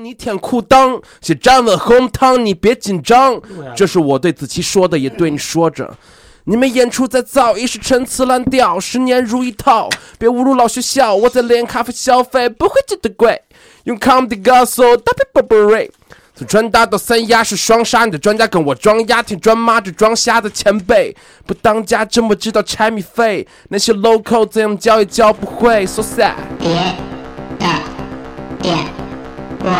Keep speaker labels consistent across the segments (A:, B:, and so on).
A: 你舔裤裆，血沾了红汤，你别紧张
B: 对啊。
A: 这是我对子琪说的，也对你说 着。你们演出再造，一时陈词滥调，十年如一套。别侮辱老学校，我在连咖啡消费不会觉得贵。用 comedy gospel 搭配 Burberry，从穿搭到三丫是双杀，你的专家跟我装丫，听专妈这装瞎的前辈，不当家这么知道柴米费，那些 local 怎样教也教不会，so sad。
C: 别的点播。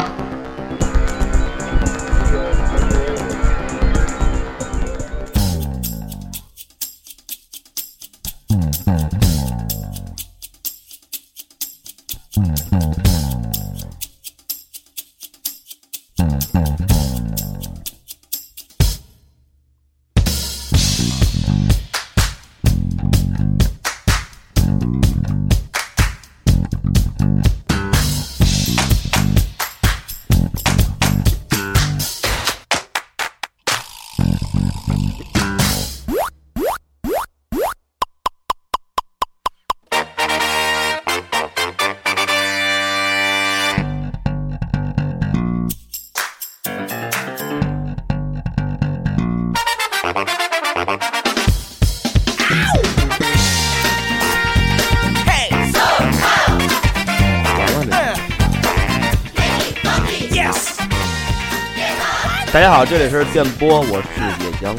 D: 大家好，这里是电波，我是野江。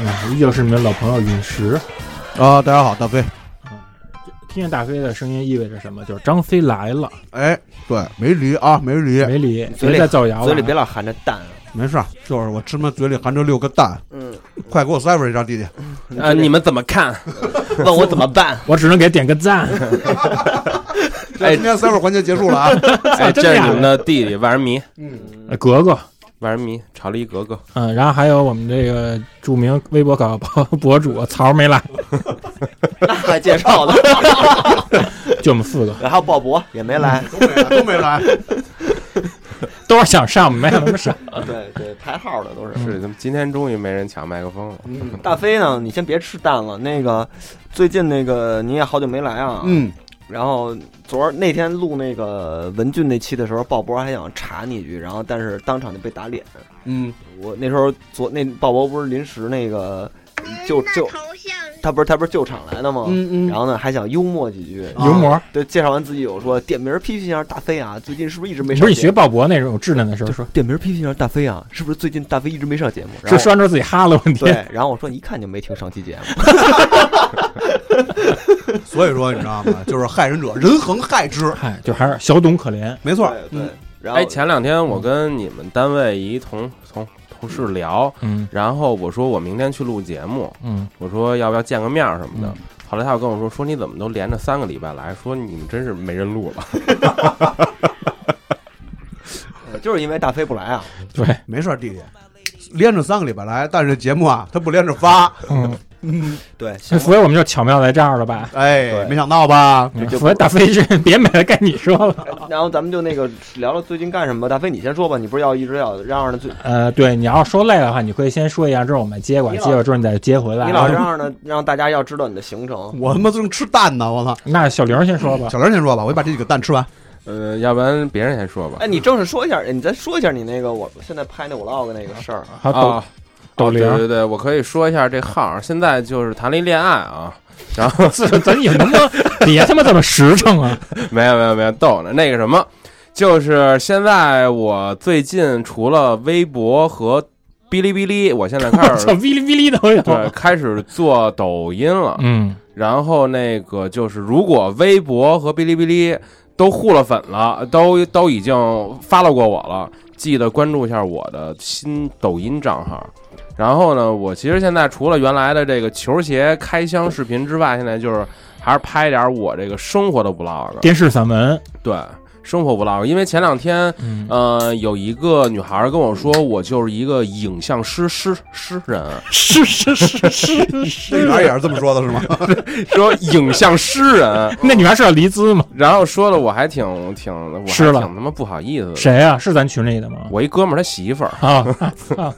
B: 嗯，依旧是你们老朋友陨石。
E: 啊、大家好，大飞。
B: 听见大飞的声音意味着什么？就是张飞来了，
E: 哎，对，没离啊，没离，
B: 没理，
D: 嗯嘴里
B: 别再造谣了啊，
D: 嘴里别老含着蛋啊。
E: 没事儿，就是我他妈嘴里含着六个蛋。
D: 嗯，
E: 快给我塞回去一张，弟弟。
A: 呃，你们怎么看？
D: 问我怎么办？
B: 我只能给点个赞。
D: 嗯
E: 这
D: 哎
E: 今天塞会儿环节结束了啊。
A: 哎，
B: 真
A: 这是
B: 假
A: 你
B: 的
A: 们的弟弟玩迷，
B: 呃格格，
A: 玩迷，潮了一格格。
B: 嗯，然后还有我们这个著名微博搞博博主曹没来，
D: 那啊还介绍的，
B: 就我们四 个，
D: 然后鲍勃也没来。
E: 都没来，都没来。
B: 都是想上，没有那 么上。
D: 对对，排号的都是。
A: 是，咱们今天终于没人抢麦克风了。
D: 大飞呢？你先别吃蛋了。那个，最近那个你也好久没来啊。。
E: 嗯，
D: 然后昨儿那天录那个文俊那期的时候，鲍勃还想查你一句，然后但是当场就被打脸。
E: 嗯，
D: 我那时候昨那鲍勃不是临时那个就就
C: 头像
D: 他不是他不是救场来的吗？
E: 嗯嗯
D: 然后呢还想幽默几句，
E: 啊
B: 油膜，
D: 对，介绍完自己有说点名批评一下大飞啊，最近是不是一直没
B: 不
D: 上节
B: 是
D: 目？
B: 你学鲍勃那种有稚嫩的时候说，
D: 点名批评一下大飞啊，是不是最近大飞一直没上节目？然
B: 就
D: 后
B: 说完之后自己哈了半天。
D: 对，然后我说你一看就没听上期节目，
E: 所以说你知道吗？就是害人者，人恒害之。
B: 嗨，就还是小董可怜，
E: 没错儿，嗯，
D: 然后
A: 哎，前两天我跟你们单位一同同同事聊，
B: 嗯
A: 然后我说我明天去录节目，
B: 嗯，
A: 我说要不要见个面儿什么的
B: 嗯。
A: 后来他又跟我说，说你怎么都连着三个礼拜来，说你们真是没人录 了。
D: 呃就是因为大飞不来啊，
B: 对，
E: 没事儿，弟弟。连着三个礼拜来，但是节目啊，他不连着发，
B: 嗯，
D: 对，行吧
B: 所以我们就巧妙在这儿了吧。
E: 哎，
D: 对
E: 没想到吧？
B: 嗯
D: 就
B: 所以大飞是别没了，该你说了。
D: 然后咱们就那个聊聊最近干什么吧。大飞，你先说吧，你不是要一直要嚷嚷的最，
B: 呃，对，你要是说累的话，你可以先说一下，之后我们接过来，
D: 你老
B: 接过来之后你再接回来。嗯
D: 你老嚷嚷的让大家要知道你的行程。
E: 我他妈正吃蛋呢，我操！
B: 那小玲先说吧。
D: 嗯
E: 小玲先说吧，我就把这几个蛋吃完。
A: 呃，要不然别人先说吧
D: 哎，。你正式说一下，哎你再说一下你那个我现在拍那 vlog 那个事儿。
B: 好，抖
A: 啊，
B: 抖
A: 对
B: 玲，
A: 对对，我可以说一下这号儿，现在就是谈了一恋爱啊， 然后
B: 咱也能不能别他妈这么实 诚啊？
A: 没有没有没有逗呢，那个什么，就是现在我最近除了微博和哔哩哔哩，我现在开
B: 这
A: 始
B: 哔哩哔哩 都有。
A: 对开始做抖音了。
B: 嗯，
A: 然后那个就是，如果微博和哔哩哔哩都互了粉了，都都已经发了过我了，记得关注一下我的新抖音账号。然后呢，我其实现在除了原来的这个球鞋开箱视频之外，现在就是还是拍点我这个生活的 vlog，
B: 电视散文，
A: 对，生活 vlog。因为前两天
B: 嗯，
A: 呃，有一个女孩跟我说，我就是一个影像师诗诗人，
B: 是是是是
E: 这
B: 是
E: 女孩
A: 啊
E: 也是这么说的， 是吗？
A: 说影像诗人，
B: 那女孩是要离资吗？
A: 然后说的我还挺挺，我还
B: 是
A: 挺
B: 了
A: 他妈不好意思的。
B: 谁啊？是咱群里的吗？
A: 我一哥们儿他媳妇儿，
B: 啊， 操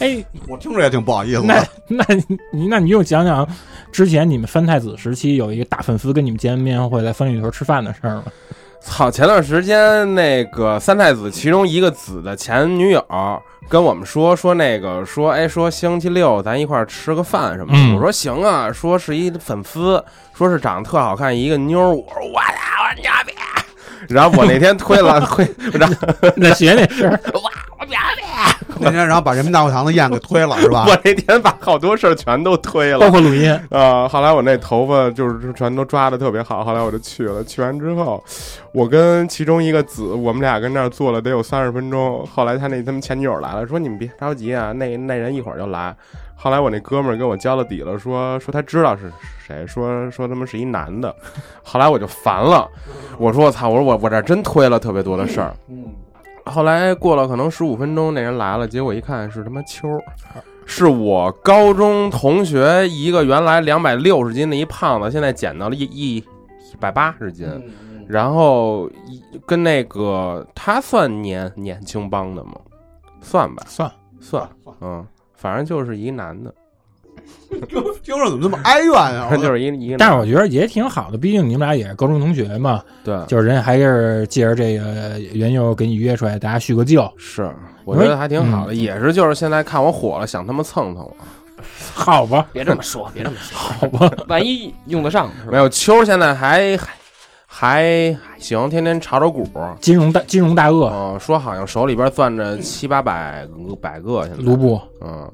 B: 哎，
E: 我听着也挺不好意思
B: 那
E: 的。
B: 那你那你就讲讲 之前你们三太子时期有一个大粉丝跟你们见面会在三里屯吃饭的事儿吗？
A: 操！前段时间那个三太子其中一个子的前女友跟我们说说那个说哎说星期六咱一块儿吃个饭什么的。
B: 嗯
A: 我说行啊，说是一粉丝，说是长得特好看一个妞儿。我说我操，我牛逼！然后我那天推了推，然后
B: 那学那是，
E: 那天然后把人民大会堂的宴给推了是吧？
A: 我那天把好多事儿全都推了
B: 包。括录音，
A: 啊、后来我那头发就是全都抓的特别好，后来我就去了。去完之后，我跟其中一个子，我们俩跟那儿坐了得有三十分钟。后来他那他们前女友来了，说你们别着急啊，那那人一会儿就来。后来我那哥们儿跟我交了底了，说说他知道是谁，说说他妈是一男的。后来我就烦了，我说我操，我说我我这儿真推了特别多的事儿。后来过了可能十五分钟，那人来了，结果一看是他妈秋儿，是我高中同学一个原来两百六十斤的一胖子，现在减到了一一一百八十斤，然后一跟那个他算年年轻帮的吗？算吧，
B: 算
A: 算，嗯，反正就是一男的，
E: 听着怎么这么哀怨啊？
A: 他 就是一一个男的，
B: 但是我觉得也挺好的，毕竟你们俩也是高中同学嘛，
A: 对
B: 就是人还是借着这个缘由给你约出来，大家叙个旧。
A: 是，我觉得还挺
B: 嗯
A: 好的，也是就是现在看我火了，想他妈蹭蹭我。
B: 好吧，
F: 别这么说，别这么说，
B: 好吧，
F: 万一用得上是
A: 没
F: 吧？
A: 有，秋儿现在还还还行，天天炒炒股。
B: 金融大金融大鳄
A: 嗯、说好像手里边攥着七八百个百个，现在
B: 卢，布，
A: 嗯，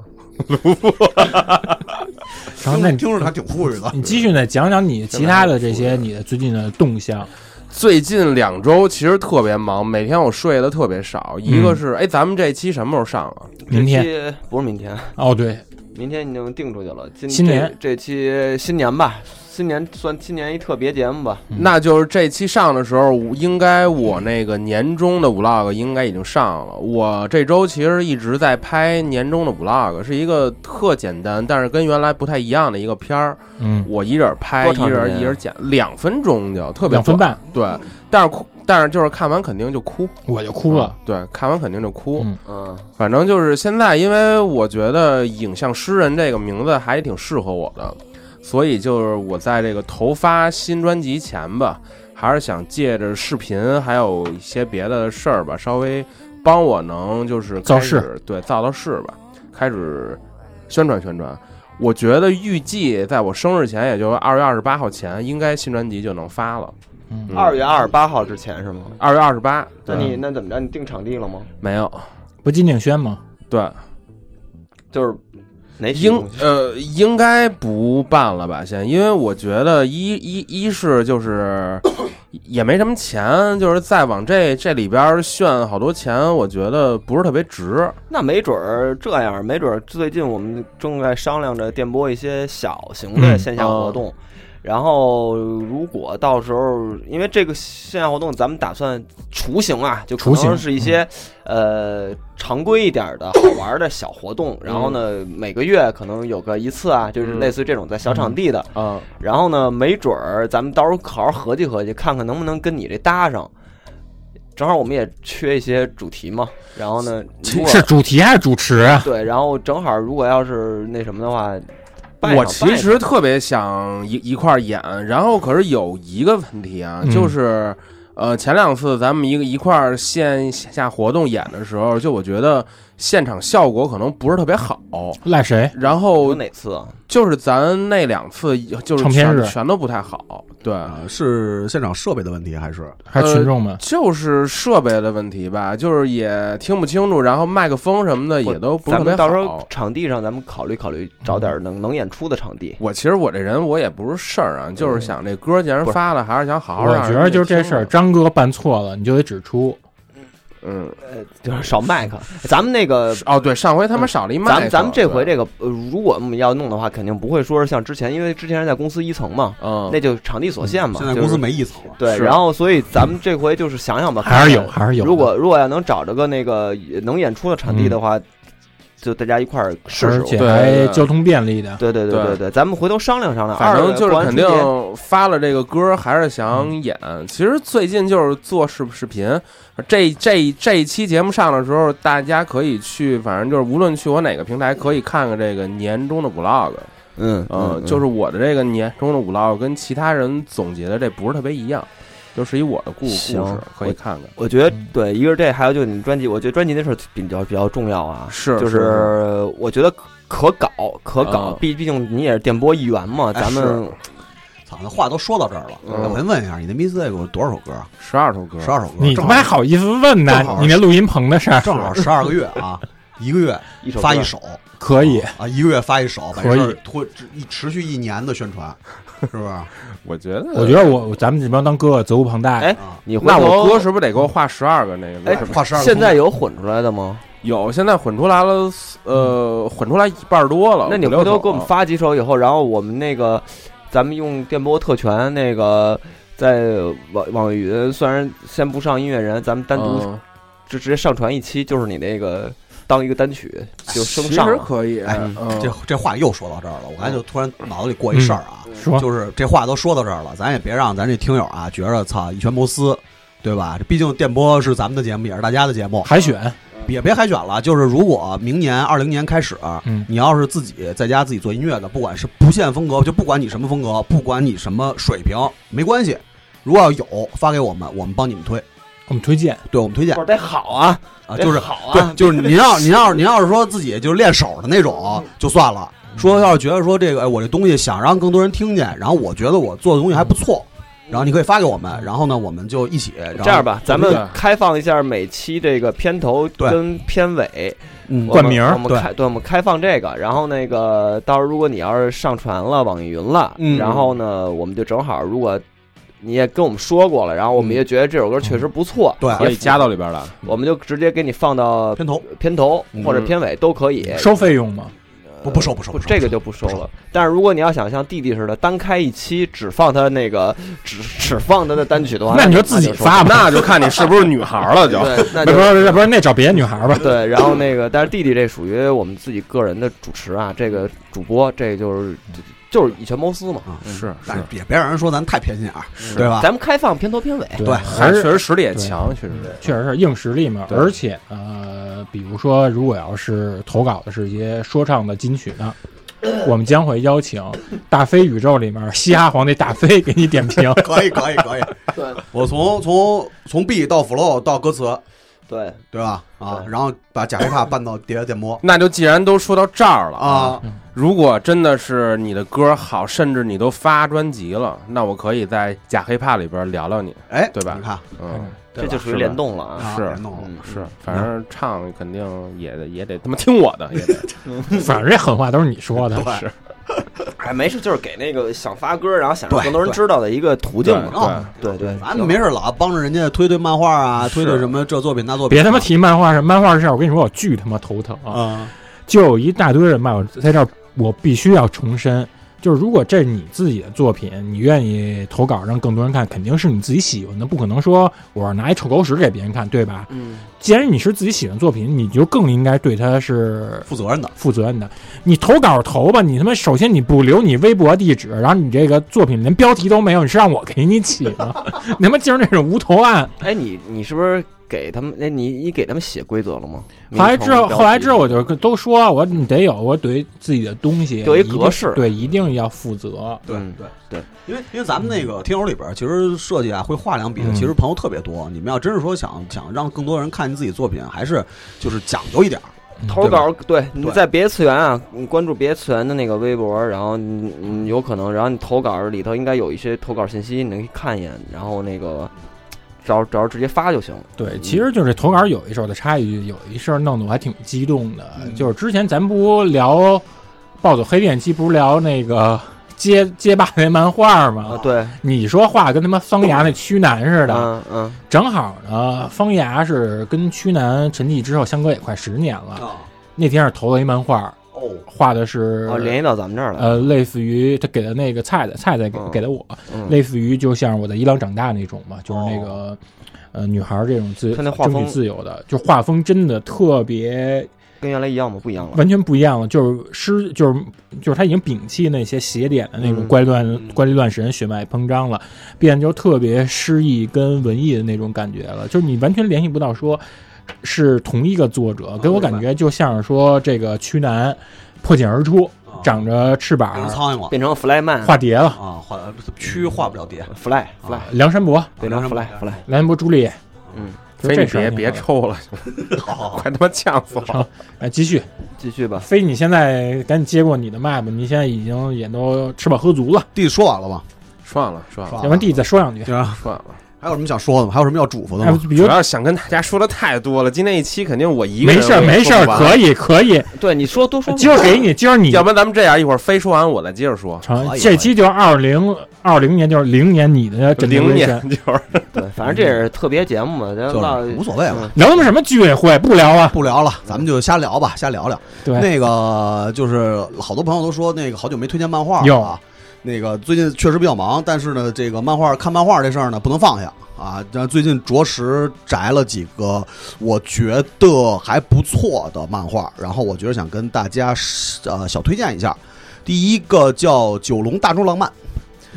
B: 然后那
E: 听
B: 你
E: 着他挺富裕的，
B: 你继续呢，讲讲你其他的这些你的最近的动向。
A: 最近两周其实特别忙，每天我睡得特别少。一
B: 嗯
A: 个是，哎、咱们这期什么时候上啊？
B: 明天
D: 这期不是明天，
B: 哦，对，
D: 明天已经定出去了。今
B: 新年
D: 这这期新年吧，新年算今年一特别节目吧。
B: 嗯
A: 那就是这期上的时候，应该我那个年终的 vlog 应该已经上了。我这周其实一直在拍年终的 vlog，是一个特简单，但是跟原来不太一样的一个片儿。
B: 嗯，
A: 我一人拍，
D: 多
A: 一
D: 长时间啊
A: 人一人剪，两分钟就特别
B: 两分
A: 短。
B: 半
A: 对，但是哭，但是就是看完肯定就哭，
B: 我就哭了。
A: 对，看完肯定就哭。
B: 嗯
D: 嗯，
A: 反正就是现在，因为我觉得“影像诗人”这个名字还挺适合我的，所以就是我在这个投发新专辑前吧，还是想借着视频还有一些别的事儿吧，稍微帮我能就是
B: 造
A: 开始
B: 势，
A: 对，造造势吧，开始宣传宣传。我觉得预计在我生日前，也就是二月二十八号前，应该新专辑就能发了。
B: 嗯
D: 二月二十八号之前是吗？
A: 二月二十八，
D: 那你那怎么着？你定场地了吗？
A: 没有，
B: 不金鼎轩吗？
A: 对，
D: 就是哪几个
A: 应
D: 公司
A: 呃应该不办了吧？先，因为我觉得一一一是就是 也没什么钱，就是再往这这里边儿炫好多钱，我觉得不是特别值。
D: 那没准儿这样，没准儿最近我们正在商量着电播一些小型的
B: 嗯
D: 线下活动。然后，如果到时候，因为这个线下活动，咱们打算雏形啊，就可
B: 雏形嗯
D: 能是一些，呃，常规一点的好玩的小活动。然后呢，每个月可能有个一次啊，就是
B: 嗯
D: 类似于这种在小场地的。
A: 啊，
D: 然后呢，没准儿咱们到时候好好合计合计，看看能不能跟你这搭上。正好我们也缺一些主题嘛。然后 呢，
A: 啊
D: 如果
B: 是主题还是主持 啊？
D: 对，然后正好如果要是那什么的话，办一
A: 我
D: 场
A: 其实特别想一一块儿演，然后可是有一个问题啊，
B: 嗯
A: 就是呃前两次咱们一个一块儿线线下活动演的时候，就我觉得现场效果可能不是特别好。
B: 赖谁？
A: 然
D: 办一场有
A: 后
D: 哪次啊？
A: 就是咱那两次，就是
B: 唱片
A: 全
B: 日
A: 全都不太好，对，
E: 啊是现场设备的问题还是？
B: 还
A: 呃
B: 是群众们？
A: 就是设备的问题吧，就是也听不清楚，然后麦克风什么的也都不是
D: 咱
A: 特别
D: 们到时候
A: 好。嗯
D: 场地上，咱们考虑考虑，找点儿能能演出的场地。
A: 我其实我这人我也不是事儿啊，就是想这歌既然发了，还是想好好
B: 嗯我
A: 让
B: 觉
A: 人
B: 得就是这事儿，
A: 听着，
B: 张哥办错了，你就得指出。
A: 嗯，
D: 呃，就是 少麦克。咱们那个，
A: 哦对，上回他
B: 嗯
A: 们少了一麦克，
D: 咱们咱们这回
A: 对
D: 这个，呃，如果我们要弄的话，肯定不会说是像之前，因为之前是在公司一层嘛，
A: 嗯
D: 那就场地所限嘛。
E: 现在
D: 就
E: 公司
D: 是
E: 没一层了，
D: 对，
A: 是
D: 然后所以咱们这回就是想想吧，
B: 还是有
D: 看看
B: 还是有的
D: 如果如果要能找着个那个也能演出的场
A: 嗯
D: 地的话，就大家一块儿试试
B: 而。且
A: 对
B: 还
A: 对
B: 交通便利的，
D: 对对对
A: 对
D: 对对，咱们回头商量商量。
A: 反
D: 二
A: 正
D: 月
A: 就是
D: 过完
A: 肯
D: 春
A: 定
D: 节
A: 发了这个歌，还是想
D: 嗯
A: 演。其实最近就是做视视频，这这这一期节目上的时候，大家可以去，反正就是无论去我哪个平台，可以看看这个年终的 vlog。
D: 嗯
A: 呃，就是我的这个年终的 vlog 跟其他人总结的这不是特别一样。就是一我的故故
D: 行
A: 事，可以
D: 我
A: 看看。
D: 我觉得
B: 嗯
D: 对，一个是这，还有就是你专辑，我觉得专辑那事儿比较比较重要啊。
A: 是
D: 就是是我觉得可搞可搞
A: 嗯，
D: 毕毕竟你也是电波一员嘛，
E: 哎
D: 咱们
E: 操，那话都说到这儿了，
D: 嗯
E: 我先问一下，你的 Miss Wave 有多少首歌啊？
A: 十二首歌，
E: 十二首歌，
B: 你他
E: 正
B: 妈还
E: 好
B: 好意思问呢
E: 正好？
B: 你那录音棚的事儿，
E: 正好十二个月啊，一个月
D: 一首
E: 发一
D: 歌
E: 首
B: 可以，
E: 啊，一个月发一首，把这
B: 可以
E: 事儿拖持持续一年的宣传，是啊不是？
A: 我觉得，
B: 我觉得我咱们这帮当哥哥责无旁贷。
D: 哎
E: 啊，
D: 你回
A: 那
D: 头
A: 我哥是不是得给我画十二个那个？
D: 哎
E: 画十二个
D: 现在有混出来的吗？
A: 有，现在混出来了，呃，混出来一半儿多了。
D: 那你
A: 五六
D: 回头
A: 首
D: 给我们
A: 了
D: 发几首以后，然后我们那个，咱们用电波特权那个，在网网易云虽然先不上音乐人，咱们单独
A: 嗯
D: 就直接上传一期，就是你那个当一个单曲就升
A: 其
D: 上
A: 实
D: 了。
A: 可以，
E: 哎
A: 嗯
E: 这这话又说到这儿了，我刚才就突然脑子里过一事儿啊，
B: 说
E: 就是这话都说到这儿了，咱也别让咱这听友啊觉着操以权谋私，对吧？这毕竟电波是咱们的节目，也是大家的节目，
B: 海选，
E: 也别海选了。就是如果明年二零年开始，
B: 嗯，
E: 你要是自己在家自己做音乐的，不管是不限风格，就不管你什么风格，不管你什么水平，没关系。如果要有发给我们，我们帮你们推，
B: 我们推荐，
E: 对我们推荐
D: 不是得好啊，
E: 啊，
D: 得
E: 就是
D: 好
E: 对，
D: 啊，
E: 就是你要你要你要是说自己就是练手的那种
D: 嗯
E: 就算了，说要是觉得说这个哎我这东西想让更多人听见，然后我觉得我做的东西还不错，然后你可以发给我们，然后呢我们就一起然
D: 嗯
E: 后
D: 这样，吧，咱
A: 对
D: 们开放一下每期这个片头
E: 对
D: 跟片尾
E: 嗯
D: 我们
B: 冠名儿
D: 我们开对，我们开放这个，然后那个到时候如果你要是上传了网易云了，
E: 嗯
D: 然后呢，我们就正好如果。你也跟我们说过了，然后我们也觉得这首歌确实不错，
E: 对
A: 可以加到里边来。
D: 我们就直接给你放到
E: 片头
D: 片头
E: 嗯
D: 或者片尾都可以，
B: 收费用吗？
E: 不不收不收
D: 不
E: 不收
D: 呃这个就不收了。但是如果你要想像弟弟似的单开一期，只放他那个只只放他的单曲的话，
B: 那你
D: 就
B: 就自己发吧。
A: 那就看你是不是女孩儿了，就
D: 对， 那
B: 不
D: 就是
B: 不是不是，那找别的女孩儿吧。
D: 对，然后那个，但是弟弟这属于我们自己个人的主持啊，这个主播，这就是就是以权谋私嘛，
A: 是
E: 啊但是也别让人说咱太偏心眼儿，对吧？
D: 嗯咱们开放片头片尾，
B: 对
E: 对。
A: 还
B: 还
A: 是
B: 是
A: 确实实力也
B: 对
A: 强，确实
B: 确实是硬实力嘛。
A: 对
B: 而且呃，比如说，如果要是投稿的是一些说唱的金曲呢，我们将会邀请大飞宇宙里面嘻哈皇帝大飞给你点评
E: 可以可以可以，
D: 对
E: 我从从从 B 到 flow 到歌词，
D: 对，
E: 对吧？啊，
D: 对
E: 然后把假黑怕 搬到碟电波
A: 那就既然都说到这儿了
E: 啊，
A: 如果真的是你的歌好，甚至你都发专辑了，那我可以在假黑怕里边聊聊你。
E: 哎，
A: 对吧
E: 你看
A: 嗯，
E: 对
D: 这
E: 吧
D: 就属于联动了啊，
E: 啊
A: 是
E: 联动了
D: 嗯，
A: 是，反正唱肯定也得也得他妈听我的，也得
B: 反正这狠话都是你说的，
E: 对
A: 是
D: 哎，没事，就是给那个想发歌，然后想
E: 对
D: 让更多人知道的一哦个途径
E: 对
D: 嘛，啊对对，
E: 咱们没事老帮着人家推推漫画啊，推推什么这作品那作品，
B: 别他妈提漫画是漫画的事儿，我跟你说，我巨他妈头疼啊！
E: 啊，
B: 就有一大堆人骂我，在这儿我必须要重申，就是如果这是你自己的作品，你愿意投稿让更多人看，肯定是你自己喜欢的，不可能说我拿一臭狗屎给别人看，对吧？
D: 嗯，
B: 既然你是自己喜欢的作品，你就更应该对它是
E: 负责任的。
B: 负责任的。你投稿投吧，你他妈首先你不留你微博地址，然后你这个作品连标题都没有，你是让我给你起的？ 你他妈竟然那种无头案！
D: 哎，你你是不是给他们？哎，你你给他们写规则了吗？
B: 后来之后，
D: 名称
B: 后来之后我就都说啊我你得有我对自己的东西
D: 有一
B: 定
D: 格式
B: 对，一定要负责。
E: 对
D: 嗯
E: 对
D: 对，
E: 因为因为咱们那个听友里边儿，其实设计啊会画两笔的，
B: 嗯
E: 其实朋友特别多。你们要真是说想想让更多人看见自己作品，还是就是讲究一点儿。
D: 投稿，对你
E: 嗯对
D: 在别次元啊，你关注别次元的那个微博，然后你你有可能，然后你投稿里头应该有一些投稿信息，你能看一眼，然后那个找找直接发就行了。
B: 对，其实就是投稿有一事儿的插一句，有一事儿弄得我还挺激动的，
D: 嗯
B: 就是之前咱不聊暴走黑电期，不是聊那个街街霸那漫画吗？
D: 啊，对，
B: 你说话跟他妈方牙那屈男似的，
D: 嗯嗯，
B: 正好呢，方牙是跟屈男沉寂之后相隔也快十年了。
E: 啊，
B: 那天是投了一漫画，
E: 哦，
B: 画的是
D: 哦，联系到咱们这儿来了。
B: 呃，类似于他给的那个菜的菜菜给
D: 嗯
B: 给的我，
D: 嗯哦
B: 类似于就像我在伊朗长大那种嘛，就是那个、呃女孩这种自
D: 他那画风
B: 争取自由的，就画风真的特别
D: 跟原来一样吗？不一样了。
B: 完全不一样了，就是失就是就是他已经摒弃那些邪典的那种
D: 嗯
B: 怪力乱、怪力乱神、血脉膨胀了，变得就特别诗意跟文艺的那种感觉了，就是你完全联系
D: 啊
B: 不到说是同一个作者，给我感觉就像是说这个屈南。破茧而出，
E: 啊
B: 长着翅膀
E: 变成苍蝇了
G: 变成
H: 嗯
G: Flyman
B: 化蝶了。
E: 啊，化蛆化不了蝶，
D: 嗯
G: Fly
E: 啊
G: Fly
B: 梁山伯，
G: 变成
E: 梁山
G: Fly
E: 伯
G: Fly，
B: 梁山伯朱丽叶，
G: 嗯，
B: 就
H: 非你
B: 这事
H: 别
B: 儿
H: 别
B: 挺好
H: 抽了，
E: 好，
H: 快他妈呛死我！
B: 成哎，继续，
G: 继续吧。
B: 飞，你现在赶紧接过你的麦吧，你现在已经也都吃饱喝足了，
E: 弟说完了吗？
H: 说完了，说完
E: 说
H: 了，
E: 完
B: 要不然弟再说两句。
E: 对啊，
H: 说完了。
E: 还有什么想说的吗？还有什么要嘱咐的
B: 哎，
E: 吗？
B: 比
H: 主
B: 如
H: 要是想跟大家说的太多了，今天一期肯定我一个
B: 没
H: 人
B: 事儿，没事儿，可
H: 以。
B: 以，可以，
G: 对，你说多说
E: 呃
G: 吧。
B: 今儿给你，今儿你
H: 要不然咱们这样，一会儿飞说完我再接着说。
B: 成
E: 可以
B: 这期就是二零二零年，就是零年你的枕头
H: 零
B: 人
H: 年
B: 生，
H: 就是
G: 对，反正这也是特别节目嘛，咱唠
E: 就是无所谓
D: 嗯
E: 了，
B: 聊他妈什么居委会不聊啊？
E: 不聊了，咱们就瞎聊吧，瞎聊聊。
B: 对，
E: 那个就是好多朋友都说，那个好久没推荐漫画了
B: 有
E: 啊。那个最近确实比较忙，但是呢，这个漫画看漫画这事儿呢不能放下啊。但最近着实摘了几个我觉得还不错的漫画，然后我觉得想跟大家呃小推荐一下。第一个叫《九龙大众浪漫》，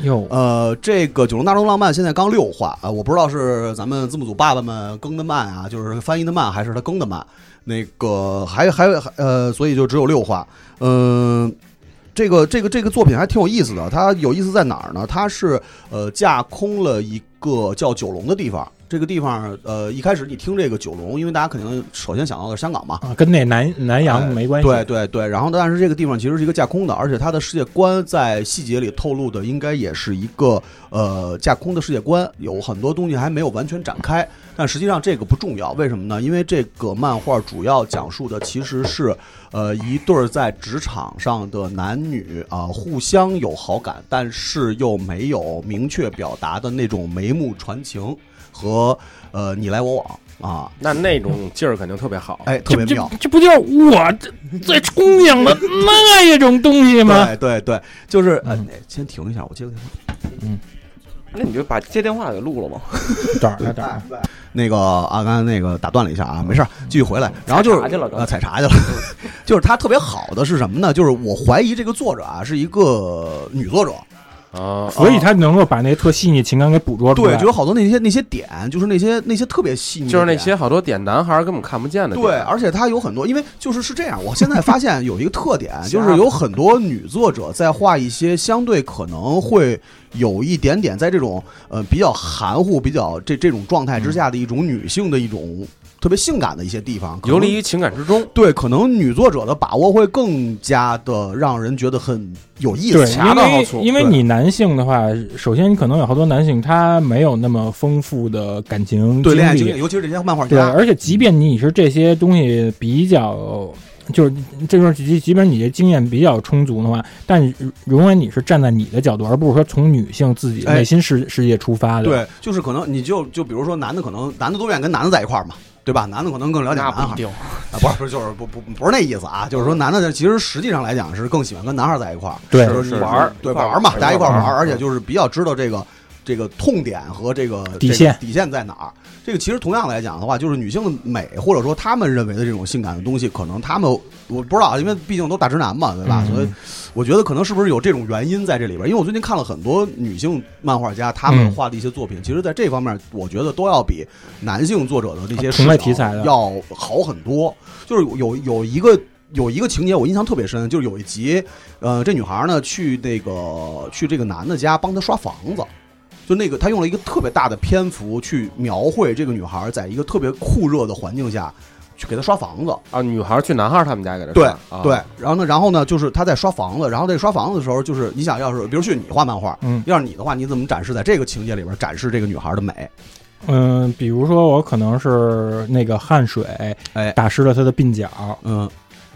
B: 哟，
E: 呃，这个《九龙大众浪漫》现在刚六话啊、我不知道是咱们字幕组爸爸们更的慢啊，就是翻译的慢，还是他更的慢。那个还还呃，所以就只有六话。嗯、这个这个这个作品还挺有意思的。它有意思在哪儿呢？它是呃架空了一个叫九龙的地方。这个地方呃一开始你听这个九龙，因为大家肯定首先想到的是香港嘛，
B: 啊，跟那南南洋
H: 呃
E: 哎
B: 没关系，
E: 对对对，然后但是这个地方其实是一个架空的，而且它的世界观在细节里透露的应该也是一个呃架空的世界观，有很多东西还没有完全展开。但实际上这个不重要，为什么呢？因为这个漫画主要讲述的其实是呃一对儿在职场上的男女啊、互相有好感，但是又没有明确表达的那种眉目传情和呃你来我往啊，
H: 那那种劲儿肯定特别好。
E: 哎，特
B: 这
E: 别
B: 这
E: 妙。
B: 这不就是我这最憧憬的那种东西吗？
E: 对对对，就是呃
B: 嗯，
E: 先停一下，我接个电话。
G: 那你就把接电话给录了吧。
B: 哪儿呢？哪儿呢？
E: 那个啊，刚才那个打断了一下啊，没事儿，继续回来。然后就是
G: 去了刚才
E: 呃，采茶去了。 就是他特别好的是什么呢？就是我怀疑这个作者啊是一个女作者，
H: 啊，
B: 所以他能够把那特细腻情感给捕捉出
E: 哦对，
B: 来。
E: 就有好多那些那些点，就是那些那些特别细腻的点，
H: 就是那些好多点男孩儿根本看不见的。
E: 嗯对，，啊而且它有很多，因为就是是这样，我现在发现有一个特点，就是有很多女作者在画一些相对可能会有一点点在这种呃比较含糊、比较这这种状态之下的一种女性的一种特别性感的一些地方，可能
H: 游离于情感之中。
E: 对，可能女作者的把握会更加的让人觉得很有意
B: 对，
E: 思。
H: 恰到好
B: 因
H: 处
B: 为因为
E: 对
B: 你男性的话，首先你可能有好多男性他没有那么丰富的感情
E: 对恋爱经历，
B: 历，
E: 尤其是这些漫画
B: 对，
E: 家，
B: 而且即便你是这些东西比较。就是这种，即即便你的经验比较充足的话，但永远你是站在你的角度，而不是说从女性自己
E: 哎
B: 内心世世界出发的。，
E: 对，就是可能你就就比如说男的，可能男的都愿意跟男的在一块儿嘛。对吧？男的可能更了解
D: 那
E: 男孩
D: 不一
E: 儿，
D: 定。
E: 啊，不是不是，就是不不不是那意思啊，就是说男的其实实际上来讲是更喜欢跟男孩在一块儿，
B: 对
E: 就是
H: 是
E: 玩
H: 是
E: 儿，对
H: 一块儿
E: 玩儿嘛，大家一块儿玩
B: 玩
E: 儿，而且就是比较知道这个这个痛点和这个
B: 底
E: 这个
B: 线
E: 底线在哪儿。这个其实同样来讲的话，就是女性的美，或者说她们认为的这种性感的东西，可能她们我不知道，因为毕竟都大直男嘛，对吧？
B: 嗯
E: 所以我觉得可能是不是有这种原因在这里边儿？因为我最近看了很多女性漫画家她们
B: 嗯
E: 画的一些作品，其实在这方面，我觉得都要比男性作者的那些
B: 啊同类
E: 视角
B: 题材的
E: 要好很多。就是有有一个有一个情节我印象特别深，就是有一集，呃，这女孩呢去那个去这个男的家帮他刷房子。就那个，他用了一个特别大的篇幅去描绘这个女孩在一个特别酷热的环境下去给她刷房子，
H: 啊，女孩儿去男孩儿他们家给他
E: 对
H: 刷啊
E: 对，然后呢，然后呢，就是他在刷房子，然后在刷房子的时候，就是你想要是，比如去你画漫画，
B: 嗯
E: 要是你的话，你怎么展示在这个情节里边展示这个女孩的美？
B: 嗯、比如说我可能是那个汗水，
E: 哎
B: 打湿了他的鬓角，
E: 嗯，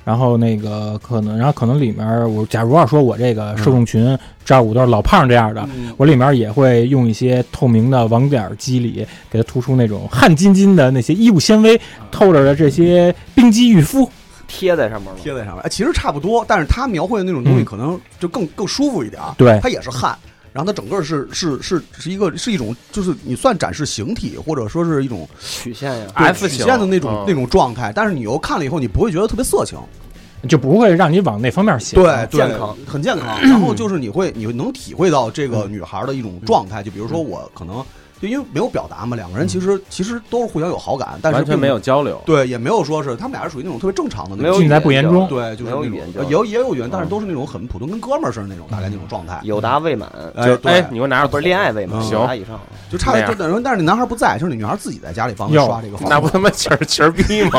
B: 然后那个可能，然后可能里面我假如要说我这个受众群照顾都是老胖这样
E: 嗯
B: 的，
H: 嗯
B: 我里面也会用一些透明的网点肌理，给它突出那种汗津津的那些衣物纤维，透着的这些
E: 嗯
B: 冰肌玉肤。
G: 贴在上面了。
E: 贴在上面，哎，其实差不多，但是他描绘的那种东西
B: 嗯
E: 可能就更更舒服一点儿，啊
B: 对
E: 它也是汗。然后它整个是是是是一个是一种，就是你算展示形体，或者说是一种
G: 曲线呀，
E: 对
H: F
E: 曲
H: 型
E: 线的那种
H: 嗯
E: 那种状态，但是你又看了以后，你不会觉得特别色情，
B: 就不会让你往那方面想。
E: 对，对
G: 健康，
E: 很健康。然后就是你会，你能体会到这个女孩的一种状态，就比如说我可能。就因为没有表达嘛，两个人其实其实都是互相有好感，但是
A: 完全
E: 并
A: 没有交流。
E: 对，也没有说是他们俩是属于那种特别正常的那
G: 没有
E: 种
B: 尽在不言中
E: 对，就是
G: 没有
E: 那
G: 语言
E: 种
G: 交
E: 呃也
G: 流
E: 有也有语言，但是都是那种很普通，跟哥们儿似的那种，大概那种状态。
G: 有达未满，
E: 哎对
A: 哎，你给我拿着
G: 不是恋爱未满，
E: 嗯
G: 有达以上。
E: 就差
A: 那
E: 点
A: 样
E: 就等于，但是你男孩不在，就是你女孩自己在家里帮他
B: 哟
E: 刷这个房
A: 那不
E: 子。
A: 他妈气儿气儿逼吗？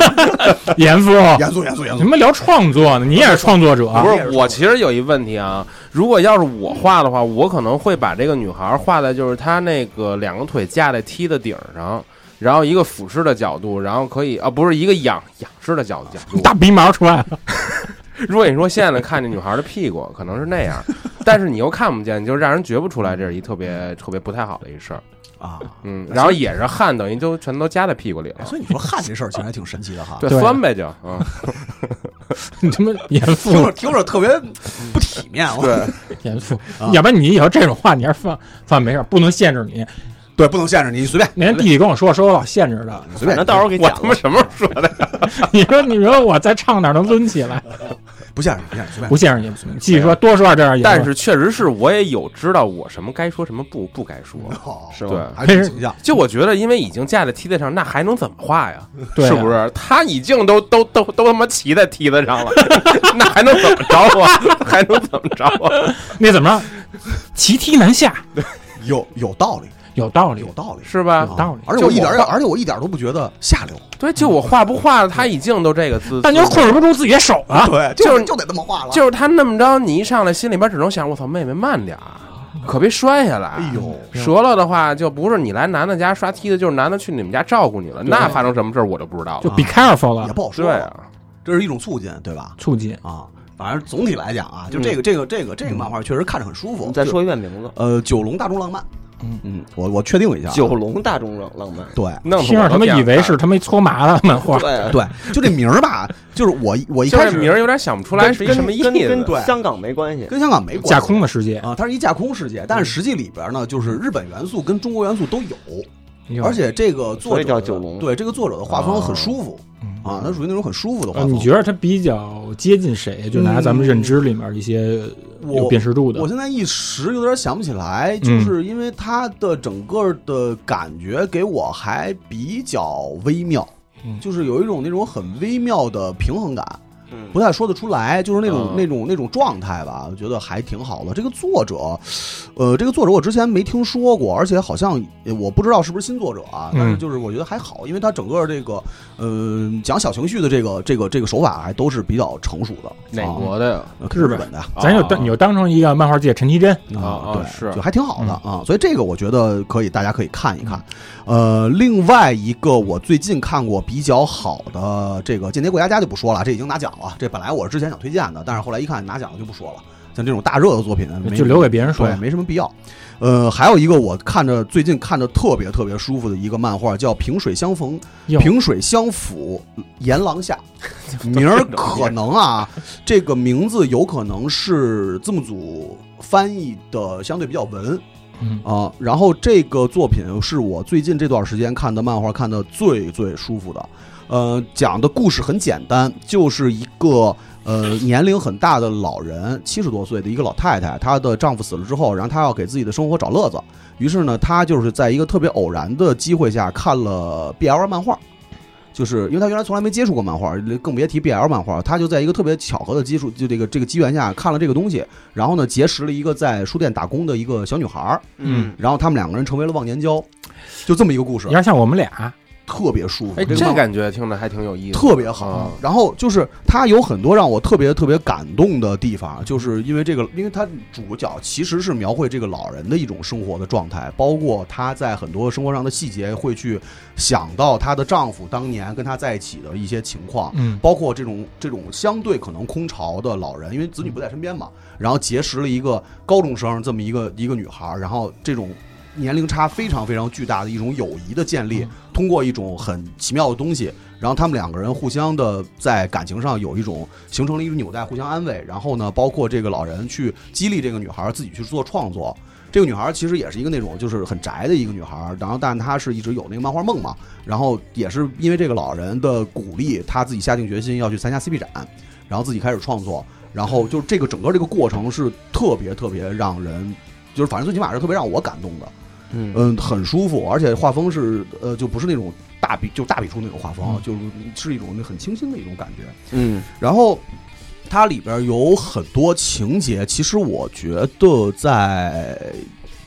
B: 严肃，
E: 严肃严肃严
B: 你
E: 肃，
B: 们聊创作呢？你也是创作者，
A: 不
E: 也是
A: 是，
E: 说
A: 我其实有一问题啊，如果要是我画的话，我可能会把这个女孩画在就是她那个两个腿架在梯的顶上，然后一个俯视的角度，然后可以啊，不是一个仰仰视的角角度
B: 你。大鼻毛出来 了，
A: 如果你说现在看这女孩的屁股，可能是那样，但是你又看不见，你就让人觉不出来，这是一特别特别不太好的一事儿。
E: 啊。
A: 嗯，然后也是汗，等于都全都夹在屁股里了，
E: 所以你说汗这事儿其实还挺神奇的哈，
A: 对，
B: 对
A: 酸呗就， 嗯，
B: 你他妈严
E: 听
B: 肃
E: 着听着特别不体面。我
B: 严肃
E: 啊，
B: 要不然你以后这种话你要是放放没事儿，不能限制你。
E: 对，不能限制你，你随便
B: 那天弟弟跟我说，说我老限制的。
E: 啊随
G: 反
E: 便
G: 正。到时候给
A: 我
G: 讲
A: 他妈
G: 了。
A: 什么时候说的？
B: 你说你说我再唱哪儿能抡起来？
E: 不限制你，不限制你，
B: 不限
E: 随便
B: 制你，继续说多说点这样。
A: 但是确实是我也有知道我什么该说，什么不不该说。
E: 哦，
G: 是
A: 对
G: 吗？
E: 还挺形象。
A: 就我觉得，因为已经架在梯子上，那还能怎么画呀？
B: 对啊
A: 是不是？他已经都都都都他妈骑在梯子上了， 那还能怎么着啊？ 还能怎么着啊？
B: 那怎么着？骑梯难下，
E: 有有道理，
B: 有道理
E: 有。道理，
A: 是吧
E: 啊
B: 有道理
E: 而且我一点儿
A: 就我
E: 而且我一点儿都不觉得下流，
A: 对，就我画不画，他已经都这个姿势，
E: 哎
B: 但就是控制不住自己的手啊！
E: 对，
A: 就是
E: 是就得这么画了。
A: 就是他那么着，你一上来心里边只能想，我操，妹妹慢点儿，可别摔下来。哎
E: 呦，
A: 折了的话，就不是你来男的家刷梯子，就是男的去你们家照顾你了。那发生什么事儿我就不知道
B: 就
A: 了。
B: be careful
E: 也
B: 了，
E: 不好说
A: 对，啊，
E: 这是一种促进，对吧？
B: 促进
E: 啊，反正总体来讲啊，就这个这个这个这个漫画确实看着很舒服。
G: 你再
E: 就
G: 说一遍名字：
E: 呃，九龙大众浪漫，
B: 嗯
E: 嗯，我我确定一下啊，
G: 九龙大众浪浪漫。
E: 对
A: 弄
B: 听着他妈以为是他妈一搓麻的漫画，
D: 啊
G: 对，
E: 对，就这名儿吧，就是我我一
A: 就
E: 开
A: 是
E: 始
A: 名儿有点想不出来是一
G: 跟
A: 什么意思。啊
G: 跟跟
E: 对
G: 香港没关系。
E: 跟香港没关系
B: 架空的世界，
E: 啊，它是一架空世界，但是实际里边呢，就是日本元素跟中国元素都有，而且这个作
G: 所
E: 者
G: 以叫
E: 的
G: 九龙
E: 对这个作者的画风很舒服
B: 嗯
E: 啊，它属于那种很舒服的画
B: 呃，
E: 风。
B: 你觉得它比较接近谁？就拿咱们认知里面一些
E: 嗯我
B: 有辨识度的
E: 我，现在一时有点想不起来，就
B: 嗯
E: 是因为它的整个的感觉给我还比较微妙，
B: 嗯
E: 就是有一种那种很微妙的平衡感，
G: 嗯
E: 不太说得出来，就是那种、
A: 嗯
E: 那种那种状态吧，我觉得还挺好的。这个作者，呃，这个作者我之前没听说过，而且好像呃我不知道是不是新作者啊，但是
B: 嗯
E: 就是我觉得还好，因为他整个这个呃讲小情绪的这个这个这个手法还都是比较成熟的，
A: 哪
E: 啊
A: 国的呀？
E: 呃
B: 日
E: 日
B: 本
E: 本的。
B: 咱就
A: 啊
B: 当你就当成一个漫画界陈绮贞，
A: 啊
E: 对，
A: 啊是
E: 就还挺好的
B: 嗯
E: 啊，所以这个我觉得可以，大家可以看一看。呃，另外一个我最近看过比较好的这个《间谍过家家》就不说了，这已经拿奖了。这本来我是之前想推荐的，但是后来一看拿奖了就不说了。像这种大热的作品，没
B: 就留给别人说
E: 对，。没什么必要。呃，还有一个我看着最近看着特别特别舒服的一个漫画，叫《萍水相逢》，
B: 哟
E: 萍水相符，阎郎下，名儿可能啊，这个名字有可能是字幕组翻译的相对比较文
B: 嗯
E: 啊。然后这个作品是我最近这段时间看的漫画看的最最舒服的。呃，讲的故事很简单，就是一个呃年龄很大的老人，七十多岁的一个老太太，她的丈夫死了之后，然后她要给自己的生活找乐子，于是呢，她就是在一个特别偶然的机会下看了 BL 漫画。就是因为她原来从来没接触过漫画，更别提 BL 漫画。她就在一个特别巧合的基础，就这个这个机缘下看了这个东西，然后呢结识了一个在书店打工的一个小女孩儿，
B: 嗯，
E: 然后他们两个人成为了忘年交，就这么一个故事
B: 有，点像我们俩，
E: 啊特别舒服。
A: 哎，
E: 个漫
A: 这
E: 画
A: 感觉听着还挺有意思，
E: 特别好
A: 啊。
E: 然后就是它有很多让我特别特别感动的地方，啊就是因为这个，因为它主角其实是描绘这个老人的一种生活的状态，包括她在很多生活上的细节会去想到她的丈夫当年跟她在一起的一些情况。
B: 嗯，
E: 包括这种这种相对可能空巢的老人，因为子女不在身边嘛，然后结识了一个高中生这么一个一个女孩儿，然后这种年龄差非常非常巨大的一种友谊的建立，通过一种很奇妙的东西，然后他们两个人互相的在感情上有一种形成了一种纽带，互相安慰。然后呢，包括这个老人去激励这个女孩儿自己去做创作。这个女孩儿其实也是一个那种就是很宅的一个女孩儿，然后但她是一直有那个漫画梦嘛，然后也是因为这个老人的鼓励，她自己下定决心要去参加 CP 展，然后自己开始创作，然后就这个整个这个过程是特别特别让人，就是反正最起码是特别让我感动的。
G: 嗯
E: 嗯，很舒服，而且画风是呃，就不是那种大笔就大笔触那种画风，就是是一种那很清新的一种感觉。
G: 嗯
E: 然后它里边有很多情节，其实我觉得在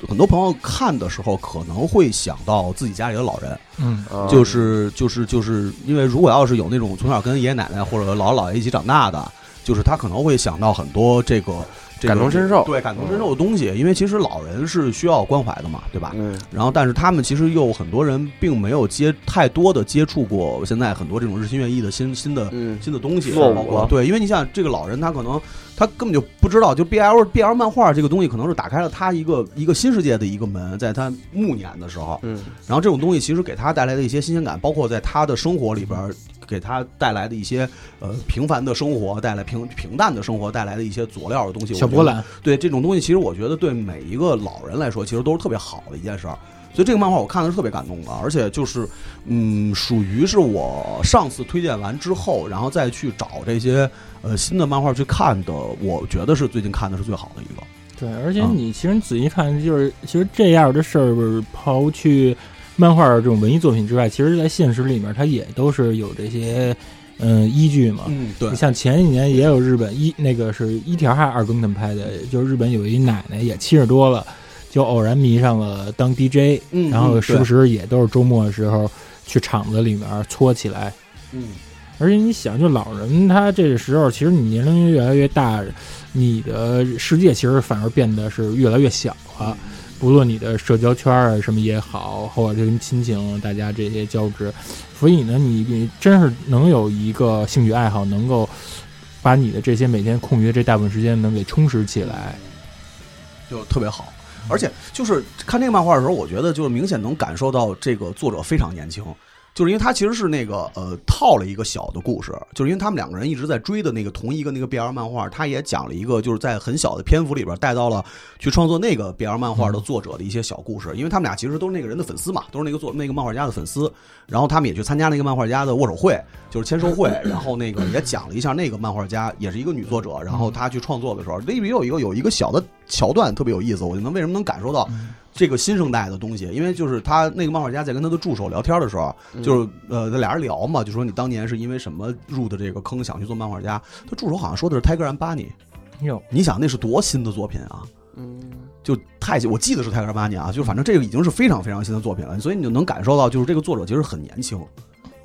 E: 很多朋友看的时候，可能会想到自己家里的老人，
B: 嗯
G: 啊
E: 就是就是就是因为如果要是有那种从小跟爷爷奶奶或者姥姥姥爷一起长大的，就是他可能会想到很多这个。这个
A: 感同身受
E: 对感同身受的东西，因为其实老人是需要关怀的嘛，对吧？
G: 嗯
E: 然后，但是他们其实又很多人并没有接太多的接触过现在很多这种日新月异的新新的
G: 嗯
E: 新的东西，啊
A: 啊
G: 落伍
E: 包括
G: 了
E: 对，因为你想这个老人他可能他根本就不知道，就 BL BL 漫画这个东西可能是打开了他一个一个新世界的一个门，在他暮年的时候，
G: 嗯
E: 然后这种东西其实给他带来的一些新鲜感，包括在他的生活里边儿给他带来的一些呃平凡的生活，带来平平淡的生活带来的一些佐料的东西，
B: 小
E: 我觉
B: 波
E: 得
B: 澜，
E: 对这种东西，其实我觉得对每一个老人来说，其实都是特别好的一件事儿。所以这个漫画我看的是特别感动的，而且就是，嗯，属于是我上次推荐完之后，然后再去找这些呃新的漫画去看的，我觉得是最近看的是最好的一个。
B: 对，而且
E: 嗯
B: 你其实仔细看，就是其实这样的事儿，刨去漫画这种文艺作品之外，其实在现实里面它也都是有这些嗯依据嘛。
E: 嗯，对
B: 你像前几年也有日本一那个是一条还是二更他们拍的，就是日本有一奶奶也七十多了，就偶然迷上了当 DJ，
E: 嗯
B: 然后
E: 嗯
B: 时不时也都是周末的时候去厂子里面搓起来。
E: 嗯，
B: 而且你想，就老人他这个时候，其实你年龄越来越大，你的世界其实反而变得是越来越小了。
E: 嗯
B: 不论你的社交圈儿啊什么也好，或者跟亲情大家这些交织，所以呢，你你真是能有一个兴趣爱好，能够把你的这些每天空余的这大部分时间能给充实起来。
E: 就特别好。而且就是看这个漫画的时候，我觉得就是明显能感受到这个作者非常年轻，就是因为他其实是那个呃套了一个小的故事，就是因为他们两个人一直在追的那个同一个那个 BL 漫画，他也讲了一个就是在很小的篇幅里边带到了去创作那个 BL 漫画的作者的一些小故事，因为他们俩其实都是那个人的粉丝嘛，都是那个作那个漫画家的粉丝，然后他们也去参加那个漫画家的握手会，就是签售会，然后那个也讲了一下那个漫画家也是一个女作者，然后她去创作的时候，那里有一个有一个小的桥段特别有意思，我就能为什么能感受到这个新生代的东西，因为就是他那个漫画家在跟他的助手聊天的时候，
D: 嗯
E: 就是呃他俩人聊嘛，就说你当年是因为什么入的这个坑想去做漫画家，他助手好像说的是泰戈尔·安巴尼，
B: 哟，
E: 你想那是多新的作品啊！
D: 嗯
E: 就太我记得是泰戈尔·巴尼啊，就反正这个已经是非常非常新的作品了，所以你就能感受到，就是这个作者其实很年轻。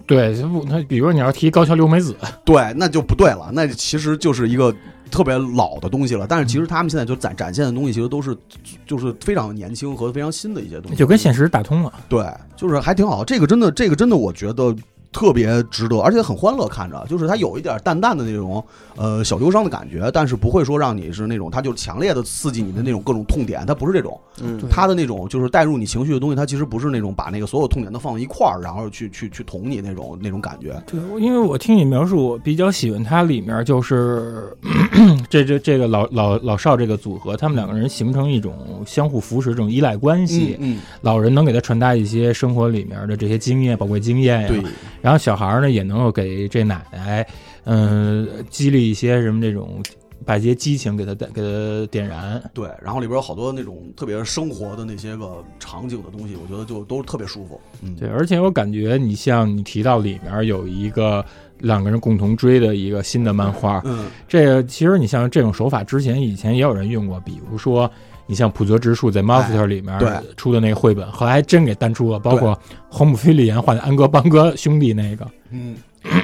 B: 对，就不那比如你要提高桥留美子，
E: 对，那就不对了，那其实就是一个特别老的东西了。但是其实他们现在就展展现的东西，其实都是就是非常年轻和非常新的一些东西，
B: 就跟现实打通了。
E: 对，就是还挺好。这个真的，这个真的，我觉得特别值得，而且很欢乐，看着就是它有一点淡淡的那种呃小忧伤的感觉，但是不会说让你是那种它就强烈的刺激你的那种各种痛点，它不是这种。
G: 嗯
E: 他的那种就是带入你情绪的东西，它其实不是那种把那个所有痛点都放到一块儿，然后去去去捅你那种那种感觉。
B: 对，我因为我听你描述，我比较喜欢它里面就是 这这这个老老老少这个组合，他们两个人形成一种相互扶持、这种依赖关系。
E: 嗯，
B: 老人能给他传达一些生活里面的这些经验、宝贵经哎验呀、
E: 对，
B: 然后小孩儿呢，也能够给这奶奶，嗯、激励一些什么这种，把一些激情给他带给他点燃。
E: 对，然后里边有好多那种特别生活的那些个场景的东西，我觉得就都特别舒服。嗯，
B: 对，而且我感觉你像你提到里面有一个两个人共同追的一个新的漫画，
E: 嗯，
B: 这个其实你像这种手法，之前以前也有人用过，比如说你像普泽直树在《m o n s t e 里面
E: 哎对
B: 出的那个绘本，后来还真给单出了，包括侯姆菲利言画的安格邦哥兄弟那个，
E: 嗯，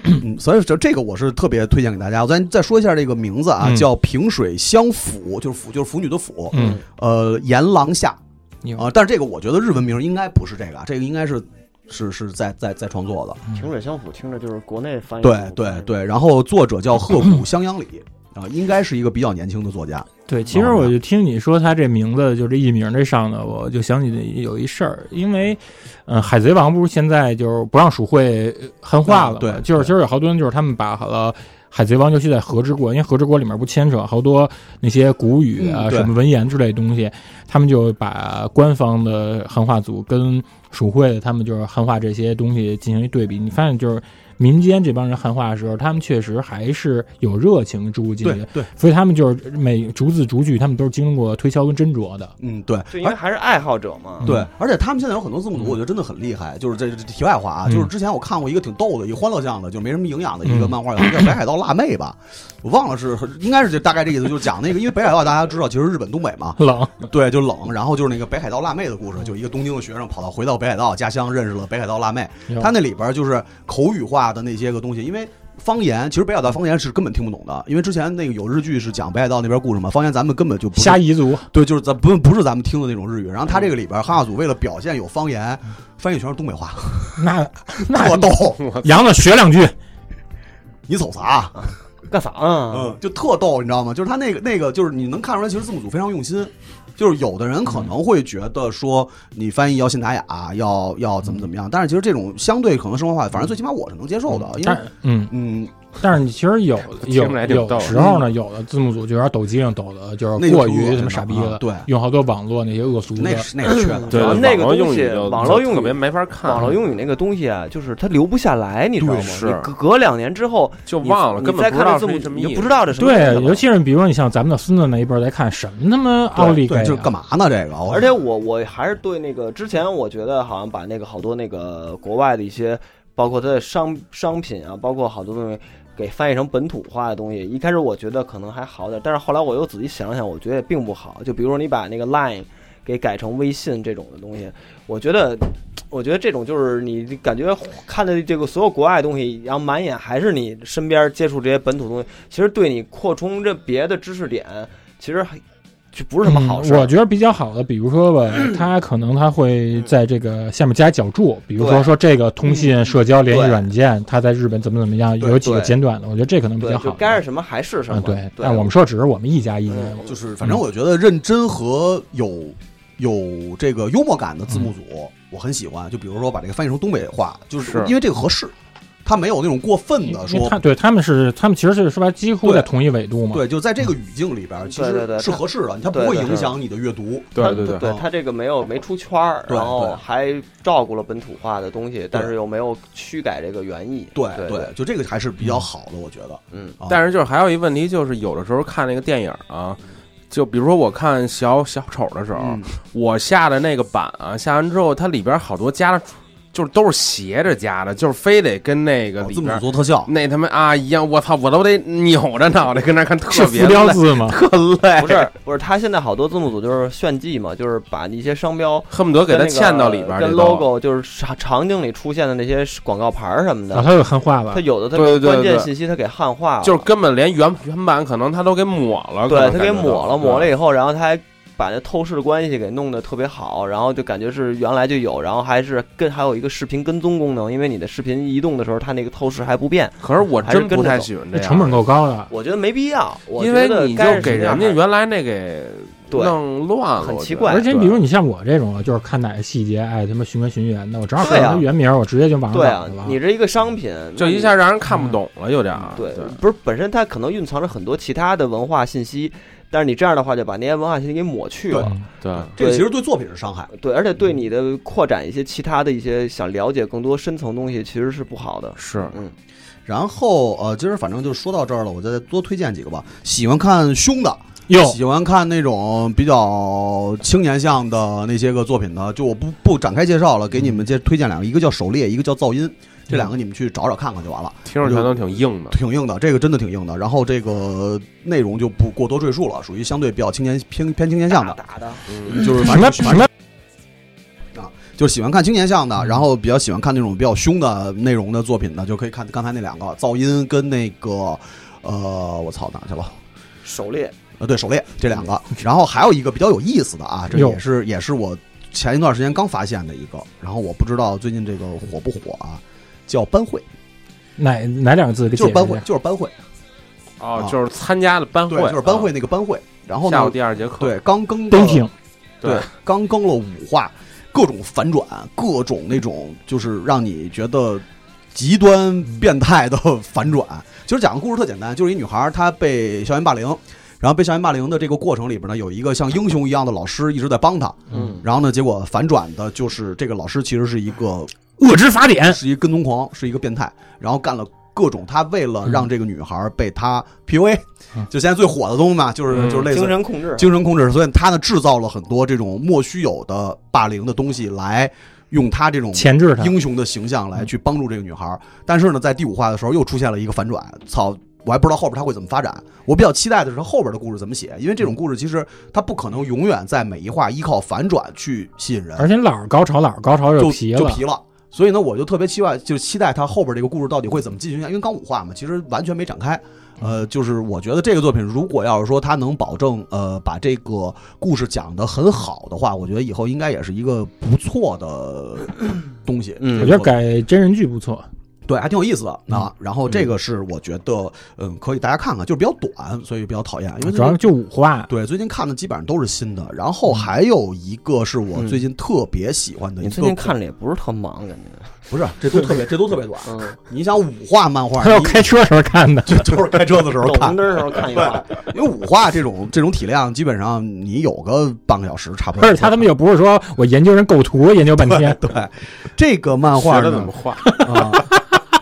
E: 嗯，所以这这个我是特别推荐给大家。我再再说一下这个名字啊，
B: 嗯
E: 叫萍水相腐，就是腐就是腐女的腐，
B: 嗯，
E: 呃，岩廊下
B: 有
E: 啊、但是这个我觉得日文名应该不是这个啊，这个应该是是是在在在创作的。
B: 嗯
D: 萍水相符，听着就是国内翻译的
E: 对对对，然后作者叫鹤谷香央里啊、应该是一个比较年轻的作家。
B: 对，其实我就听你说他这名字，就这艺名这上呢，我就想起有一事儿，因为，嗯、海贼王不是现在就是不让鼠绘呃汉化了嘛、
E: 嗯对
B: 就是
E: 对
B: 其实有好多人就是他们把了。海贼王，尤其在和之国，因为和之国里面不牵扯好多那些古语啊、
E: 嗯对
B: 什么文言之类的东西，他们就把官方的汉化组跟蜀会的他们就是汉化这些东西进行一对比，你发现就是民间这帮人汉化的时候，他们确实还是有热情植入进去
E: 对
B: 的，
E: 对，
B: 所以他们就是每逐字逐句，他们都是经过推敲跟斟酌的。
E: 嗯对，
I: 就因为
E: 而
I: 还是爱好者
D: 嗯
I: 嘛。
E: 对，而且他们现在有很多字幕组，我觉得真的很厉害。就是这这题外话啊，就是之前我看过一个挺逗的，一个欢乐向的，就没什么营养的一个漫画，叫《北海道辣妹》吧，我忘了是应该是就大概这意思，就是讲那个，因为北海道大家知道，其实日本东北嘛，
B: 冷，
E: 对，就冷，然后就是那个北海道辣妹的故事，就一个东京的学生跑到回到北海道家乡，认识了北海道辣妹。他那里边就是口语化的那些个东西，因为方言，其实北海道方言是根本听不懂的，因为之前那个有日剧是讲北海道那边故事嘛，方言咱们根本就不是
B: 虾彝族，
E: 对，就是咱不不是咱们听的那种日语。然后他这个里边哈萨组为了表现有方言，翻译全是东北话，
B: 那
E: 特
B: 那
E: 逗，
B: 杨子学两句，
E: 你走啥？
D: 干啥啊？
E: 嗯，就特逗，你知道吗？就是他那个那个，就是你能看出来，其实字幕组非常用心。就是有的人可能会觉得说你翻译要信达雅，要要怎么怎么样，但是其实这种相对可能生活化，反正最起码我是能接受的，因为
B: 但是嗯，
E: 嗯，
B: 但是你其实有
J: 听
B: 有
J: 着还挺逗
B: 有时候呢，有的字幕组就有点抖机灵，抖的就
E: 那
B: 是
E: 个
B: 过
E: 挺恶
B: 于他
E: 心
B: 妈
E: 的
B: 傻逼
E: 啊
B: 了，
E: 对
B: 用好多网络那些恶俗
E: 嗯那
B: 的，
E: 是那是缺的，
A: 对
D: 然后那个
A: 网络用
D: 东西
A: 语就
D: 网络用语
A: 特别没法看，
D: 网络用语那个东西啊，就是它留不下来，你知道吗？
A: 对是
D: 你隔隔两年之后
A: 就
D: 你
A: 忘了，根
D: 你
A: 本
D: 再
A: 不知
D: 看
A: 道是
D: 这字
A: 一
D: 幕，
A: 什么
D: 你就
A: 意
D: 不
A: 思
D: 知。道这什么意思
B: 对
D: 了，
B: 尤其是比如说你像咱们的孙子那一辈儿在看什么他妈奥利给啊，
E: 对，就是干嘛呢？这个，我
D: 而且我我还是对那个之前我觉得好像把那个好多那个国外的一些，包括它的商商品啊，包括好多东西给翻译成本土化的东西。一开始我觉得可能还好点，但是后来我又仔细想了想，我觉得也并不好。就比如说你把那个 Line 给改成微信这种的东西，我觉得。我觉得这种就是你感觉看的这个所有国外的东西，然后满眼还是你身边接触这些本土东西，其实对你扩充这别的知识点，其实还就不是什么好事儿。嗯
B: 嗯我觉得比较好的，比如说吧，它可能它会在这个下面加脚注，比如说
D: 对
B: 说这个通信、社交联系
D: 对
B: 软件，它在日本怎么怎么样，
D: 对
B: 有几个
D: 对
B: 简短的，我觉得这可能比
D: 对，
B: 较
D: 就
B: 好。
D: 该是什么还是什么。
B: 嗯，对。
D: 对，嗯
B: 但我们说只是我们一家一家，
E: 就是反正我觉得认真和有有这个幽默感的字幕
D: 嗯
E: 组，我很喜欢。就比如说把这个翻译成东北话，就是
J: 是
E: 因为这个合适，它没有那种过分的
B: 因为
E: 嗯说
B: 他。对他们是他们其实是说白了几乎在同一纬度嘛。
E: 对，就在这个语境里边，其
D: 对嗯对
E: 实
D: 对
E: 是
D: 它
E: 合适的，它不
D: 对
E: 会
D: 对
E: 影响你的阅读。
J: 对对对，
D: 对他这个没有没出圈儿，
E: 对
D: 然后
E: 对
D: 还照顾了本土化的东西，但是又没有驱改这个原意。
E: 对
D: 对，
E: 就这个还是比较好的，我觉得。
D: 嗯
E: 啊，
A: 但是就是还有一问题，就是有的时候看那个电影啊，就比如说我看小小丑的时候，
E: 嗯
A: 我下的那个版啊，下完之后它里边好多加的，就是都是斜着加的，就是非得跟那个
E: 哦
A: 里
E: 字幕
A: 边、
E: 组做特效，
A: 那他妈啊一样，我操，我都得扭着脑袋跟那看，
B: 是
A: 特别
B: 浮雕
A: 累，
B: 字吗？
A: 特累，
D: 不是不是，他现在好多字幕组就是炫技嘛，就是把一些商标
A: 恨不得给它
D: 跟那个
A: 嵌到里边儿
D: 跟
A: 这都
D: logo 就是场场景里出现的那些广告牌儿什么
B: 啊，
D: 的，
B: 他有汉化吧
D: 他？有的
A: 对
D: 他
A: 对对
D: 关键
A: 对
D: 信息他给汉化了，
A: 就是根本连原原版可能他都给抹了，可
D: 对
A: 能
D: 他
A: 感
D: 给
A: 觉到
D: 抹了，抹了
A: 对
D: 以后，然后他还把那透视的关系给弄得特别好，然后就感觉是原来就有，然后还是跟还有一个视频跟踪功能，因为你的视频移动的时候，它那个透视还不变，
A: 可是我
D: 还是
A: 真
D: 跟
A: 不
D: 着
A: 太
D: 走
A: 喜欢这样，
B: 这哎成
D: 啊
B: 本够高的。
D: 我觉得没必要，我
A: 因
D: 觉
A: 为
D: 得
A: 你就
D: 该是
A: 给
D: 什么
A: 人
D: 样
A: 家
D: 还是
A: 原来那给
D: 对
A: 弄乱了，
D: 很
A: 我
D: 奇
A: 觉得
D: 怪
B: 而且
A: 对
B: 比如你像我这种，啊就是看哪个细节，哎，他妈寻根寻源的，我正好
D: 对
B: 看
D: 啊
B: 到他原名，我直接就往上
D: 对
B: 找
D: 啊
B: 去，
D: 你
B: 了。
D: 这一个商品，
A: 就
D: 那
A: 一
D: 你
A: 下让人看
E: 嗯
A: 不懂了，有点儿
D: 对，不是本身它可能蕴藏着很多其他的文化信息，但是你这样的话就把那些文化信息给抹去了。
B: 嗯
A: 对，
E: 这个
D: 对
E: 其实对作品是伤害。
D: 对，而且对你的扩展一些其他的一些想了解更多深层东西，其实是不好的。
A: 是
D: 嗯，
E: 然后呃，今儿反正就说到这儿了，我再多推荐几个吧。喜欢看凶的，
B: 哟，
E: 喜欢看那种比较青年向的那些个作品的，就我不不展开介绍了，给
B: 嗯
E: 你们介推荐两个，一个叫《狩猎》，一个叫《噪音》，这两个你们去找找看看就完了，
A: 听着全都挺硬的。
E: 挺硬的，这个真的挺硬的。然后这个内容就不过多赘述了，属于相对比较青年偏偏青年向的，
D: 打的，
E: 就是
B: 什
E: 反
B: 么
E: 正
B: 什么
E: 就是喜欢看青年向的，然后比较喜欢看那种比较凶的内容的作品的，就可以看刚才那两个《噪音》跟那个呃，我操哪儿去了？
D: 狩猎，
E: 呃，对，狩猎这两个，然后还有一个比较有意思的啊，这
B: 嗯哟
E: 也是也是我前一段时间刚发现的一个，然后我不知道最近这个火不火啊，叫班会，
B: 哪哪两个字给解
E: 就是
B: 释
E: 班
B: 一
E: 会
B: 下，？
E: 就是班会，
A: 哦
E: 啊，
A: 就是参加了班会
E: 对，，就是班会
A: 啊。
E: 那个班会，然后
A: 下午
E: 呢，
A: 第二节课，
E: 对，刚更
B: 都
E: 了
B: 挺
E: 对
A: 对，
E: 刚更了五话，各种反转，各种那种就是让你觉得极端变态的反转。其实讲个故事特简单，就是一女孩儿她被校园霸凌，然后被校园霸凌的这个过程里边呢，有一个像英雄一样的老师一直在帮她，
D: 嗯，
E: 然后呢，结果反转的就是这个老师其实是一个
B: 恶之法典，
E: 是一跟踪狂，是一个变态，然后干了各种他为了让这个女孩被他 PUA，
B: 嗯
E: 就现在最火的东西嘛，就是
A: 嗯
E: 就是类似
G: 精神控制，
E: 精神控制，所以他呢制造了很多这种莫须有的霸凌的东西来用他这种
B: 钳制他。
E: 英雄的形象来去帮助这个女孩儿。但是呢，在第五话的时候又出现了一个反转，操！我还不知道后边他会怎么发展。我比较期待的是后边的故事怎么写，因为这种故事其实它不可能永远在每一话依靠反转去吸引人，
B: 而且老是高潮，老是高潮
E: 就
B: 皮
E: 就
B: 了。
E: 皮了。所以呢，我就特别期待，就期待他后边这个故事到底会怎么进行下去，因为刚五话嘛，其实完全没展开。呃，就是我觉得这个作品，如果要是说他能保证呃把这个故事讲得很好的话，我觉得以后应该也是一个不 错的东西。
G: 嗯
B: 我觉得改嗯真人剧不错，
E: 对，还挺有意思的啊。然后这个是我觉得，嗯，可以大家看看，就是比较短，所以比较讨厌。因为
B: 啊主要嗯就五话。
E: 对最近看的基本上都是新的。然后还有一个是
B: 嗯
E: 我最近特别喜欢的一
G: 你
E: 个，
G: 最近看的也不是特忙，感觉。
E: 不是这都特别这都特别短。
G: 嗯，
E: 你想五话漫画，
B: 还有
E: 你
B: 哎开车时候看的，
E: 就就是开车的时候
G: 走
E: 看
G: 红，灯的时候看一看，
E: 因为五话这种这种体量，基本上你有个半个小时差不多。
B: 而且他他妈又不是说我研究人构图研究半天，
E: 对这个漫画
H: 学
E: 呢
H: 的怎么画？
E: 啊，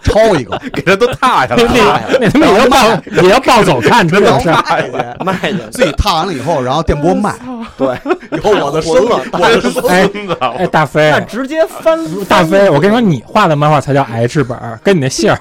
E: 抄一个，
A: 给他都踏下
B: 那
A: 来 了。
B: 那那他妈也要暴也要暴走看，这种事儿。
E: 卖去，
G: 哎卖去
E: 自己烫完了以后，然后电波卖。
G: 对，
E: 以后我的生
G: 活
E: 了
G: 了，
E: 我的
B: 哎哎，大飞
G: 那，直接翻
B: 大飞，我跟你说，你画的漫画才叫 H 本儿，跟你那姓儿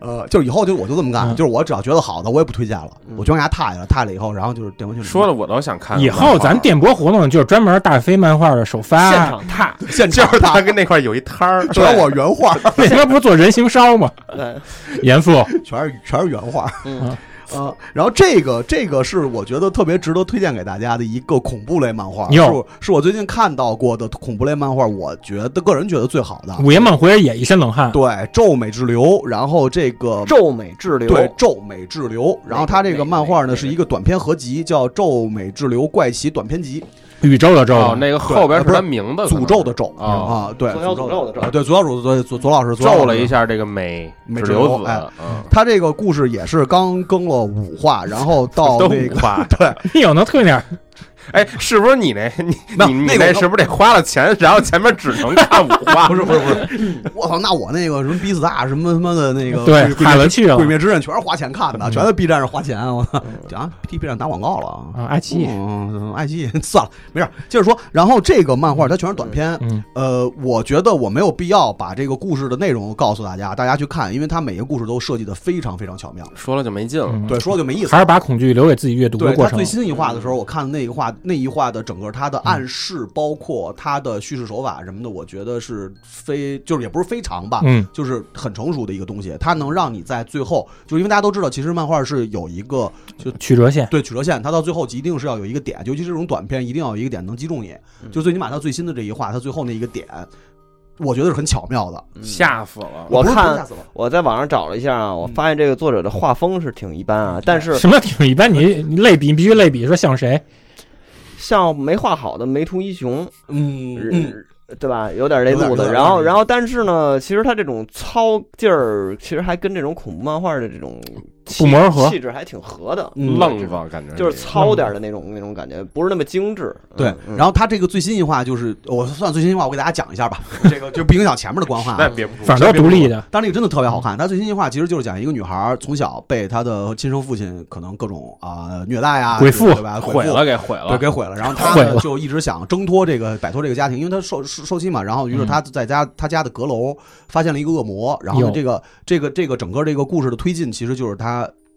E: 呃，就是以后就我就这么干，
B: 嗯
E: 就是我只要觉得好的，我也不推荐了，我全给它踏下来，踏下来以后，然后就是电文群
H: 说的我都想看。
B: 以
A: 啊
B: 后 咱电波活动就是专门大飞漫画的首发，
G: 现场踏，
E: 现
H: 就
E: 场
H: 是他
E: 踏，
H: 跟那块儿有一摊儿，
E: 全
A: 哦
E: 是我原画，
B: 那他妈不是做人形烧吗？
G: 对，
B: 严父，
E: 全是全是原画。
G: 嗯
E: 呃，然后这个这个是我觉得特别值得推荐给大家的一个恐怖类漫画，是
B: 哟
E: 我是我最近看到过的恐怖类漫画，我觉得个人觉得最好的。
B: 午夜梦回也一身冷汗。
E: 对，咒美之流，然后这个
G: 皱美滞留，
E: 对，咒美滞留，然后它这个漫画
G: 哪个哪
E: 呢
G: 个
E: 是一个短篇合集，叫《咒美滞留怪奇短篇集》，
B: 宇宙的宙啊
A: 哦，那个后边是他名字可能
E: 啊诅咒的咒
A: 哦
E: 啊，对，
G: 左
E: 诅
G: 小诅
E: 咒
G: 咒的咒
E: 啊对，左小诅咒，左左老师
A: 咒了一。
E: 左老师
A: 下这个美
E: 美
A: 只
E: 之
A: 留
E: 流
A: 子，
E: 哎
A: 嗯，
E: 他这个故事也是刚更了五话，然后到
A: 都
E: 那个
A: 花。
B: 你有能退点儿？
A: 哎，是不是你 那你
E: 那
A: 你你
E: 那个
A: 那是不是得花了钱，然后前面只能看五花？
E: 不是不是不是， 我操！那我那个什么逼死大什么什么的那个
B: 对
E: 鬼鬼
B: 海
E: 灭
B: 文去了嗯
E: 鬼灭之刃全是花钱看的，全在 B 站上花钱，我 操！啊，B 站打广告了啊。
B: 啊，爱奇艺，
E: 嗯，爱奇艺 算了，没事儿，接着说。然后这个漫画它全是短篇，
B: 嗯，
E: 呃，我觉得我没有必要把这个故事的内容告诉大家，大家去看，因为它每个故事都设计的非常非常巧妙。
A: 说了就没劲了。
B: 嗯
E: 对，，说就没意思
B: 还。是把恐惧留给自己阅读的
E: 对
B: 过
E: 他
B: 程啊嗯
E: 最。新一话的时候，我看那一话，那一话的整个它的暗示，包括它的叙事手法什么的，我觉得是非就是也不是非常吧，
B: 嗯，
E: 就是很成熟的一个东西。它能让你在最后，就是因为大家都知道，其实漫画是有一个
B: 曲折线，
E: 对曲折线，它到最后一定是要有一个点，尤其是这种短片，一定要有一个点能击中你。就最起码它最新的这一话，它最后那一个点，我觉得是很巧妙的。
A: 吓死了！
G: 嗯我
E: 不是不是
G: 看
E: 吓死了，
G: 我在网上找了一下啊，我发现这个作者的画风是挺一般啊，但是
B: 什么挺一 般。你你类比，你必须类比，说像谁？
G: 像没画好的梅图一雄，
E: 嗯嗯，
G: 呃对吧？有点类
E: 有
G: 似
E: 点有
G: 的。
E: 点
G: 然后，然后，但是呢，其实他这种糙劲儿，其实还跟这种恐怖漫画的这种气
B: 不谋而合
G: 气质还挺合的，
E: 嗯
A: 愣子感觉
G: 就是糙点儿的那种那种感觉，不是那么精致。嗯
E: 对。然后它这个最新一话就是，我算最新一话，我给大家讲一下吧， 这个就不影响前面的官话啊。嗯
H: 那别不
B: 反正都是独立的。
E: 但是那个真的特别好看。她最新一话其实就是讲一个女孩儿从小被她的亲生父亲可能各种啊、虐待啊，
B: 鬼父
E: 对吧？鬼父
A: 毁了，给毁了
E: 对，。给毁了。然后她
B: 毁
E: 呢
B: 了
E: 就一直想挣脱这个摆脱这个家庭，因为她受受受欺嘛。然后于是她在家她家的阁楼发现了一个恶魔，然后呢
B: 哟
E: 这个这个这个整个这个故事的推进其实就是她。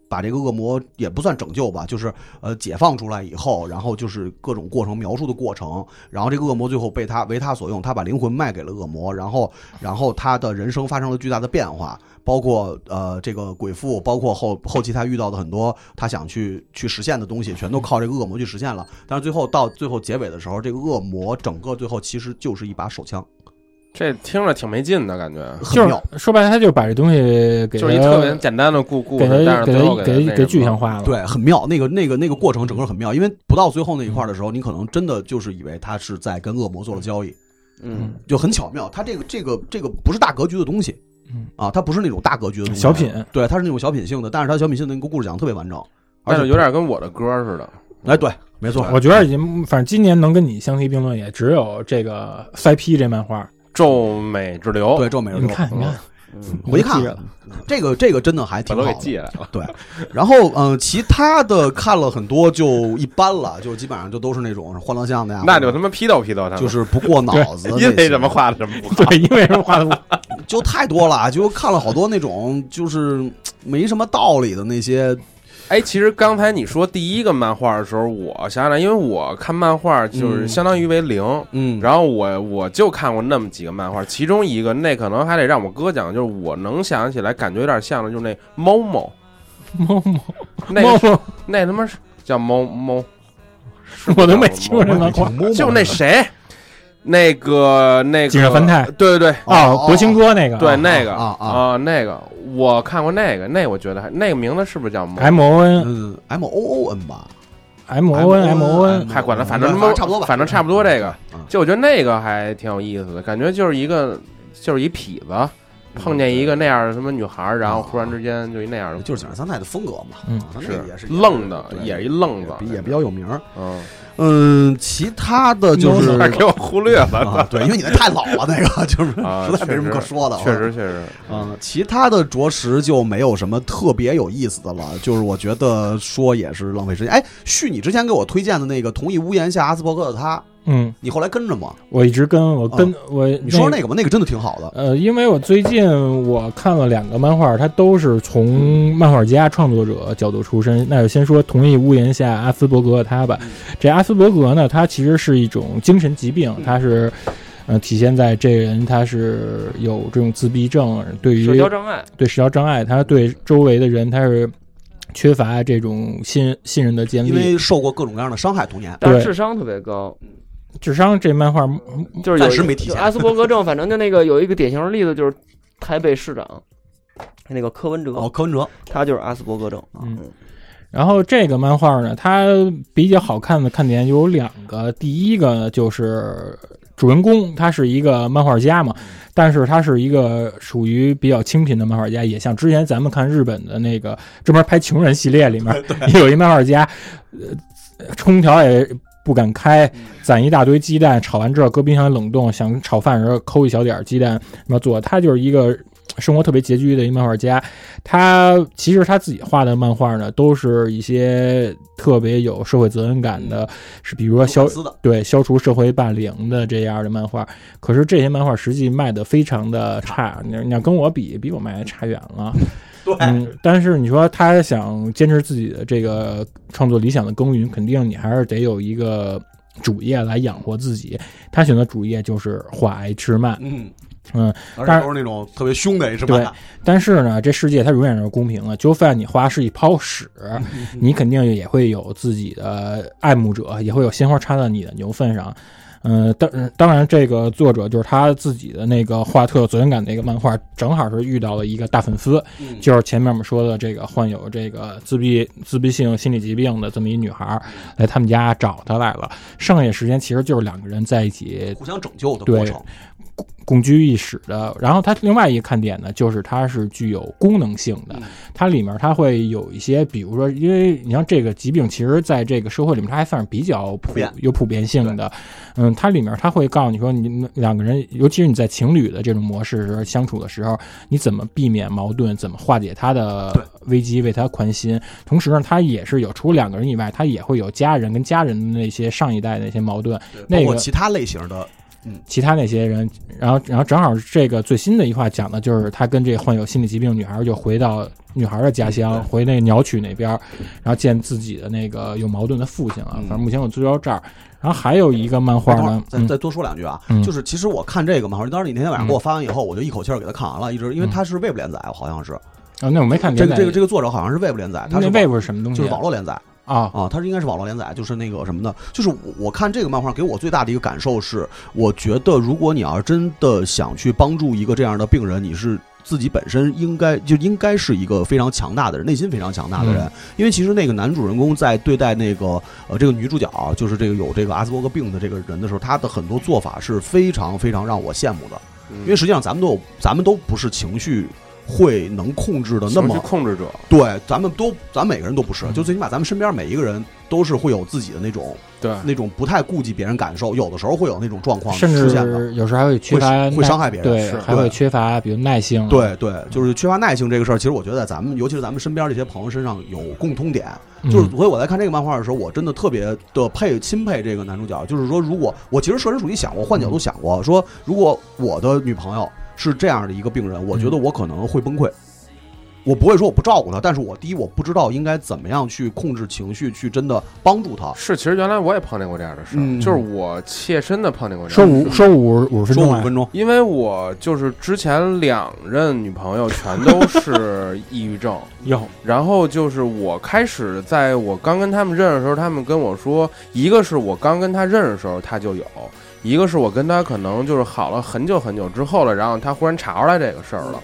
E: 把这个恶魔也不算拯救吧，就是呃解放出来以后，然后就是各种过程描述的过程，然后这个恶魔最后被他为他所用，他把灵魂卖给了恶魔，然后然后他的人生发生了巨大的变化，包括呃这个鬼父，包括后后期他遇到的很多他想去去实现的东西，全都靠这个恶魔去实现了。但是最后到最后结尾的时候，这个恶魔整个最后其实就是一把手枪，
A: 这听着挺没劲的感觉，
E: 很
B: 就
E: 妙。
B: 是说白了，他就把这东西给
A: 就是一
B: 它
A: 特别简单的故故
B: 给
A: 事，但
B: 他
A: 是
B: 给
A: 最后
B: 他
A: 它那
B: 给
A: 什
B: 给
A: 么
B: 具象化了。
E: 对，很妙，那个那个那个过程整个很妙，因为不到最后那一块的时
B: 嗯
E: 候，你可能真的就是以为他是在跟恶魔做了交易，
G: 嗯，
E: 就很巧妙。他这个这个这个不是大格局的东西，
B: 嗯
E: 啊，它不是那种大格局的东西
B: 小品，
E: 对，它是那种小品性的，但是它小品性的那个故事讲的特别完整，而
A: 但
E: 且
A: 是有点跟我的歌似的。
E: 哎，对，没错，
B: 我觉得已经，反正今年能跟你相提并论，也只有这个《塞批》这漫画，
A: 皱眉之流，
E: 对，皱眉
B: 你
E: 皱。
B: 看，你看，
E: 我一看
B: 记着了，
E: 这个这个真的还挺
A: 把
E: 好
A: 都
E: 的
A: 给。记下来了。
E: 对，然后嗯、呃其他的看了很多就一般了，就基本上就都是那种欢乐巷的呀，
A: 那就他妈批斗批斗他们，
E: 就是不过脑子那些，
A: 因为什么画的什么不好，
B: 对，因为什么画的不
E: 就太多了，就看了好多那种就是没什么道理的那些，
A: 哎，其实刚才你说第一个漫画的时候，我想起来，因为我看漫画就是
E: 嗯
A: 相当于为零，
E: 嗯，
A: 然后我我就看过那么几个漫画，其中一个那可能还得让我哥讲，就是我能想起来，感觉有点像的，就是那猫 猫，
B: 某某
A: 那
B: 某
A: 个
B: 某，
A: 那他妈是叫猫猫，是
B: 我都
A: 不
B: 没
A: 是
B: 听
A: 叫
B: 过这
A: 猫
B: 漫画
E: 挺
A: 就那谁，那个那个
B: 井上凡太
A: 对对对。
B: 哦，国兴哥那个
A: 对，那个
E: 啊啊
A: 那个我看过那个，那我觉得还那个名字是不是叫猫？
B: M O N
E: 嗯，M O O N 吧
B: M O N M O
E: 嗯
B: N，
A: 还管他，反正
E: 反
A: 他妈
E: 正差不多吧，
A: 反正差不多这个
E: 嗯。
A: 就我觉得那个还挺有意思的，感觉就是一个就是一痞子
E: 嗯
A: 碰见一个那样的什么女孩儿，然后忽然之间就一那样的，
E: 就是井上三太的风格嘛，
B: 嗯
E: 啊他那
A: 是
E: 个也是
A: 愣的，也是一愣子
E: 也，比也比较有名儿。
A: 嗯，
E: 嗯，其他的就
B: 有
E: 是
B: 点
A: 给我忽略了，
E: 啊，对，因为你那太老了，那个就是
A: 啊
E: 嗯实在没什么可说的，
A: 确实确实，
E: 嗯，其他的着实就没有什么特别有意思的了，就是我觉得说也是浪费时间。哎，旭，你之前给我推荐的那个《同一屋檐下阿斯伯格的他》，
B: 嗯，
E: 你后来跟着吗？
B: 我一直跟我跟我
E: 哦你说说
B: 那
E: 那个吧，那个真的挺好的。
B: 呃，因为我最近我看了两个漫画，它都是从漫画家、创作者角度出身。那就先说同一屋檐下阿斯伯格他
E: 嗯
B: 吧。这阿斯伯格呢，他其实是一种精神疾
E: 嗯
B: 病，他是呃体现在这人他是有这种自闭症，对于
D: 社交障碍，
B: 对社交障碍，他对周围的人他是缺乏这种信信任的建
E: 因
B: 立。
E: 为受过各种各样的伤害，童年
D: 但
B: 对
D: 是智商特别高，
B: 智商这漫画
D: 就是有
E: 暂
D: 一
E: 时没体
D: 就
E: 现
D: 阿斯伯格症，反正就那个有一个典型的例子，就是台北市长那个柯文哲，
E: 哦，柯文哲
D: 他就是阿斯伯格症。啊
B: 嗯，然后这个漫画呢，它比较好看的看点有两个，第一个就是主人公他是一个漫画家嘛，但是他是一个属于比较清贫的漫画家，也像之前咱们看日本的那个专门拍穷人系列里面也有一漫画家，呃，空调也。不敢开，攒一大堆鸡蛋，炒完之后搁冰箱里冷冻，想炒饭的时候抠一小点儿鸡蛋，那么做。他就是一个生活特别拮据的一漫画家，他其实他自己画的漫画呢，都是一些特别有社会责任感的，是比如说消
E: 卢卡斯的，
B: 对消除社会霸凌的这样的漫画。可是这些漫画实际卖的非常的差，你你要跟我比，比我卖的差远了。
E: 对，
B: 嗯，但是你说他想坚持自己的这个创作理想的耕耘，肯定你还是得有一个主业来养活自己。他选择主业就是画爱吃漫，
E: 嗯
B: 嗯，
E: 而
B: 但是
E: 且都是那种特别凶的，是
B: 对
E: 吧？
B: 但是呢，这世界它永远是公平的，就算你花是一泡屎，你肯定也会有自己的爱慕者，也会有鲜花插到你的牛粪上。嗯，当当然，这个作者就是他自己的那个画特有责任感的一个漫画，正好是遇到了一个大粉丝，
E: 嗯
B: 就是前面我们说的这个患有这个自闭自闭性心理疾病的这么一女孩儿，来他们家找他来了。剩下时间其实就是两个人在一起
E: 互相拯救的过程，
B: 共居一室的。然后它另外一个看点呢，就是它是具有功能性
E: 嗯
B: 的，它里面它会有一些，比如说，因为你像这个疾病，其实在这个社会里面它还算是比较普
E: 遍
B: 有普遍性的。嗯，它里面它会告诉你说，你们两个人，尤其是你在情侣的这种模式时候相处的时候，你怎么避免矛盾，怎么化解他
E: 对
B: 的危机，为他宽心。同时呢，它也是有除了两个人以外，它也会有家人跟家人的那些上一代的那些矛盾。
E: 对
B: 那
E: 包括
B: 个
E: 其他类型的，
B: 其他那些人，然后然后正好这个最新的一话讲的就是他跟这患有心理疾病女孩儿就回到女孩儿的家乡，回那个鸟取那边儿，然后见自己的那个有矛盾的父亲啊。
E: 嗯
B: 反正目前我追到这儿，然后还有一个漫画
E: 等会儿
B: 呢，
E: 再
B: 嗯
E: 再多说两句啊
B: 嗯，
E: 就是其实我看这个漫画，当时你那天晚上给我发完以后，我就一口气儿给他看完了，一直
B: 嗯
E: 因为它是 Web 连载，我好像是
B: 啊，那我没看
E: 这
B: 连载，
E: 个
B: 嗯
E: 这个这个作者好像是 Web 连载，他
B: 那
E: 是
B: wave 是什么东西？
E: 就是网络连载
B: 啊，
E: 啊，它是应该是网络连载，就是那个什么的，就是我我看这个漫画给我最大的一个感受是，我觉得如果你要是真的想去帮助一个这样的病人，你是。自己本身应该就应该是一个非常强大的人，内心非常强大的人，因为其实那个男主人公在对待那个呃这个女主角，就是这个有这个阿斯伯格病的这个人的时候，他的很多
H: 嗯
E: 做法是非常非常让我羡慕的，因为实际上咱们都有，咱们都不是情绪会能控制嗯的那
H: 情绪
E: 么
H: 控制者，
E: 对，咱们都咱每个人都不
B: 嗯
E: 是，就最起码咱们身边每一个人都是会有自己的那种
A: 对，
E: 那种不太顾及别人感受，有的时候会有那种状况
B: 哎甚
E: 出现的。
B: 至嗯有时候还会缺
E: 会
B: 乏
E: 会
B: 耐
E: 伤害别人
B: 对
E: 是，
B: 还会缺乏比如耐性啊，
E: 对对，就是缺乏耐性这个事儿，其实我觉得在咱们，尤其是咱们身边这些朋友身上有共通点，
B: 嗯，
E: 就是所以我在看这个漫画的时候，我真的特别的佩钦佩这个男主角。就是说，如果我其实设身处地想过，换
B: 嗯
E: 角度想过，说如果我的女朋友是这样的一个病人，我觉
B: 嗯
E: 得我可能会崩溃。我不会说我不照顾她，但是我第一我不知道应该怎么样去控制情绪，去真的帮助她。
A: 是，其实原来我也碰见过这样的事儿，
E: 嗯
A: 就是我切身的碰见过这
B: 说
A: 样的事
B: 五
A: 儿。
B: 说五五十分
E: 说
B: 钟
E: 五
B: 啊，
E: 分钟，
A: 因为我就是之前两任女朋友全都是抑郁症，
B: 有
A: 然后就是我开始在我刚跟他们认识的时候，他们跟我说，一个是我刚跟他认识的时候他就有，一个是我跟他可能就是好了很久很久之后了，然后他忽然查出来这个事儿了，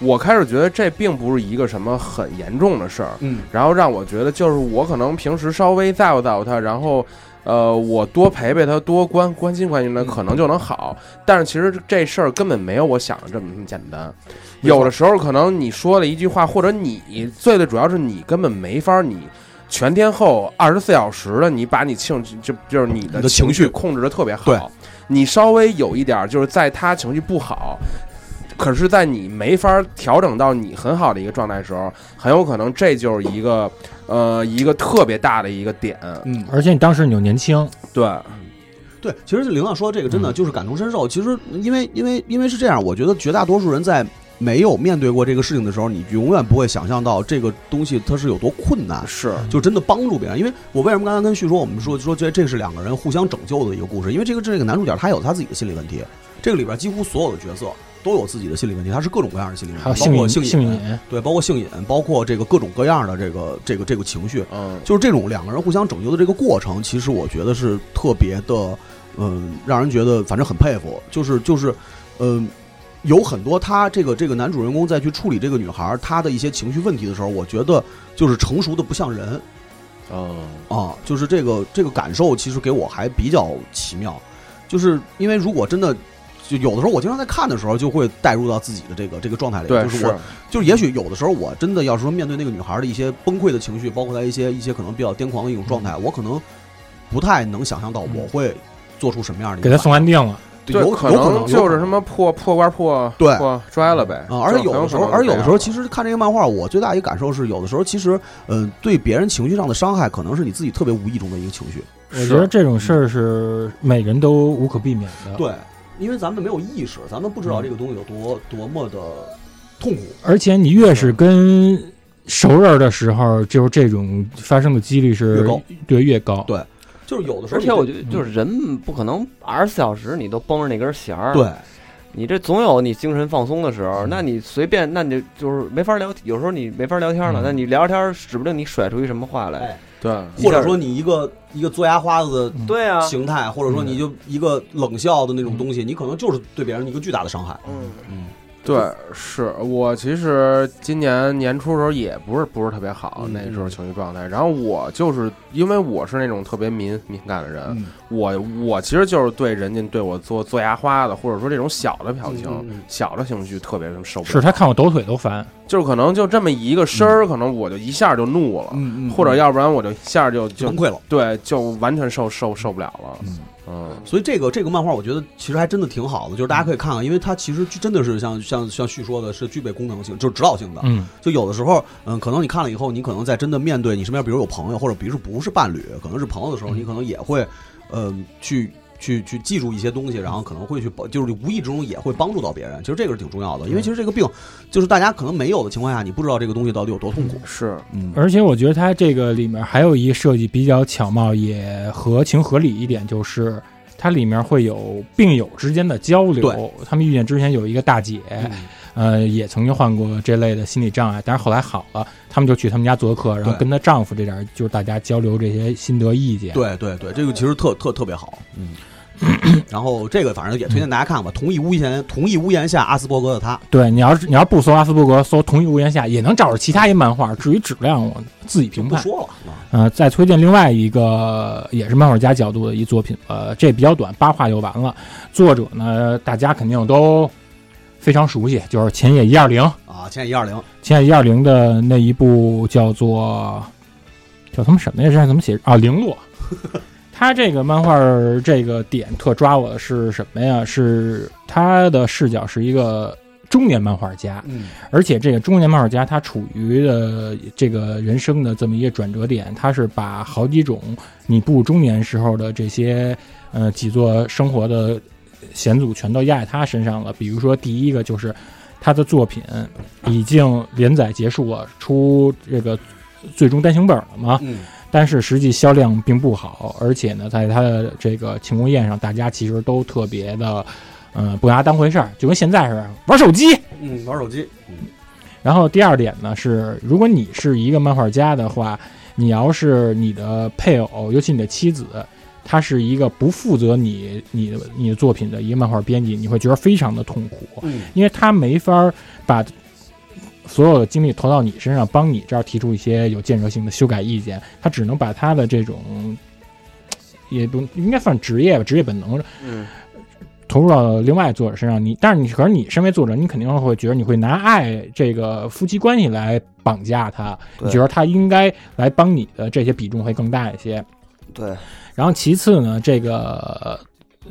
A: 我开始觉得这并不是一个什么很严重的事儿，
E: 嗯，
A: 然后让我觉得就是我可能平时稍微在乎在乎他，然后。呃，我多陪陪他，多关关心关心
E: 嗯
A: 他，可能就能好。但是其实这事儿根本没有我想的这么这么简单。有的时候可能你说了一句话，或者你最最主要是你根本没法儿，你全天候二十四小时的，你把你情就就是你
E: 你
A: 的
E: 的情
A: 情绪
E: 绪
A: 控制的特别好。
E: 对
A: 你稍微有一点儿就是在他情绪不好，可是，在你没法儿调整到你很好的一个状态的时候，很有可能这就是一个呃一个特别大的一个点。
E: 嗯，
B: 而且你当时你又年轻，
A: 对，
E: 对，其实玲亮说这个真
B: 嗯
E: 的就是感同身受。其实因为因为因为是这样，我觉得绝大多数人在没有面对过这个事情的时候，你永远不会想象到这个东西它是有多困难。
A: 是
E: 就真的帮助别人。因为我为什么刚才跟旭说，我们说说这这是两个人互相拯救的一个故事？因为这个这个男主角他有他自己的心理问题，这个里边几乎所有的角色都有自己的心理问题，他是各种各样的心理问题，
B: 还有
E: 包
B: 性
E: 括
B: 瘾
E: 性
B: 性瘾，
E: 对，包括性瘾，包括这个各种各样的这个这个这个情绪，
A: 嗯，
E: 就是这种两个人互相拯救的这个过程，其实我觉得是特别的，嗯，让人觉得反正很佩服。就是就是，嗯，有很多他这个这个男主人公在去处理这个女孩她的一些情绪问题的时候，我觉得就是成熟的不像人。
A: 嗯，
E: 啊，就是这个这个感受，其实给我还比较奇妙，就是因为如果真的，就有的时候我经常在看的时候，就会带入到自己的这个这个状态里，
A: 对，
E: 就是我就是也许有的时候我真的要是说面对那个女孩的一些崩溃的情绪，包括她一些一些可能比较癫狂的一种状态，
A: 嗯
E: 我可能不太能想象到我会做出什么样的一
B: 给
E: 个
B: 他
E: 反
B: 送安定了，
E: 应，有
A: 对，可
E: 有可能
A: 就是
E: 么。
A: 什么破破罐破
E: 对
A: 破摔了呗。
E: 啊、而且
A: 就
E: 有
A: 很
E: 的时候，
A: 可能
E: 而
A: 是这
E: 有
A: 样
E: 的时候，其实看这个漫画，我最大一个感受是，有的时候其实，嗯、对别人情绪上的伤害，可能是你自己特别无意中的一个情绪。
B: 我觉得这种事儿是每个人都无可避免
D: 啊
B: 的。，
E: 对，因为咱们没有意识，咱们不知道这个东西有
D: 嗯
E: 多多么的痛苦。
B: 而且你越是跟熟人的时候，就是这种发生的几率是
E: 越高，
B: 对越高。
E: 对就是有的时候
D: 而
E: 你
D: 且
E: 就，
D: 我觉得，就是人不可能二十四小时你都绷着那根弦儿，，
E: 对
D: 你这总有你精神放松的时候，那你随便，那你就是没法聊，有时候你没法聊天了，
B: 嗯
D: 那你聊天儿，指不定你甩出一什么话来。
E: 哎
A: 对，
E: 或者说你一个一个嘬牙花子的
D: 对啊，
E: 形态，或者说你就一个冷笑的那种东西，你可能就是对别人一个巨大的伤害。
D: 嗯，
A: 对，是我其实今年年初的时候也不是不是特别好，
E: 嗯
A: 那时候情绪状态。然后我就是因为我是那种特别敏敏感的人，
E: 嗯
A: 我我其实就是对人家对我做做牙花的，或者说这种小的表情、
E: 嗯嗯嗯
A: 小的情绪特别受不了。
B: 是嗯他看我抖腿都
E: 啊
B: 烦。
A: 就是可能就这么一个声儿，可能我就一下就怒了，
E: 嗯
A: 或者要不然我就一下就就
E: 崩溃了。
A: 对就完全受受受不了了。
E: 嗯
A: 嗯
E: 所以这个这个漫画，我觉得其实还真的挺好的，就是大家可以看看，因为它其实真的是像像像旭说的，是具备功能性，就是指导性的。
B: 嗯，
E: 就有的时候，嗯，可能你看了以后，你可能在真的面对你身边，比如有朋友，或者比如是不是伴侣，可能是朋友的时候，
B: 嗯
E: 你可能也会，嗯，去去去记住一些东西，然后可能会去帮，就是无意之中也会帮助到别人。其实这个是挺重要的，因为其实这个病，就是大家可能没有的情况下，你不知道这个东西到底有多痛苦。
A: 是
E: 嗯
B: 而且我觉得他这个里面还有一设计比较巧妙，也合情合理一点，就是它里面会有病友之间的交
E: 对嗯
B: 流。他们遇见之前有一个大姐，呃，也曾经患过这类的心理障碍，但是后来好了，他们就去他们家做客，然后
E: 对
B: 跟她丈夫这点儿就是大家交流这些心得意见。
E: 对对对，这个其实特特特别好。 嗯。然后这个反正也推荐大家看吧，《同一屋檐同一屋檐下阿斯伯格的他》
B: 对，你要是你要不搜阿斯伯格，搜《同一屋檐下》，也能找着其他一漫画。至于质量，我自己
E: 就
B: 评
E: 不
B: 判。
E: 说了啊。
B: 呃，再推荐另外一个也是漫画家角度的一作品，呃，这比较短，八话就完了。作者呢，大家肯定都非常熟悉，就是前野一二零。
E: 啊，千一二零，
B: 现在一二零的那一部叫做叫他妈什么呀？这是怎么写啊？零落。他这个漫画儿这个点特抓我的是什么呀？是他的视角是一个中年漫画家，
E: 嗯，
B: 而且这个中年漫画家他处于的这个人生的这么一个转折点，他是把好几种你步入中年时候的这些呃几座生活的险阻全都压在他身上了。比如说第一个就是他的作品已经连载结束了，出这个最终单行本了嘛，
E: 嗯
B: 但是实际销量并不好，而且呢，在他的这个庆功宴上，大家其实都特别的。嗯，不拿它当回事儿，就跟现在似的玩手机，
E: 嗯，玩手机，
B: 然后第二点呢是，如果你是一个漫画家的话，你要是你的配偶，尤其你的妻子，她是一个不负责你你的你的作品的一个漫画编辑，你会觉得非常的痛苦，
E: 嗯
B: 因为她没法儿把所有的精力投到你身上，帮你这儿提出一些有建设性的修改意见，她只能把她的这种也不应该算职业吧，职业本能
D: 嗯，
B: 投入到另外作者身上，你但是你可是你身为作者，你肯定会觉得你会拿爱这个夫妻关系来绑架他，
G: 对
B: 你觉得他应该来帮你的这些比重会更大一些。
G: 对，
B: 然后其次呢，这个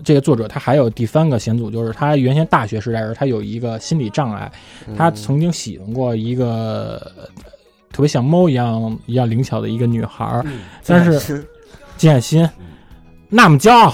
B: 这个作者他还有第三个险阻，就是他原先大学时代时候他有一个心理障碍，
D: 嗯
B: 他曾经喜欢过一个呃特别像猫一样一样灵巧的一个女孩儿，
E: 嗯
B: 但是金海心，那么骄傲。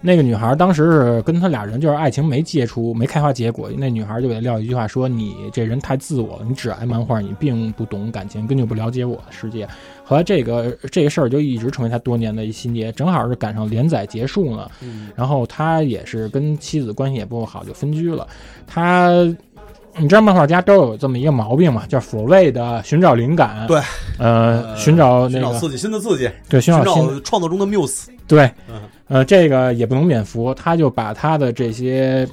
B: 那个女孩当时是跟他俩人就是爱情没接触，没开花结果。那女孩就给他撂一句话说：“你这人太自我了，你只爱漫画，你并不懂感情，根本就不了解我的世界。”后来这个 这个事儿就一直成为他多年的一心结，正好是赶上连载结束呢。然后他也是跟妻子关系也不好，就分居了。他，你知道漫画家都有这么一个毛病嘛，叫所谓的寻找灵感，
E: 对，
B: 呃，寻找那
E: 寻
B: 个
E: 找刺激，新的刺激，
B: 对寻
E: 寻
B: 找新
E: 找创作中的 muse，
B: 对
E: 嗯，
B: 呃，这个也不能免俗，他就把他的这些，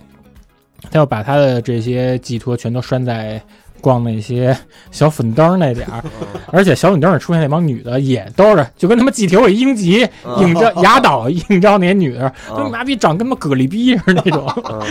B: 他要把他的这些寄托全都拴在逛那些 小粉灯儿那点儿，
E: 哦
B: 而且小粉灯儿出现那帮女的也都是就跟他妈季铁伟英吉
E: 嗯
D: 嗯
B: 映 照压倒映照那些女的，
G: 嗯
B: 都你妈逼长跟他妈蛤蜊逼似的那种，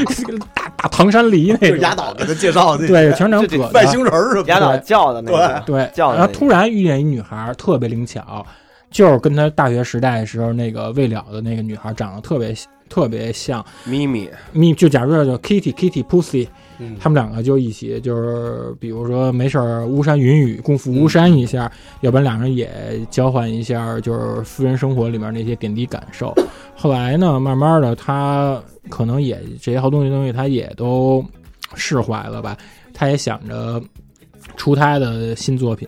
B: 大大唐山梨那
E: 嗯就是
B: 种，
E: 压倒给他介绍的
B: 对，全长
D: 这
B: 葛
E: 外
B: 的。
E: 星人儿是吧？
G: 压倒叫的那个，
B: 对，
D: 叫的
B: 然后
D: 那个
B: 突然遇见一女孩儿，特别灵巧，就是跟他大学时代的时候那个未了的那个女孩儿长得特别特别像。
A: 咪咪，
B: 你就假如叫 Kitty Kitty Pussy，
E: 嗯
B: 他们两个就一起，就是比如说没事儿巫山云雨共赴巫山一下，要不然两人也交换一下，就是私人生活里面那些点滴感受。后来呢，慢慢的他可能也这些好东西东西他也都释怀了吧，他也想着出他的新作品。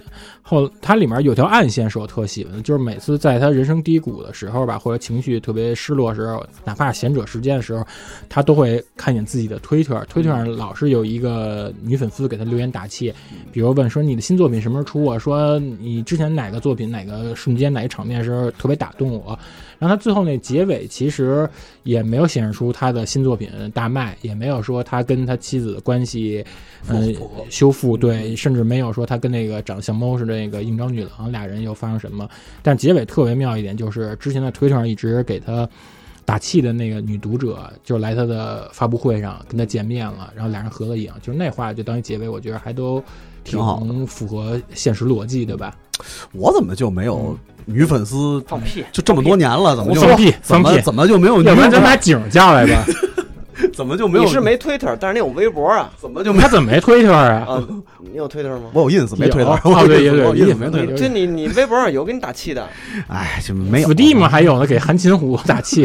B: 后他里面有条暗线是我特喜欢的，就是每次在他人生低谷的时候吧，或者情绪特别失落的时候，哪怕贤者时间的时候，他都会看一眼自己的推特，推特上老是有一个女粉丝给他留言打气，比如问说你的新作品什么时候出啊？说你之前哪个作品哪个瞬间哪个场面时候特别打动我。然后他最后那结尾其实也没有显示出他的新作品大卖，也没有说他跟他妻子的关系，嗯、
E: 复合
B: 修复，对，甚至没有说他跟那个长得像猫似的那个应招女郎俩人又发生什么。但结尾特别妙一点，就是之前在推特上一直给他打气的那个女读者，就来他的发布会上跟他见面了，然后俩人合了影，就是那话就当一结尾，我觉得还都挺
E: 挺好的
B: 符合现实逻辑的吧？
E: 我怎么就没有女粉丝？
D: 放屁，
E: 就这么多年了，怎么就
B: 放屁
E: 怎
B: 放
E: 么
B: 屁
E: 怎么就没有女
B: 要不然
E: 粉
B: 咱
E: 丝？
B: 把景儿叫来 吧，
E: 怎么就没有？
G: 你是没 Twitter，但是你有微博啊，
E: 怎么就没？
B: 他怎么没推特啊？
G: 啊，你有 Twitter 吗？
E: 我有 ins 没推到，
B: 有
E: 我
B: 哦
E: 有
B: 对
E: ins，
B: 对对
E: 我有 ins 没
B: 有
E: 推
B: 有
E: 到。
G: 这你你微博上有给你打气的，
E: 哎，这没有
B: Steam 还有呢，给韩琴虎打气。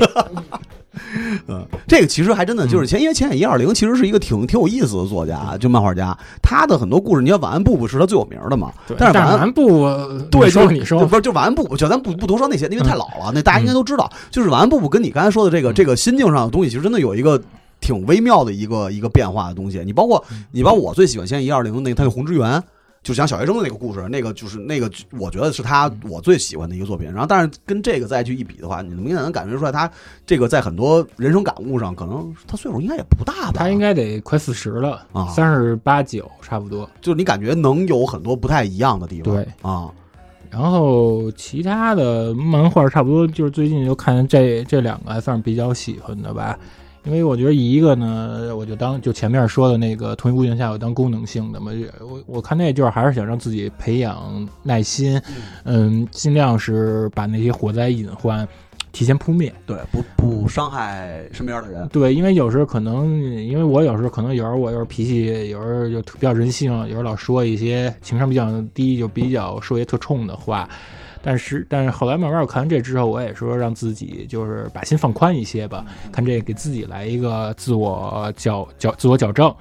E: 嗯，这个其实还真的就是前，因为浅野一二零其实是一个挺挺有意思的作家，就漫画家，他的很多故事，你看《晚安布布》是他最有名的嘛，
B: 对，
E: 但
B: 但
E: 是晚安
B: 咱不
E: 对，
B: 你
E: 就
B: 说
E: 是
B: 你说
E: 不是就晚安布布，就咱不不多说那些，因为
B: 嗯
E: 太老了，那大家应该都知道，就是晚安布布跟你刚才说的这个这个心境上的东西，其实真的有一个。挺微妙的一个一个变化的东西，你包括
B: 嗯
E: 你包括我最喜欢现在一二零那个他那红之源，就是讲小学生的那个故事，那个就是那个我觉得是他
B: 嗯
E: 我最喜欢的一个作品。然后，但是跟这个再去一比的话，你明显能感觉出来，他这个在很多人生感悟上，可能他岁数应该也不大吧，
B: 他应该得快四十了
E: 啊，
B: 三十八九差不多。
E: 就是你感觉能有很多不太一样的地方，
B: 对
E: 啊，
B: 然后其他的漫画差不多就是最近就看这这两个还算是比较喜欢的吧，因为我觉得一个呢，我就当就前面说的那个同一屋檐下，我当功能性的嘛，我我看那就是还是想让自己培养耐心，嗯，尽量是把那些火灾隐患提前扑灭。
E: 对，不不伤害身边的人，
B: 对，因为有时候可能，因为我有时候可能有时候我有时候脾气，有时候就比较人性，有时候老说一些情商比较低，就比较说一些特冲的话。但是，但是后来慢慢我看完这之后，我也说让自己就是把心放宽一些吧，看这给自己来一个自我矫矫自我矫正。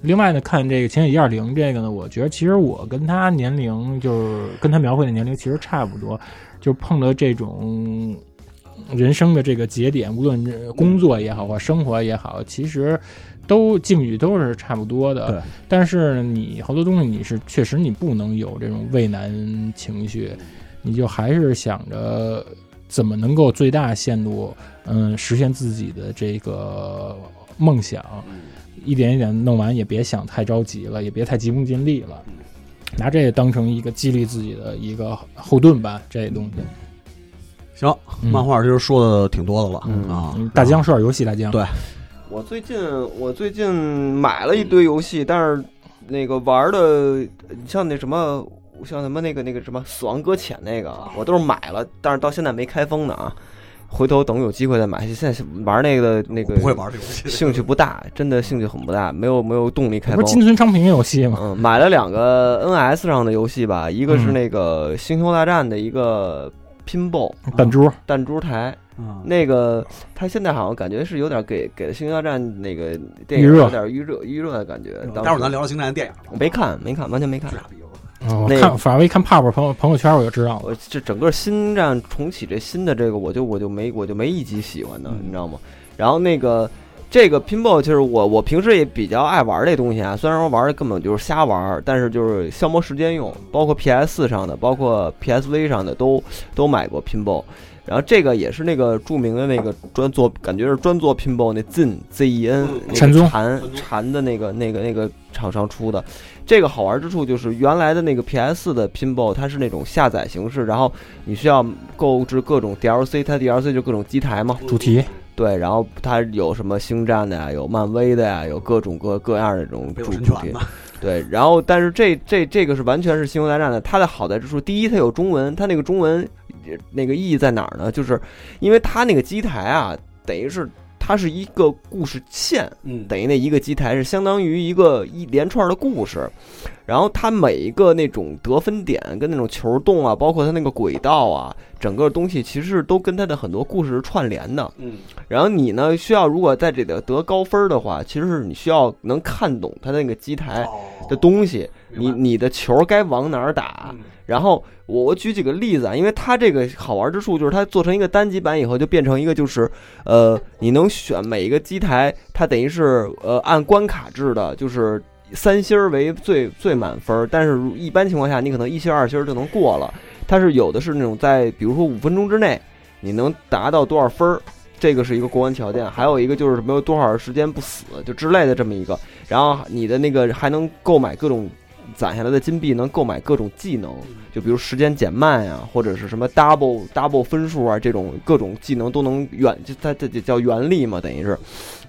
B: 另外呢，看这个前野一二零这个呢，我觉得其实我跟他年龄就是跟他描绘的年龄其实差不多，就碰到这种人生的这个节点，无论是工作也
E: 嗯
B: 好或生活也好，其实都境遇都是差不多的。
E: 对，
B: 但是你好多东西你是确实你不能有这种畏难情绪，
E: 嗯
B: 你就还是想着怎么能够最大限度嗯实现自己的这个梦想，
E: 嗯
B: 一点一点弄完，也别想太着急了，也别太急功近利了。
E: 嗯
B: 拿这个当成一个激励自己的一个后盾吧，这东西。
E: 行，
B: 嗯
E: 漫画其实说的挺多的了、
K: 嗯
E: 啊
B: 嗯。大疆说点游戏，大疆
E: 对
D: 我最近我最近买了一堆游戏，但是那个玩的，像那什么，像什么那个那个什么《死亡搁浅》那个，啊我都是买了，但是到现在没开封呢啊。回头等有机会再买。现在玩那个的那
E: 我
D: 个
E: 不会，玩这个游戏，
D: 兴趣不大，真的兴趣很不大，没有没有动力开
B: 不
D: 封
B: 是。金村昌平游戏吗？
D: 嗯，买了两个 NS 上的游戏吧，一个是
B: 嗯
D: 那个《星球大战》的一个 Pinball
B: 弹珠，
D: 弹珠台，
E: 嗯
D: 那个他现在好像感觉是有点给给了《星球大战》那个电
B: 预
D: 影
B: 热
D: 有点预热预热的感觉。
E: 待会儿咱
D: 聊。
E: 聊聊《星战》电影吧，
D: 没看，没看，完全没看
E: 是。傻逼游戏
B: 哦我
D: 嗯那
B: 看反正我一看泡泡朋友朋友圈我就知道了。
D: 我这整个新战重启这新的这个，我就我就没我就没一集喜欢的，你知道吗？然后那个这个 pinball 就是我我平时也比较爱玩这东西啊，虽然说玩的根本就是瞎玩儿，但是就是消磨时间用，包括 PS 上的，包括 PSV 上的都都买过 pinball。然后这个也是那个著名的那个专做，感觉是专做 pinball 那 Zen Z E N
E: 嗯
B: 禅宗
D: 禅禅的那个那个那个厂商出的。这个好玩之处就是原来的那个 PS 的 pinball 它是那种下载形式，然后你需要购置各种 DLC，它 DLC 就各种机台嘛，
B: 主题
D: 对，然后它有什么星战的呀，有漫威的呀，有各种各各样的这种
E: 没
D: 主
E: 有
D: 主
E: 神
D: 题
E: 权呢，。
D: 对，然后但是这这这个是完全是星球大战的，它的好在之处，第一它有中文，它那个中文呃那个意义在哪儿呢？就是因为它那个机台啊，等于是它是一个故事线，
E: 嗯，
D: 等于那一个机台是相当于一个一连串的故事，然后它每一个那种得分点跟那种球洞啊，包括它那个轨道啊，整个东西其实都跟它的很多故事是串联的。
E: 嗯，
D: 然后你呢，需要如果在这里得高分的话，其实是你需要能看懂它那个机台
E: 哦
D: 的东西，哎你
E: 明白
D: 你的球该往哪儿打，
E: 嗯
D: 然后我我举几个例子啊，因为它这个好玩之处就是它做成一个单机版以后，就变成一个就是，呃，你能选每一个机台，它等于是呃按关卡制的，就是三星儿为最最满分儿，但是如一般情况下你可能一星儿二星儿就能过了。它是有的是那种在比如说五分钟之内你能达到多少分儿，这个是一个过关条件，还有一个就是没有多少时间不死就之类的这么一个，然后你的那个还能购买各种攒下来的金币，能购买各种技能，就比如时间减慢呀、啊或者是什么 double double 分数啊，这种各种技能都能原，就它这这叫原力嘛，等于是。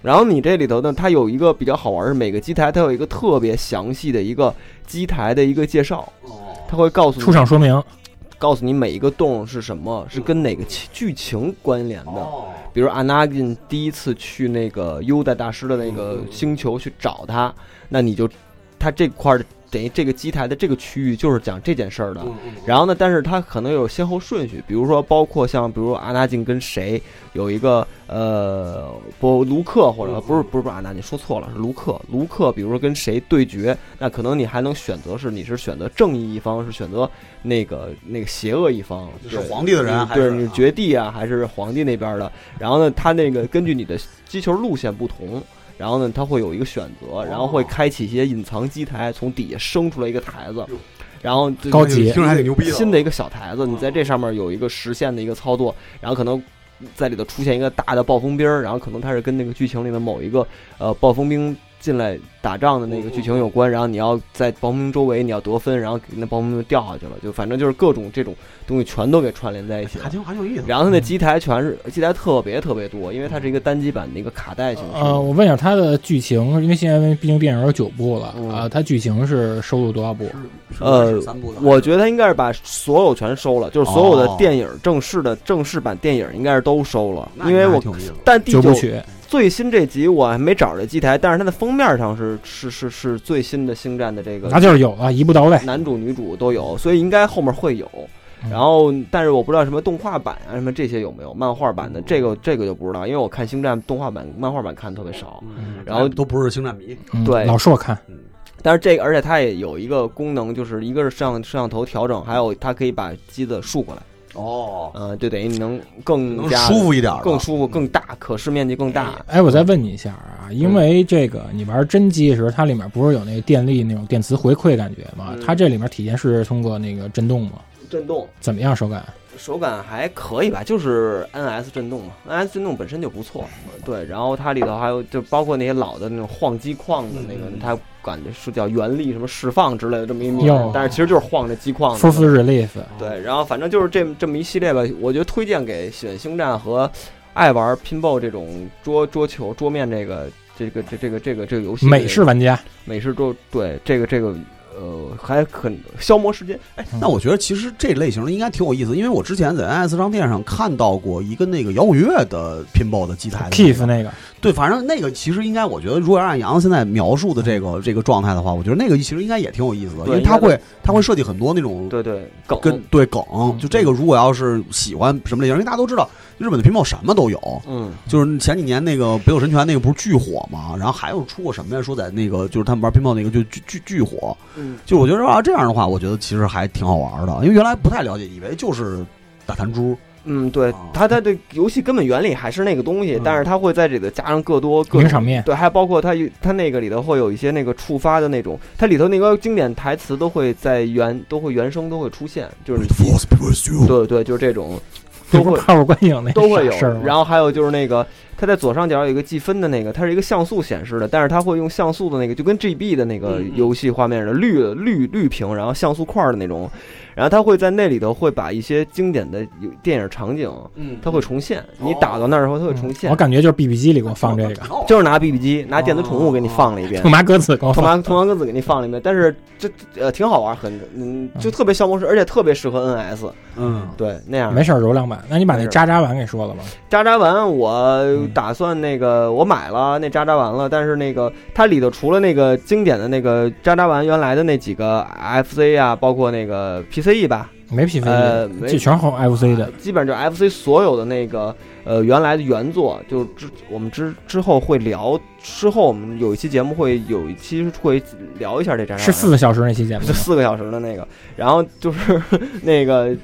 D: 然后你这里头呢，它有一个比较好玩，是每个机台它有一个特别详细的一个机台的一个介绍，
E: 哦，
D: 它会告诉你
B: 出场说明，
D: 告诉你每一个洞是什么，是跟哪个剧剧情关联的。
E: 哦
D: 比如阿纳金第一次去那个优待大师的那个星球去找他，那你就他这块儿的等于这个机台的这个区域就是讲这件事儿的。然后呢，但是他可能有先后顺序，比如说包括像比如阿纳金跟谁有一个呃不卢克或者不是不是不是阿纳金说错了是卢克卢克，比如说跟谁对决，那可能你还能选择是你是选择正义一方，是选择那个那个邪恶一方，
E: 是
D: 对
E: 皇帝的人
D: 嗯
E: 还
D: 对，
E: 是
D: 你是
E: 啊
D: 绝地啊，还是皇帝那边的？然后呢，他那个根据你的击球路线不同，然后呢，他会有一个选择，然后会
E: 哦
D: 开启一些隐藏机台，从底下生出来一个台子，然后这
B: 高级
E: 听着还挺牛逼的，哦
D: 新的一个小台子，你在这上面有一个实现的一个操作，然后可能在里头出现一个大的暴风兵儿，然后可能它是跟那个剧情里的某一个呃暴风兵进来打仗的那个剧情有关，然后你要在薄暮周围你要得分，然后给那薄暮掉下去了，就反正就是各种这种东西全都给串联在一起了
E: 哎还。挺还挺有意思。
D: 然后它的机台全是机台特别特别多，因为它是一个单机版的一个卡带形式。
B: 呃，我问一下它的剧情，因为现在毕竟电影有九部了
D: 嗯
B: 啊、它剧情是收录多少部？
E: 是
D: 呃
E: 是三部的，
D: 我觉得他应该是把所有全收了，就是所有的
E: 哦
D: 电影正式的正式版电影应该是都收了，
E: 那
D: 因为
E: 还
D: 我
E: 挺有意思的。
D: 但第
B: 九
D: 九
B: 部曲，
D: 最新这集我还没找着机台，但是它的封面上是是是是最新的星战的这个
B: 那就是有了，一步到位。
D: 男主女主都有，所以应该后面会有
B: 嗯。
D: 然后，但是我不知道什么动画版啊，什么这些有没有漫画版的，这个这个就不知道，因为我看星战动画版、漫画版看的特别少。
E: 嗯
D: 然后
E: 都不是星战迷，
B: 嗯
D: 对
B: 老硕看，
D: 但是这个，而且它也有一个功能，就是一个是摄像摄像头调整，还有它可以把机子竖过来，
E: 哦，
D: 嗯、就等于你能更
E: 能
D: 加
E: 舒服一点吧，
D: 更舒服、更大，可视面积更大。嗯
B: 哎，我再问你一下啊，因为这个你玩真机的时候，它里面不是有那个电力那种电磁回馈感觉吗？
D: 嗯
B: 它这里面体现是通过那个震动吗？
D: 震动
B: 怎么样手感？
D: 手感还可以吧，就是 NS 震动嘛，NS 震动本身就不错，
E: 嗯
D: 对。然后它里头还有就包括那些老的那种晃机框的那个，
E: 嗯
D: 它感觉是叫原力什么释放之类的这么一名
B: 哟
D: 儿，但是其实就是晃这机框的。
B: f u r f u relief，
D: 对，然后反正就是这么这么一系列吧，我觉得推荐给喜欢星战和爱玩拼搏这种桌桌球桌面这个这个这这个这个这个游戏的
B: 美式玩家，
D: 美式桌对这个这个呃还很消磨时间，
E: 那嗯我觉得其实这类型的应该挺有意思，因为我之前在 NS 商店上看到过一个那个摇滚乐的 pinball 的机台的
B: Keef 那个，
E: 对，反正那个其实应该，我觉得如果要按杨现在描述的这个这个状态的话，我觉得那个其实应该也挺有意思的，因
D: 对
E: 为它
D: 应该
E: 会它会设计很多那种
D: 对对，梗嗯
E: 跟对梗，就这个如果要是喜欢什么类型，因为大家都知道日本的 pinball 什么都有，
D: 嗯。
E: 就是前几年那个北斗神拳那个不是巨火嘛，然后还有出过什么呀？说在那个就是他们玩乒乓那个就巨巨巨火，
D: 嗯，
E: 就是我觉得要这样的话，我觉得其实还挺好玩的，因为原来不太了解，以为就是打弹珠，
D: 嗯，对
B: 哦
E: 啊，
D: 它它的游戏根本原理还是那个东西
E: 嗯，
D: 但是它会在这里头加上更多各
B: 名
D: 种
B: 场面
D: 对，还包括它有它那个里头会有一些那个触发的那种，它里头那个经典台词都会在原都会原声都会出现，就是你
E: force be with you
D: 对对，就是这种
B: 这
D: 都
B: 不
D: 会
B: 是泡泡观影那
D: 都会有
B: 哎事儿吗。
D: 然后还有就是那个它在左上角有一个计分的那个，它是一个像素显示的，但是它会用像素的那个，就跟 GB 的那个游戏画面似的，绿的绿绿屏，然后像素块儿的那种，然后它会在那里头会把一些经典的有电影场景。
E: 嗯
D: 它会重现。你打到那儿以后，它会重
B: 嗯
D: 现嗯
B: 我。感觉就是 BB 机里给我放这个，
D: 就是拿 BB 机，拿电子宠物给你放了一遍
B: 我，拿歌词给我
D: 同
B: 放。
D: 麻同麻鸽子给你放了一遍。但是这呃挺好玩，很嗯就特别消磨时，而且特别适合 NS，
E: 嗯，
D: 对那样
B: 没。事儿，柔两版。那你把那渣渣丸给说了吧？
D: 渣渣丸
B: 嗯
D: 我打算那个我买了那渣渣丸了，但是那个它里头除了那个经典的那个渣渣丸原来的那几个 FC 啊，包括那个 PCE 吧，
B: 没 PC，
D: 呃
B: 的
D: 没
B: 这全是后 FC 的。
D: 基本上就 FC 所有的那个呃原来的原作，就之我们之之后会聊，之后我们有一期节目会有一期会聊一下这张，
B: 是四个小时那期节目
D: 就
B: 吗，
D: 四个小时的那个，然后就是那个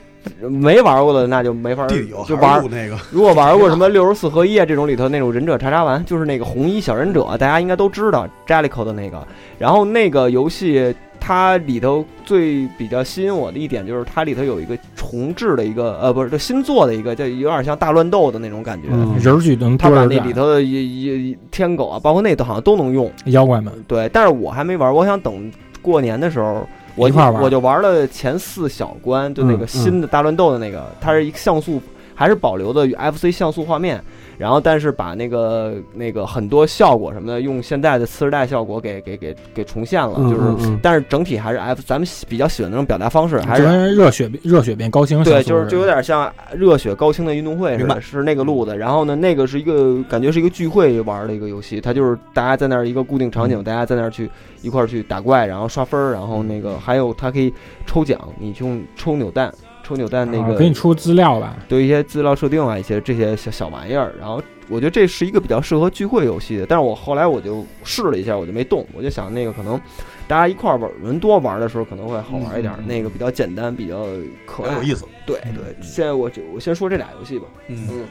D: 没玩过的那就没法
E: 地理游
D: 就玩
E: 还是。那个
D: 如果玩过什么六十四合一啊这种里头那种忍者叉叉丸，就是那个红衣小忍者，大家应该都知道 Jellico 的那个。然后那个游戏它里头最比较吸引我的一点就是它里头有一个重置的一个呃不是就新做的一个，就有点像大乱斗的那种感觉。
B: 人儿举能
D: 它
B: 嗯
D: 嗯
B: 多
D: 把
B: 人
D: 那里
B: 感，
D: 头的一一一天狗啊，包括那都好像都能用。
B: 妖怪们
D: 对，但是我还没玩，我想等过年的时候。我
B: 一
D: 就
B: 块儿玩
D: 我就玩了前四小关，就那
B: 嗯
D: 个新的大乱斗的那个，它是一个像素，还是保留的 FC 像素画面，然后但是把那个那个很多效果什么的，用现在的次世代效果给给给给重现了，
B: 嗯
D: 就是，但是整体还是 F，咱们喜比较喜欢那种表达方式，还
B: 就是跟热血热血变高清像
D: 对，
B: 素
D: 就是
B: 似
D: 就有
B: 的
D: 点像热血高清的运动会似
E: 明白
D: 的，是那个路子。然后呢，那个是一个感觉是一个聚会玩的一个游戏，它就是大家在那儿一个固定场景，大家在那儿去一块儿去打怪，然后刷分儿，然后那个还有它可以抽奖，你去用抽扭蛋，抽扭蛋那
B: 啊
D: 个
B: 给你出资料吧。
D: 对一些资料设定啊，一些这些小小玩意儿。然后我觉得这是一个比较适合聚会游戏的，但是我后来我就试了一下，我就没动，我就想那个可能大家一块儿玩人多玩的时候可能会好玩一点，
B: 嗯
D: 那个比较简单，比较可
E: 很
D: 爱
E: 有。意思，
D: 对对，现在我就我先说这俩游戏吧。
E: 嗯，
D: 嗯，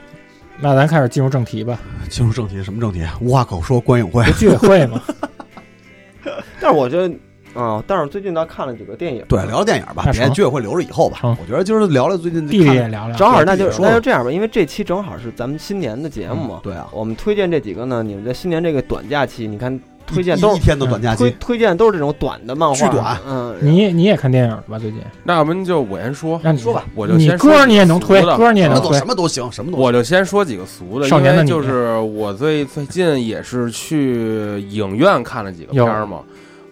B: 那咱开始进入正题吧，
E: 进哎入正题，什么正题？无话可说，观影会
B: 不，居委会 嘛，
D: 但是我觉得啊，但是最近倒看了几个电影。
E: 对， 聊聊电影吧，
B: 那
E: 别
B: 成
E: 居委会留着以后吧
B: 成，
E: 我觉得今儿聊聊最近
B: 弟弟
E: 看
B: 也聊聊。
D: 正好那就
E: 说吧
D: 那就这样吧，因为这期正好是咱们新年的节目嘛。
E: 对啊，
D: 我们推荐这几个呢，你们在新年这个短假期，你看
E: 一
D: 推荐都
E: 一
D: 是嗯
E: 天的短假
D: 推
E: 期，
D: 推荐都是这种短的漫画，
E: 巨短，
D: 嗯，
B: 你也你也看电影了吧？最近
H: 那我们就我先说，
B: 让你
E: 说吧，
H: 我就
B: 你
H: 先说
B: 歌你也能推
H: 俗的
B: 歌你也
E: 什
B: 能
H: 啊
E: 么
B: 推
E: 都什么都行，什么都行
H: 我就先说几个俗的，
B: 少年
H: 因
B: 的
H: 为
B: 你
H: 就是我最最近也是去影院看了几个片儿嘛。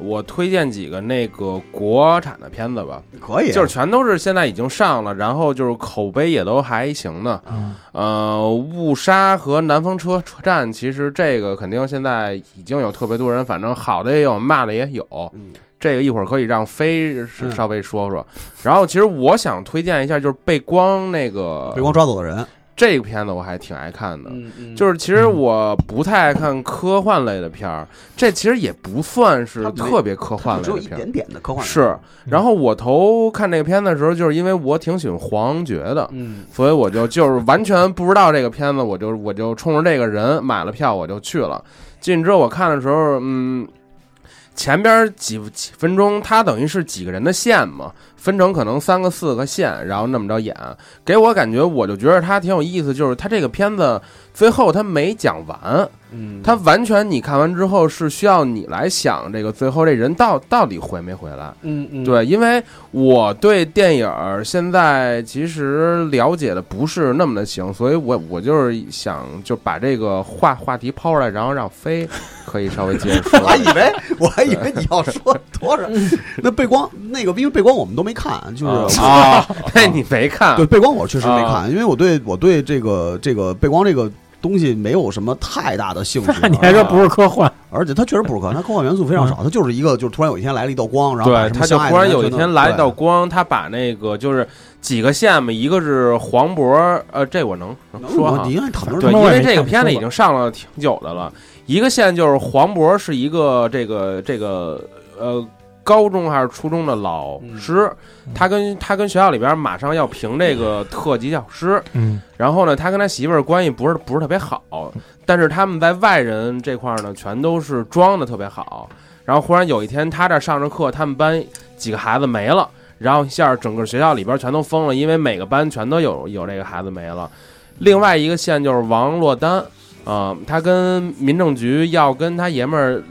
H: 我推荐几个那个国产的片子吧，
E: 可以，啊
H: 就是全都是现在已经上了，然后就是口碑也都还行的。
B: 嗯，
H: 呃，误杀和南风车车站，其实这个肯定现在已经有特别多人，反正好的也有，骂的也有。
E: 嗯
H: 这个一会儿可以让飞
E: 嗯
H: 稍微说说。然后，其实我想推荐一下，就是被光那个
E: 被光抓走的人，
H: 这个片子，我还挺爱看的。
D: 嗯嗯，
H: 就是其实我不太爱看科幻类的片儿，这其实也不算是
E: 它没
H: 特别科幻类
E: 只有
H: 的
E: 一
H: 片儿
E: 点。点的科幻
H: 是，然后我头看这个片子的时候，就是因为我挺喜欢黄觉的，
D: 嗯
H: 所以我就就是完全不知道这个片子，我就我就冲着这个人买了票，我就去了。进去之后我看的时候，嗯，前边几几分钟，它等于是几个人的线嘛，分成可能三个四个线，然后那么着演，给我感觉我就觉得它挺有意思，就是它这个片子最后它没讲完，
D: 嗯，
H: 它完全你看完之后是需要你来想这个最后这人到到底回没回来。
D: 嗯嗯，
H: 对，因为我对电影儿现在其实了解的不是那么的行，所以我我就是想就把这个话话题抛出来，然后让飞可以稍微接着说
E: 我。还以为 我还以为你要说多少， 那背光那个，因为背光我们都没看，就 是
H: 啊，那你没看
E: 对背光我确实没看，因为我对我对这个这个背光这个东西没有什么太大的兴趣
B: ，你还说不是科
D: 啊
B: 幻？
E: 而且它确实不是科幻，它科幻元素非常少，它就是一个就是突然有一天来了一道光，然后把
H: 嗯对，
E: 什么
H: 他就
E: 相爱
H: 忽
E: 的
H: 然
E: 人
H: 有一
E: 全都
H: 天来到
E: 对
H: 光，他把那个就是几个线嘛，一个是黄渤，呃，这我能能
E: 能
H: 说
E: 吗
H: 哈
E: 你。应该躺
H: 对，
E: 着
B: 他
H: 因
B: 妈我
H: 为
B: 也没
H: 这个
B: 看
H: 片子
B: 说
H: 已
B: 吧
H: 经上了挺久的了。一个线就是黄渤是一个这个这个呃高中还是初中的老
E: 嗯
H: 师，他跟他跟学校里边马上要评这个特级教师，
B: 嗯，
H: 然后呢，他跟他媳妇儿关系不是不是特别好，但是他们在外人这块儿呢，全都是装的特别好。然后忽然有一天，他这儿上着课，他们班几个孩子没了，然后一下整个学校里边全都疯了，因为每个班全都有有这个孩子没了。另外一个县就是王珞丹，啊、他跟民政局要跟他爷们儿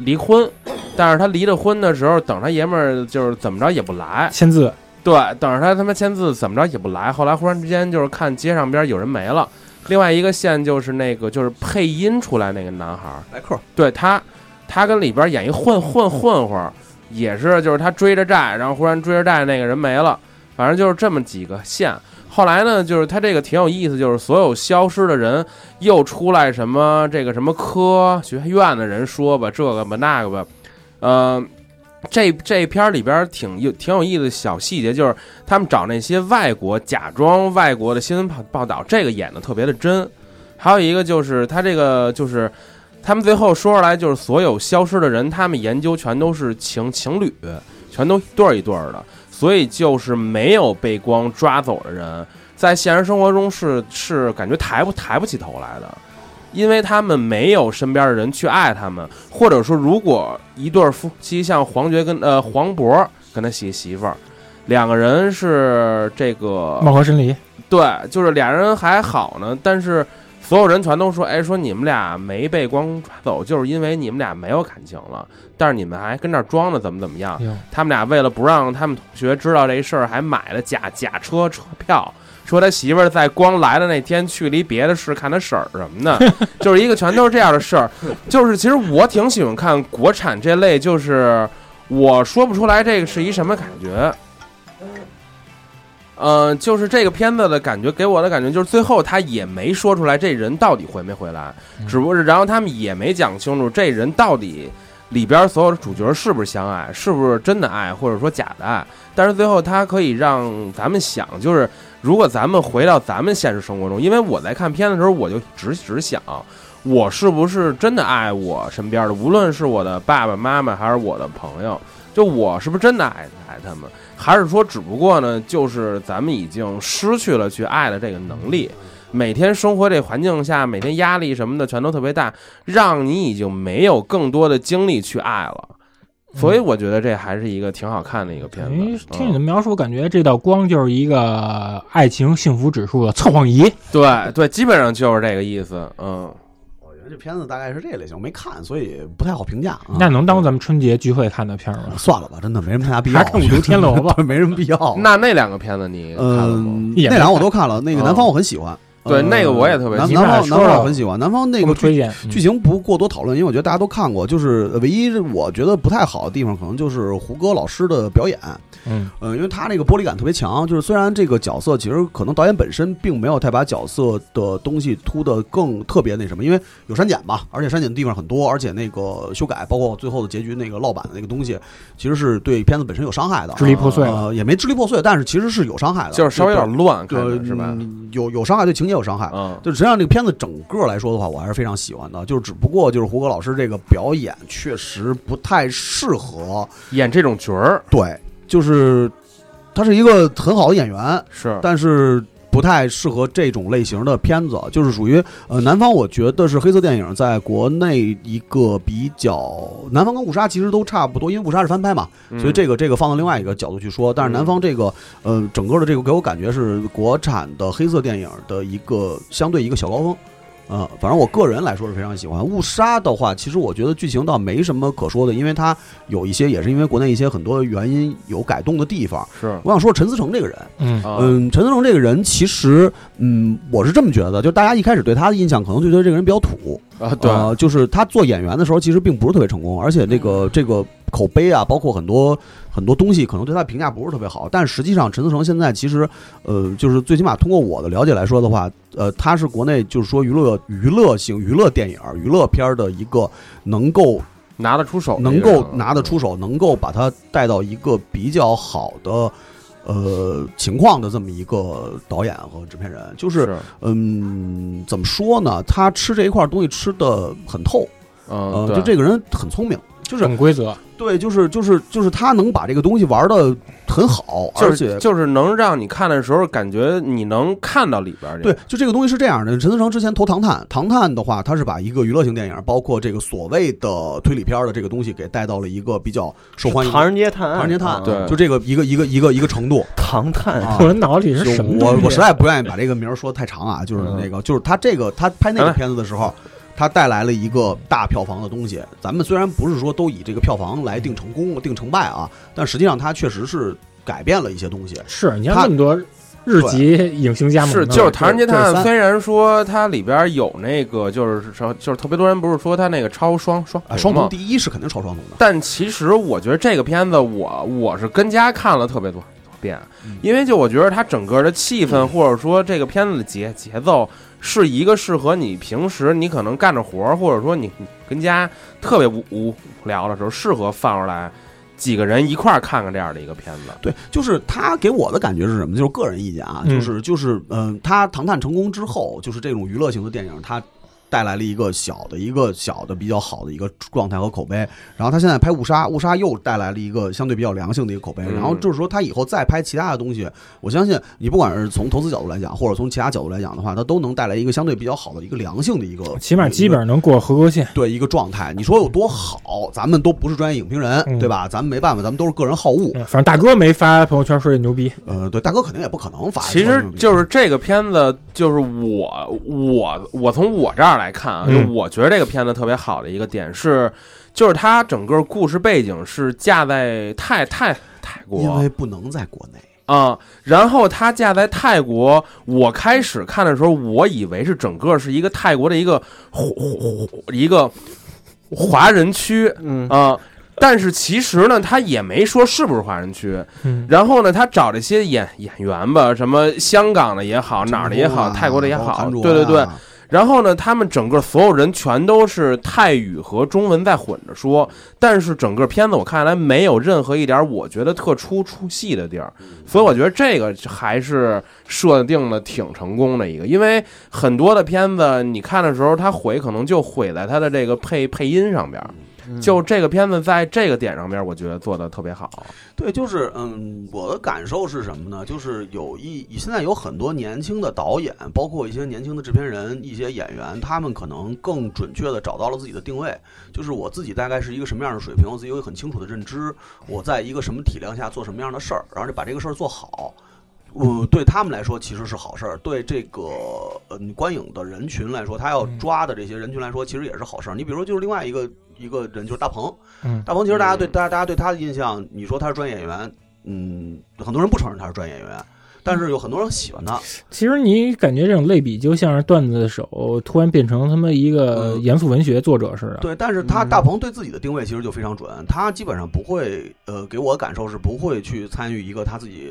H: 离婚，但是他离了婚的时候，等他爷们儿就是怎么着也不来，
B: 签字
H: 对，等着他他妈签字，怎么着也不来。后来忽然之间就是看街上边有人没了。另外一个线就是那个就是配音出来那个男孩儿，
E: 来客，
H: 对他，他跟里边演一混混混混儿，也是就是他追着债，然后忽然追着债那个人没了，反正就是这么几个线。后来呢，就是他这个挺有意思，就是所有消失的人又出来什么这个什么科学院的人说吧，这个吧那个吧，呃，这这片儿里边儿挺有挺有意思的小细节，就是他们找那些外国假装外国的新闻报报道，这个演的特别的真。还有一个就是他这个就是他们最后说出来，就是所有消失的人，他们研究全都是情情侣，全都一对儿一对儿的，所以就是没有被光抓走的人，在现实生活中是是感觉抬不抬不起头来的，因为他们没有身边的人去爱他们，或者说，如果一对儿夫妻像黄觉跟呃黄渤跟他媳媳妇儿，两个人是这个
B: 貌合神离，
H: 对，就是俩人还好呢，但是所有人全都说，哎，说你们俩没被光抓走，就是因为你们俩没有感情了，但是你们还跟那儿装着怎么怎么样
D: 啊
B: 哎。呦，
H: 他们俩为了不让他们同学知道这事儿，还买了假假车车票。说他媳妇儿在光来的那天去了一别的市看他婶儿什么的， 就是一个全都是这样的事儿。就是其实我挺喜欢看国产这类，就是我说不出来这个是一什么感觉。呃，就是这个片子的感觉，给我的感觉就是最后他也没说出来这人到底回没回来，只不过是然后他们也没讲清楚这人到底里边所有的主角是不是相爱，是不是真的爱，或者说假的爱。但是最后他可以让咱们想，就是如果咱们回到咱们现实生活中，因为我在看片的时候，我就只只想。我是不是真的爱我身边的，无论是我的爸爸妈妈还是我的朋友，就我是不是真的爱爱他们？还是说，只不过呢，就是咱们已经失去了去爱的这个能力。每天生活这环境下，每天压力什么的全都特别大，让你已经没有更多的精力去爱了。所以我觉得这还是一个挺好看的一个片
B: 等
H: 子。
B: 于听你的
H: 嗯
B: 描述，感觉这道光就是一个
E: 啊
B: 爱情幸福指数的测谎仪。
H: 对对，基本上就是这个意思。嗯，
E: 哦这片子大概是这类型，我没看，所以不太好评价。啊
B: 那能当咱们春节聚会看的片儿吗？
E: 算了吧，真的没什么太大必要。。
B: 还是看《五毒天楼》吧
E: 没什么必要。
H: 那那两个片子你看了吗？
E: 嗯，
B: 也
E: 那
B: 没
E: 两个我都看了，那个
H: 嗯
E: 南方我很喜欢。
H: 对
E: 呃
H: 那个我也特别
E: 南
B: 喜
E: 南
B: 欢
E: 方
B: 说
E: 南方
B: 说
E: 我很喜欢。南方那
B: 我
E: 个
B: 们推
E: 剧
B: 荐
E: 剧情不过多讨论，因为我觉得大家都看过。就是呃唯一我觉得不太好的地方，可能就是胡歌老师的表演。
B: 嗯，
E: 嗯，因为他那个玻璃感特别强，就是虽然这个角色其实可能导演本身并没有太把角色的东西突的更特别那什么，因为有删减嘛，而且删减的地方很多，而且那个修改，包括最后的结局那个落版的那个东西，其实是对片子本身有伤害的，
B: 支离破碎了
E: 呃，也没支离破碎，但是其实是有伤害的，
H: 就是稍微有点乱，看
E: 呃
H: 着是吧？
E: 有有伤害，对情节有伤害，
H: 嗯，
E: 就实际上这个片子整个来说的话，我还是非常喜欢的。就是只不过就是胡歌老师这个表演确实不太适合，
H: 演这种角儿
E: 对，就是他是一个很好的演员，
H: 是
E: 但是不太适合这种类型的片子，就是属于呃南方，我觉得是黑色电影在国内一个比较，南方跟误杀其实都差不多，因为误杀是翻拍嘛，
H: 嗯
A: 嗯
E: 所以这个这个放到另外一个角度去说，但是南方这个呃整个的这个给我感觉是国产的黑色电影的一个相对一个小高峰。呃，反正我个人来说是非常喜欢《误杀》的话，其实我觉得剧情倒没什么可说的，因为它有一些也是因为国内一些很多原因有改动的地方。
H: 是，
E: 我想说陈思诚这个人，
B: 嗯，
H: 嗯，
E: 嗯，陈思诚这个人，其实，嗯，我是这么觉得，就是大家一开始对他的印象，可能就觉得这个人比较土，
H: 啊，对，
E: 呃就是他做演员的时候，其实并不是特别成功，而且这
H: 嗯
E: 个这个口碑啊，包括很多很多东西，可能对他评价不是特别好。但实际上，陈思诚现在其实，呃，就是最起码通过我的了解来说的话，呃，他是国内就是说娱乐娱乐型娱乐电影、娱乐片儿的一个能够
H: 拿得出手的一
E: 能
H: 个人啊，
E: 够拿得出手，能够把它带到一个比较好的呃情况的这么一个导演和制片人，就
H: 嗯，
E: 是嗯，怎么说呢？他吃这一块东西吃的很透，
H: 嗯，
E: 呃，
H: 对嗯
E: 就这个人很聪明，就是
B: 整规则，
E: 对，就是就是就是他能把这个东西玩的很好，
H: 就
E: 而
H: 是
E: 且。
H: 就是能让你看的时候感觉你能看到里边儿去
E: 对，就这个东西是这样的。陈思诚之前投《唐探》，《唐探》的话，他是把一个娱乐性电影，包括这个所谓的推理片儿的这个东西，给带到了一个比较受欢迎的
D: 唐人街探案，
E: 唐人街探
D: 啊
H: 嗯
E: 案，
H: 对
E: 就这个一个一个一个一个程度
D: 唐
H: 嗯
D: 探
E: 啊
B: 我。的脑里是
E: 就
B: 什么东
E: 我
B: 西？啊嗯
E: 我实在不愿意把这个名儿说得太长啊，就是那个，就是他这个他拍那个片子的时候，他带来了一个大票房的东西。咱们虽然不是说都以这个票房来定成功、定成败啊，但实际上他确实是改变了一些东西。啊
B: 是你像
E: 他
B: 那么多日籍影星加盟
H: 是，
B: 的，
H: 就是《唐人街探
E: 这
H: 案
E: 是》，三
H: 虽然说它里边有那个，就是说，呃就是特别多人不是说它那个超双双
E: 啊，双
H: 屏
E: 瞳
H: 吗
E: 第一是肯定超双瞳的，
H: 但其实我觉得这个片子我我是跟家看了特别多遍，
B: 嗯
H: 因为就我觉得它整个的气氛或者说这个片子的节节奏是一个适合你平时你可能干着活儿或者说你你跟家特别无无聊的时候适合放出来几个人一块儿看看这样的一个片子。
E: 对，就是他给我的感觉是什么？就是个人意见啊，
B: 嗯
E: 就是就是嗯、他《唐探》成功之后，就是这种娱乐型的电影，他。带来了一个小的一个小的比较好的一个状态和口碑，然后他现在拍《误杀》，《误杀》又带来了一个相对比较良性的一个口碑，
H: 嗯
E: 然后就是说他以后再拍其他的东西，我相信你不管是从投资角度来讲，或者从其他角度来讲的话，它都能带来一个相对比较好的一个良性的一个，
B: 哦起码基本上能过合格线。
E: 对一个状态。你说有多好，咱们都不是专业影评人，
B: 嗯
E: 对吧？咱们没办法，咱们都是个人好恶。
B: 嗯，反正大哥没发朋友圈说这牛逼，
E: 呃，对，大哥肯定也不可能发。
H: 其实就是这个片子，就是我我我从我这儿来看啊，
B: 嗯
H: 就我觉得这个片子特别好的一个点是，就是它整个故事背景是架在泰泰泰
E: 因
H: 国
E: 为不能在国内，
H: 啊、然后它架在泰国。我开始看的时候，我以为是整个是一个泰国的一个华一个华人区
D: 嗯，
H: 啊、但是其实呢，他也没说是不是华人区，
B: 嗯，
H: 然后呢，他找这些演演员吧，什么香港的也好，哪儿的也好，
E: 中国啊
H: 泰国的也
E: 包括
H: 好，
E: 韩
H: 对
E: 国
H: 对对
E: 啊。
H: 然后呢，他们整个所有人全都是泰语和中文在混着说，但是整个片子我看下来没有任何一点我觉得特出出戏的地儿，
E: 嗯
H: 所以我觉得这个还是设定的挺成功的一个，因为很多的片子你看的时候，它毁可能就毁在它的这个配配音上边儿，
E: 嗯
D: 嗯
H: 就这个片子在这个点上边儿，我觉得做的特别好。
E: 对，就是嗯，我的感受是什么呢？就是有一现在有很多年轻的导演，包括一些年轻的制片人、一些演员，他们可能更准确的找到了自己的定位。就是我自己大概是一个什么样的水平，我自己有一个很清楚的认知，我在一个什么体量下做什么样的事儿，然后就把这个事儿做好。呃，对他们来说其实是好事儿，对这个呃观影的人群来说，他要
B: 嗯
E: 抓的这些人群来说，其实也是好事儿。你比如说，就是另外一个一个人，就是大鹏，
B: 嗯
E: 大鹏其实大家对大家大家对他的印象，你说他是专业演员，嗯，很多人不承认他是专业演员，但是有很多人喜欢他。
B: 其实你感觉这种类比就像是段子手突然变成他妈一个
E: 嗯
B: 严肃文学作者似的。
E: 对，但是他
B: 嗯
E: 大鹏对自己的定位其实就非常准，他基本上不会，呃，给我的感受是不会去参与一个他自己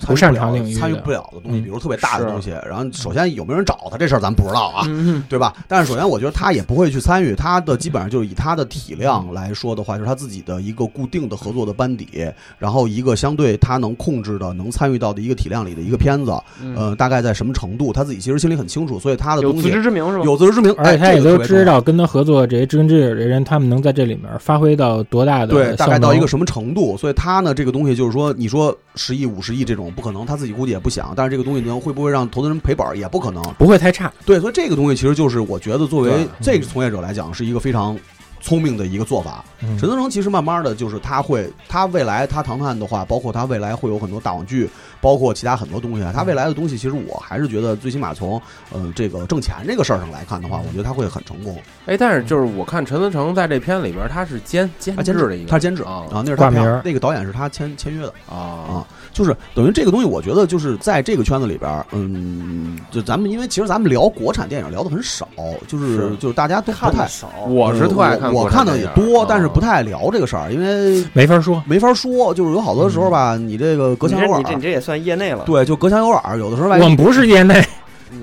E: 参
B: 不
E: 与
B: 擅
E: 了
B: 长领域
E: 参与
B: 的
E: 不了的东西，
B: 嗯
E: 比如特别大的
H: 是
E: 东西。然后首先有没有人找他这事儿咱不知道啊，
D: 嗯，
E: 对吧？但是首先我觉得他也不会去参与，他的基本上就是以他的体量来说的话，就是他自己的一个固定的合作的班底，然后一个相对他能控制的、能参与到的一个体量里的一个片子，
D: 嗯
E: 呃，大概在什么程度，他自己其实心里很清楚，所以他的
D: 有
E: 东
D: 自
E: 西
D: 知之明是吧？
E: 有自知之明，
B: 而且他
E: 哎
B: 也
E: 这个
B: 都
E: 特别
B: 知
E: 重要
B: 道跟他合作这些知根知底儿的人，他们能在这里面发挥到多大的
E: 对，大概
B: 效
E: 到
B: 能
E: 一个什么程度？所以他呢，这个东西就是说，你说十亿、五十亿这种不可能，他自己估计也不想。但是这个东西能会不会让投资人赔本儿也不可能。
B: 不会太差。
E: 对，所以这个东西其实就是我觉得作为
B: 对
E: 这个从业者来讲，是一个非常聪明的一个做法。
B: 嗯
E: 陈思诚其实慢慢的就是他会，他未来他唐探的话，包括他未来会有很多大网剧，包括其他很多东西啊。他未来的东西，其实我还是觉得最起码从呃这个挣钱这个事儿上来看的话，我觉得他会很成功。
B: 哦
A: 哎，但是就是我看陈思诚在这片里边，他是监监
E: 他
A: 制
E: 监
A: 的一
E: 制，
A: 个，
E: 他是监制
A: 啊
E: 啊，那是他
B: 挂名
E: 票
B: 儿
E: 那个导演是他签签约的。
A: 啊
E: 就是等于这个东西，我觉得就是在这个圈子里边儿，嗯，就咱们因为其实咱们聊国产电影聊的很少，就是
A: 是
E: 就是大家都不
G: 看
E: 太
G: 的，少，
A: 我是特爱看
E: 啊嗯
A: 国
E: 我
A: 产
E: 看的
A: 电
E: 也
A: 影，
E: 多，但是
A: 啊
E: 不太聊这个事儿，因为
B: 没法说，
E: 没法说，就是有好多
A: 嗯
E: 时候吧，你这个隔
D: 你
E: 墙
D: 这
E: 有
D: 你这你
E: 耳，
D: 这也算业内了，
E: 对，就隔墙有耳，有的时候吧
B: 我。们不是业内，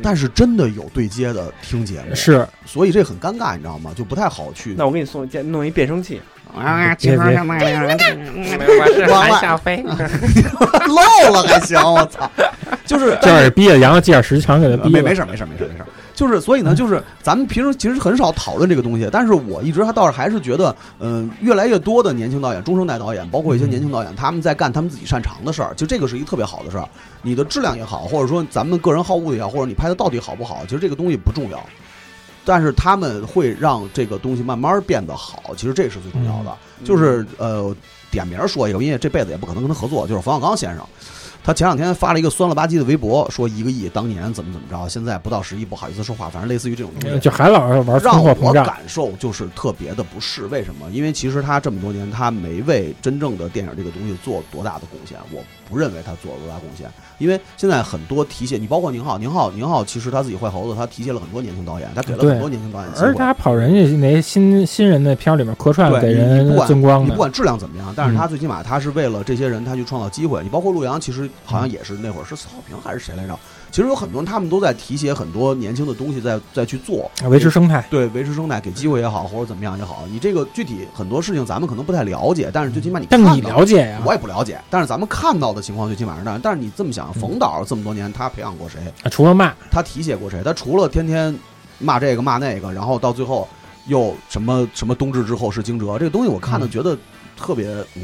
E: 但是真的有对接的听节目，
B: 是
E: 所以这很尴尬，你知道吗？就不太好去。
D: 那我给你送一件弄一变声器，
B: 别别
D: 我是
E: 韩
D: 小飞，
E: 漏了还行，我操！就是
B: 这耳逼了，然后这耳时长给他逼
E: 呃没
B: 了。嗯
E: 没事儿没事儿没事儿没事儿，就是所以呢，就是咱们平时其实很少讨论这个东西，但是我一直还倒是还是觉得，嗯、越来越多的年轻导演、中生代导演，包
B: 嗯
E: 括一些年轻导演，他们在干他们自己擅长的事儿，就这个是一个特别好的事儿。你的质量也好，或者说咱们个人好恶也好，或者你拍的到底好不好，其实这个东西不重要，但是他们会让这个东西慢慢变得好，其实这是最重要的。
B: 嗯
E: 就是呃，点名儿说一个，因为这辈子也不可能跟他合作，就是冯小刚先生。他前两天发了一个酸了吧唧的微博，说一个亿当年怎么怎么着，现在不到十亿，不好意思说话，反正类似于这种东西。
B: 就还老是玩
E: 让
B: 通货膨
E: 我
B: 胀，
E: 感受就是特别的不适，为什么？因为其实他这么多年，他没为真正的电影这个东西做多大的贡献，我不认为他做了多大贡献。因为现在很多提携，你包括宁浩，宁浩，宁浩其实他自己坏猴子，他提携了很多年轻导演，他给了
B: 对
E: 很多年轻导演机
B: 而
E: 会。
B: 他跑人家那新新人的片儿里面客串
E: 对
B: 给
E: 你你
B: 人
E: 不管
B: 增光
E: 你
B: 的嗯
E: 不，管质量怎么样，但是他最起码他是为了这些人，他去创造机会。你包括陆阳，其实好
B: 嗯
E: 像也是那会儿是曹平还是谁来着？其实有很多人，他们都在提携很多年轻的东西在，在去做
B: 啊维持生态。
E: 对维持生态，给机会也好，或者怎么样也好。你这个具体很多事情咱们可能不太了解，但是最起码你
B: 嗯但
E: 看
B: 你
E: 到
B: 了解呀
E: 我？也不了解，但是咱们看到的情况最起码是那样。但是你这么
B: 嗯
E: 想，冯导这么多年他培养过谁？
B: 啊除了骂，
E: 他提携过谁？他除了天天骂这个骂那个，然后到最后又什么什么冬至之后是惊蛰，这个东西我看的
B: 嗯
E: 觉得特别，嗯，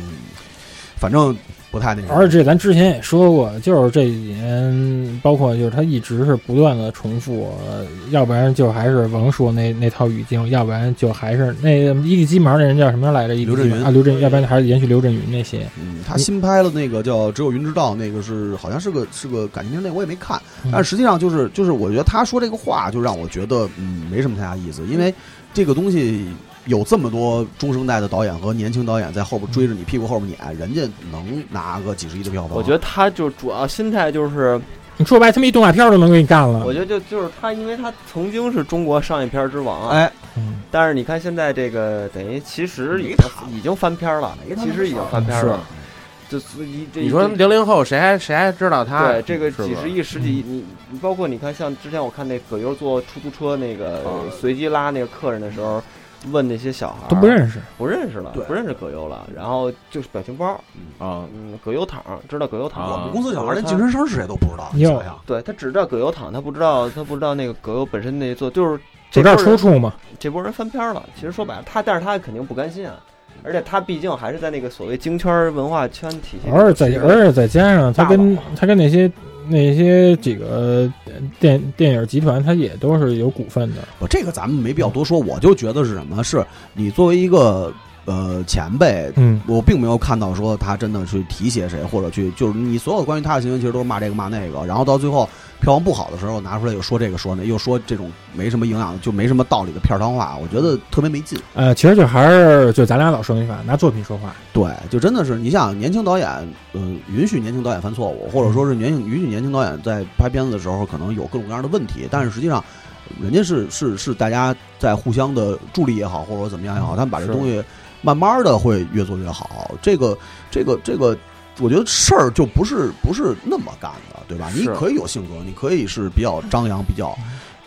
E: 反正不太那
B: 而
E: 个。
B: 且咱之前也说过，就是这几年，包括就是他一直是不断的重复，呃要不然就还是王朔那那套语境，要不然就还是那一地鸡毛那人叫什么来着？一地
E: 刘震
B: 鸡毛
E: 云
B: 啊，刘震，要不然还是延续刘震云那些。
E: 嗯，他新拍了那个叫《只有云知道》，那个是好像是个是个感情片，那个我也没看。
B: 嗯
E: 但实际上就是就是，我觉得他说这个话就让我觉得嗯没什么太大意思，因为这个东西有这么多中生代的导演和年轻导演在后边追着你屁股后边撵，人家能拿个几十亿的票房？
D: 我觉得他就主要心态就是，
B: 你说白了，他们一动画片儿都能给你干了。
D: 我觉得就就是他，因为他曾经是中国商业片之王啊，
E: 哎，
B: 嗯，
D: 但是你看现在这个等于其实
E: 没
D: 已
E: 他
D: 经已经翻篇了，其实已经
H: 啊
D: 翻篇了，就是一这
A: 你说零零后谁还谁还知道他？
D: 对这个
A: 是吧
D: 几十亿、十几亿，你你包括你看，像之前我看那葛优坐出租车那个
A: 啊
D: 随机拉那个客人的时候，问那些小孩儿
B: 都不认识。
D: 不认识了
E: 对，
D: 不认识葛优了，然后就是表情包，
A: 啊，
D: 嗯，葛优躺，知道葛优躺，
A: 啊
E: 我们公司小孩连净身生是谁都不知道，你
B: 哟
E: 想想，
D: 对他只知道葛优躺，他不知道他不知道那个葛优本身那座就是
B: 有
D: 这
B: 点
D: 波
B: 出
D: 人
B: 处嘛，
D: 这波人翻篇儿了。其实说白了，他但是他肯定不甘心啊，而且他毕竟还是在那个所谓京圈儿文化圈体系里
B: 而且再
D: 是一个，
B: 而且再加上他跟
D: 大佬
B: 他跟那些那些几个呃电电影集团，他也都是有股份的。
E: 我这个咱们没必要多说，我就觉得是什么？是你作为一个呃前辈，
B: 嗯
E: 我并没有看到说他真的去提携谁，或者去就是你所有关于他的新闻其实都是骂这个骂那个，然后到最后票房不好的时候拿出来又说这个说那，又说这种没什么营养就没什么道理的片儿汤话，我觉得特别没劲。
B: 呃，其实就还是就咱俩老说那句话，拿作品说话，
E: 对，就真的是你想年轻导演，嗯、允许年轻导演犯错误，或者说是
H: 嗯
E: 年轻允许年轻导演在拍片子的时候可能有各种各样的问题，但是实际上，人家是是是大家在互相的助力也好，或者说怎么样也好，他们把这
H: 嗯是
E: 东西慢慢的会越做越好。这个这个这个，我觉得事儿就不是不是那么干的，对吧？你
H: 是嗯
E: 可以有性格，你可以是比较张扬，比较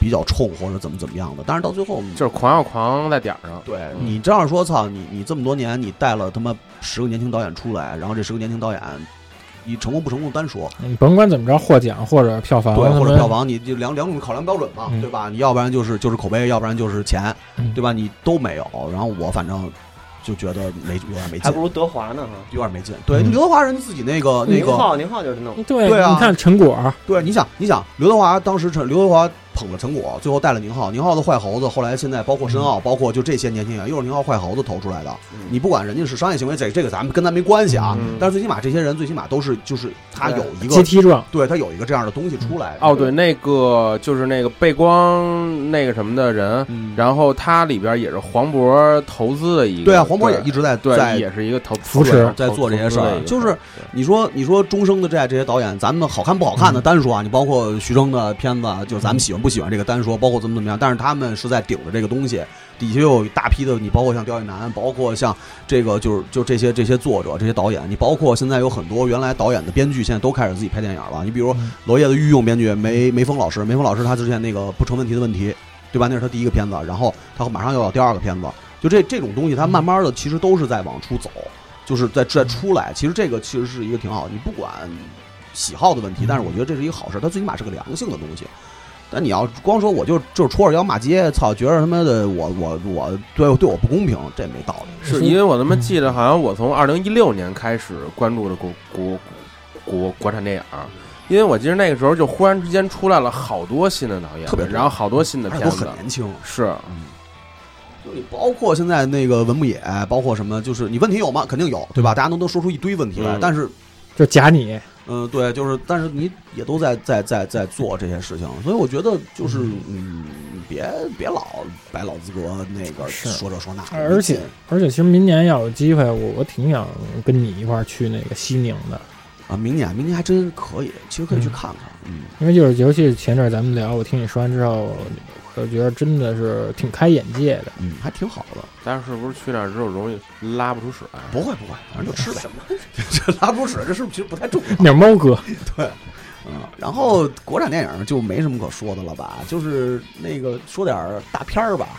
E: 比较冲，或者怎么怎么样的，但是到最后
A: 就是狂要狂在点儿上。
E: 对你这样说，操你！你这么多年，你带了他妈十个年轻导演出来，然后这十个年轻导演，你成功不成功单说，
B: 你嗯甭管怎么着获奖或者票房，
E: 对，
B: 他
E: 或者
B: 们
E: 票房，你就两两种考量标准嘛，
B: 嗯
E: 对吧？你要不然就是就是口碑，要不然就是钱，
B: 嗯
E: 对吧？你都没有，然后我反正就觉得没有点没
D: 还
E: 劲
D: 不，如德华呢哈。
E: 有点没劲。对，
B: 嗯
E: 刘德华人自己那个那
D: 宁
E: 个，
D: 浩，宁浩就是弄，
B: 对
E: 对啊
B: 你看陈果，
E: 对，你想你想，刘德华当时陈刘德华捧了陈果，最后带了宁浩，宁浩的坏猴子，后来现在包括申
A: 嗯
E: 奥，包括就这些年轻演员，又是宁浩坏猴子投出来的。你不管人家是商业行为，这这个咱们跟咱没关系啊。
H: 嗯
E: 但是最起码这些人最起码都是就是他有一
B: 阶
E: 个
B: 梯状，
E: 对他有一个这样的东西出来。
A: 哦，对，，那个就是那个背光那个什么的人，
E: 嗯，
A: 然后他里边也是黄渤投资的一个，
E: 对啊，黄渤也一直在
A: 对，
E: 在
A: 也是一个投
B: 扶持
E: 在做这些事儿，啊就是
A: 对
E: 你说你说终生的这这些导演，咱们好看不好看的单说啊，你包括徐峥的片子，啊就是咱们喜欢不喜欢这个单说，包括怎么怎么样，但是他们是在顶着这个东西，底下又有一大批的，你包括像刁亦男，包括像这个就是就这些这些作者这些导演，你包括现在有很多原来导演的编剧，现在都开始自己拍电影了。你比如
B: 嗯
E: 娄烨的御用编剧梅梅峰老师，梅峰老师他之前那个不成问题的问题，对吧？那是他第一个片子，然后他马上又要第二个片子，就这这种东西，它慢慢的其实都是在往出走。就是在
A: 嗯
E: 在出来。其实这个其实是一个挺好，你不管喜好的问题，但是
A: 嗯
E: 我觉得这是一个好事，它最起码是个良性的东西。但你要光说我就就是戳着腰骂街，操，觉得他妈的我我我对对我不公平，这没道理。
B: 嗯
A: 是因为我他妈记得，好像我从二零一六年开始关注的国国国国产电影儿，因为我记得那个时候就忽然之间出来了好多新的导演
E: 特别，多
A: 然后好多新的
E: 而且
A: 片
E: 都
A: 子
E: 很，年轻，
A: 是
E: 就你包括现在那个文牧野，包括什么，就是你问题有吗？肯定有，对吧？大家都能说出一堆问题来，
A: 嗯
E: 但是
B: 就假你，
E: 嗯，对，就是，但是你也都在在在在做这些事情，所以我觉得就是，嗯，别别老摆老资格那个
B: 是
E: 说这说那，
B: 而且而且其实明年要有机会，我我挺想跟你一块儿去那个西宁的，
E: 啊，明年明年还真可以，其实可以去
B: 嗯
E: 看看，嗯，
B: 因为就是尤其是前阵儿咱们聊，我听你说完之后，我觉得真的是挺开眼界的。
E: 嗯，还挺好
B: 哎
E: 的，
A: 但是是不是去那儿之后容易拉不出水来？
E: 不会不会，反正就吃呗， 这拉不屎，这是不是其实不太重要？啊
B: 那是猫哥，
E: 嗯，然后国产电影就没什么可说的了吧，就是那个说点儿大片儿吧，《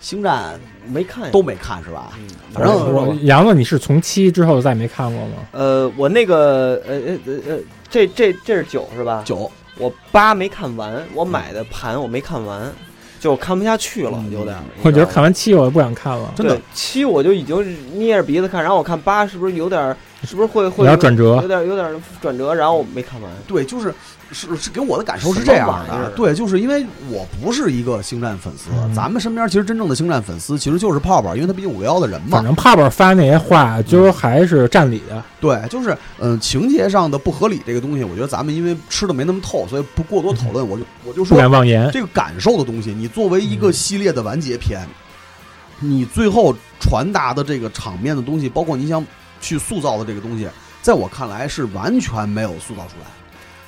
E: 星战
D: 没看》呀
E: 嗯
D: 嗯
E: 都没看是吧？
B: 嗯
E: 反正
B: 我杨子，你是从七之后再没看过吗？
D: 呃，我那个呃呃呃呃，这这这是九是吧？
E: 九
D: 我八没看完，我买的盘我没看完，就我看不下去
E: 嗯
D: 了，有点儿。
B: 我觉得
E: 啊
B: 看完七我就不想看了，
E: 真的
D: 对七我就已经捏着鼻子看，然后我看八是不是有点儿，是不是会会
B: 有点转折
D: 有点有点转折，然后我没看完。
E: 对，就是是是给我的感受是
D: 什么
E: 这样
D: 玩意儿
E: 的
D: 啊，
E: 对，就是因为我不是一个星战粉丝，
B: 嗯
E: 咱们身边其实真正的星战粉丝其实就是泡泡，因为他毕竟五个幺的人嘛
B: 反，正泡泡发那些话，就是
E: 嗯
B: 还是占理的。
E: 对，就是嗯、呃情节上的不合理这个东西，我觉得咱们因为吃的没那么透，所以不过多讨论，我就我就
B: 不
E: 说
B: 敢妄言。
E: 这个感受的东西，你作为一个系列的完结篇，你最后传达的这个场面的东西，包括你想去塑造的这个东西，在我看来是完全没有塑造出来，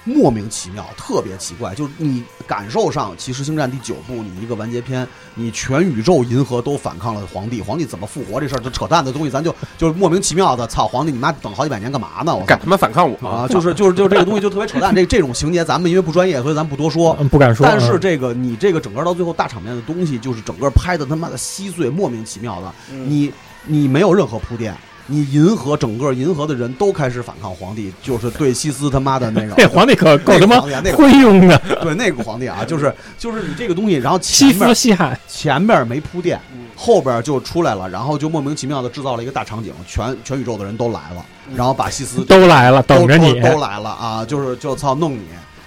E: 莫名其妙，特别奇怪。就是你感受上，其实《星战》第九部你一个完结篇，你全宇宙银河都反抗了皇帝，皇帝怎么复活这事儿，这扯淡的东西，咱就就是莫名其妙的，操，皇帝你妈等好几百年干嘛呢？我
A: 敢他妈反抗我
E: 啊，就是就是就是这个东西就特别扯淡，这这种情节咱们因为不专业，所以咱不多说。
B: 嗯，不敢说。
E: 但是
B: 嗯
E: 这个你这个整个到最后大场面的东西，就是整个拍的他妈的稀碎，莫名其妙的。你你没有任何铺垫，你银河整个银河的人都开始反抗皇帝，就是对西斯他妈的那
B: 那
E: 个。
B: 皇帝可够
E: 那
B: 他
E: 个
B: 妈
E: 皇帝啊那个
B: 昏庸的，
E: 对那个皇帝啊，就是就是你这个东西，然后前
B: 西
E: 面
B: 服西汉。
E: 前面没铺垫，后边就出来了，然后就莫名其妙的制造了一个大场景，全全宇宙的人都来了，然后把西斯
B: 都来了，等着你。
E: 都都都来了啊！就是就操弄你，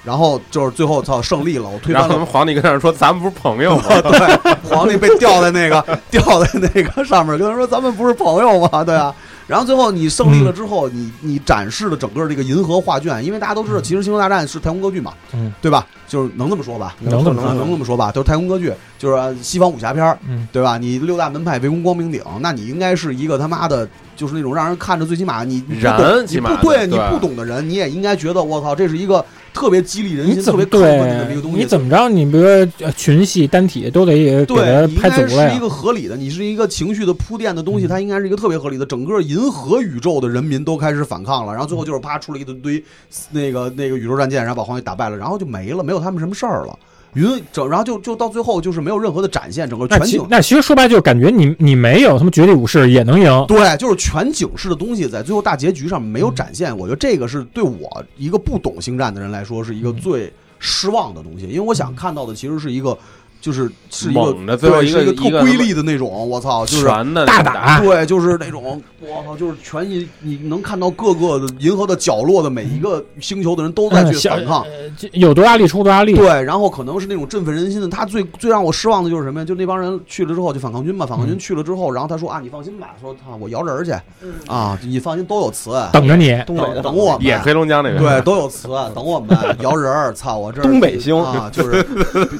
E: 然后就是最后操胜利了，我推
A: 然
E: 翻
A: 后他们
E: 了。
A: 皇帝跟那儿说：“咱们不是朋友吗？
E: 对， 皇帝被吊在那个吊在那个上面，跟他说咱们不是朋友吗？对啊。然后最后你胜
B: 嗯
E: 利了之后，你你展示了整个这个银河画卷，因为大家都知道，其实《星球大战》是太空歌剧嘛，
B: 嗯，
E: 对吧？就是能这么说吧，啊
B: 能这么
E: 能
B: 说
E: 能这么说吧，就是太空歌剧，就是呃西方武侠片儿，
B: 嗯
E: 对吧？你六大门派围攻光明顶，那你应该是一个他妈的，就是那种让人看着最起码你你不
A: 燃
E: 懂你
A: 起码
E: 不
A: 的对
E: 对你不懂的人，你也应该觉得我靠，这是一个特别激励人
B: 你
E: 心、
B: 怎
E: 特
B: 么
E: 别亢奋的这么一
B: 对
E: 个东？西。
B: 你怎么着？你比如说呃群戏、单体都得给
E: 对，你
B: 它
E: 应
B: 拍足
E: 该
B: 了
E: 是一
B: 呀。
E: 个合理的，你是一个情绪的铺垫的东西，
B: 嗯
E: 它应该是一个特别合理的。整个银河宇宙的人民都开始反抗了，然后最后就是啪出了一堆堆那个那个宇宙战舰，然后把皇帝打败了，然后就没了，没有他们什么事儿了。云整，然后就就到最后就是没有任何的展现，整个
B: 那
E: 全
B: 其
E: 景
B: 那其实说白了就是感觉你你没有他妈绝地武士也能赢，
E: 对，就是全景式的东西在最后大结局上没有展现，我觉得这个是对我一个不懂星战的人来说是一个最失望的东西，因为我想看到的其实是一个就是是一个
A: 猛的最后
E: 对
A: 一
E: 是
A: 个
E: 一个特
A: 一个
E: 瑰丽的那种，我操，就是
A: 全的
B: 大打
E: 对，就是那种我操，就是全你你能看到各个的银河的角落的每一个星球的人都在
B: 嗯
E: 去
B: 小
E: 反抗。
B: 这有多大力出多大力。
E: 对，然后可能是那种振奋人心的。他最最让我失望的就是什么呀？就那帮人去了之后，就反抗军嘛，反抗军去了之后，然后他说啊，你放心吧，说操，我摇人儿去啊，你放心，都有词，
B: 等着你，
E: 等等我
A: 也
E: 们。
A: 黑龙江那边。啊
E: 对，都有词，等我们摇人儿，操我这
D: 东北星
E: 啊，就是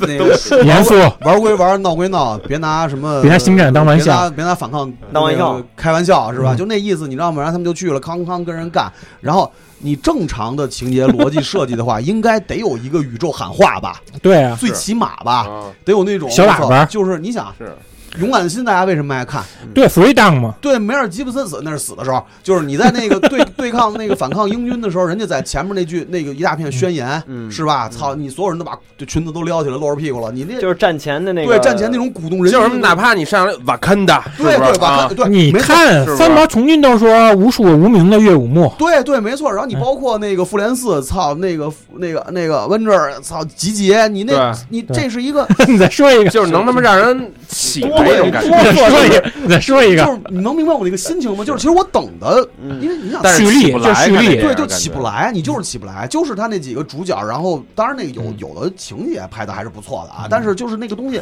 E: 那个
B: 严肃，
E: 玩归玩，闹归闹，别拿什么
B: 别拿星战当玩笑
E: 别拿别拿反抗
D: 当玩笑，
E: 开玩笑是吧？
B: 嗯
E: 就那意思，你知道吗？然后他们就去了，康康跟人干。然后你正常的情节逻辑设计的话，应该得有一个宇宙喊话吧，
B: 对啊，
E: 最起码吧，
A: 啊，
E: 得有那种
B: 小喇叭
E: 就是你想
A: 是
E: 勇敢的心，大家为什么爱看？
B: 对 free down 嘛，
E: 对，梅尔吉布森死那是死的时候，就是你在 那个对对抗那个反抗英军的时候，人家在前面那句那个一大片宣言，
D: 嗯
E: 是吧？操，你所有人都把裙子都撩起来，露着屁股了，你那
D: 就是战前的那个
E: 对战前那种鼓动人
A: 就
E: 心
A: 是
E: 的
A: 什么，哪怕你上来瓦坎达，是不
E: 对
A: 是
E: 对吧？
A: 啊
E: 看？对，
B: 你
E: 没错
B: 看
A: 是不是
B: 三毛从军都说无数无名的乐舞幕，
E: 对对，没错。然后
B: 嗯
E: 你包括那个复联四，操，那个那个那个温这儿，操，集结，你那
A: 对
E: 你
B: 对
E: 这是一个，
B: 你再说一个，
A: 就是能他妈让人起来那种感觉。
B: 再说一个，再说一
E: 就
B: 个，
E: 是你能明白我那个心情吗？就是其实我等的，因为你想。
A: 嗯但是
B: 蓄力
A: 起不来看
B: 就蓄力
A: 这电影
E: 对，就
A: 感觉嗯
E: 起不来，你就是起不来，就是他那几个主角，然后当然那个有有的情节拍的还是不错的
A: 嗯
E: 啊，但是就是那个 东西，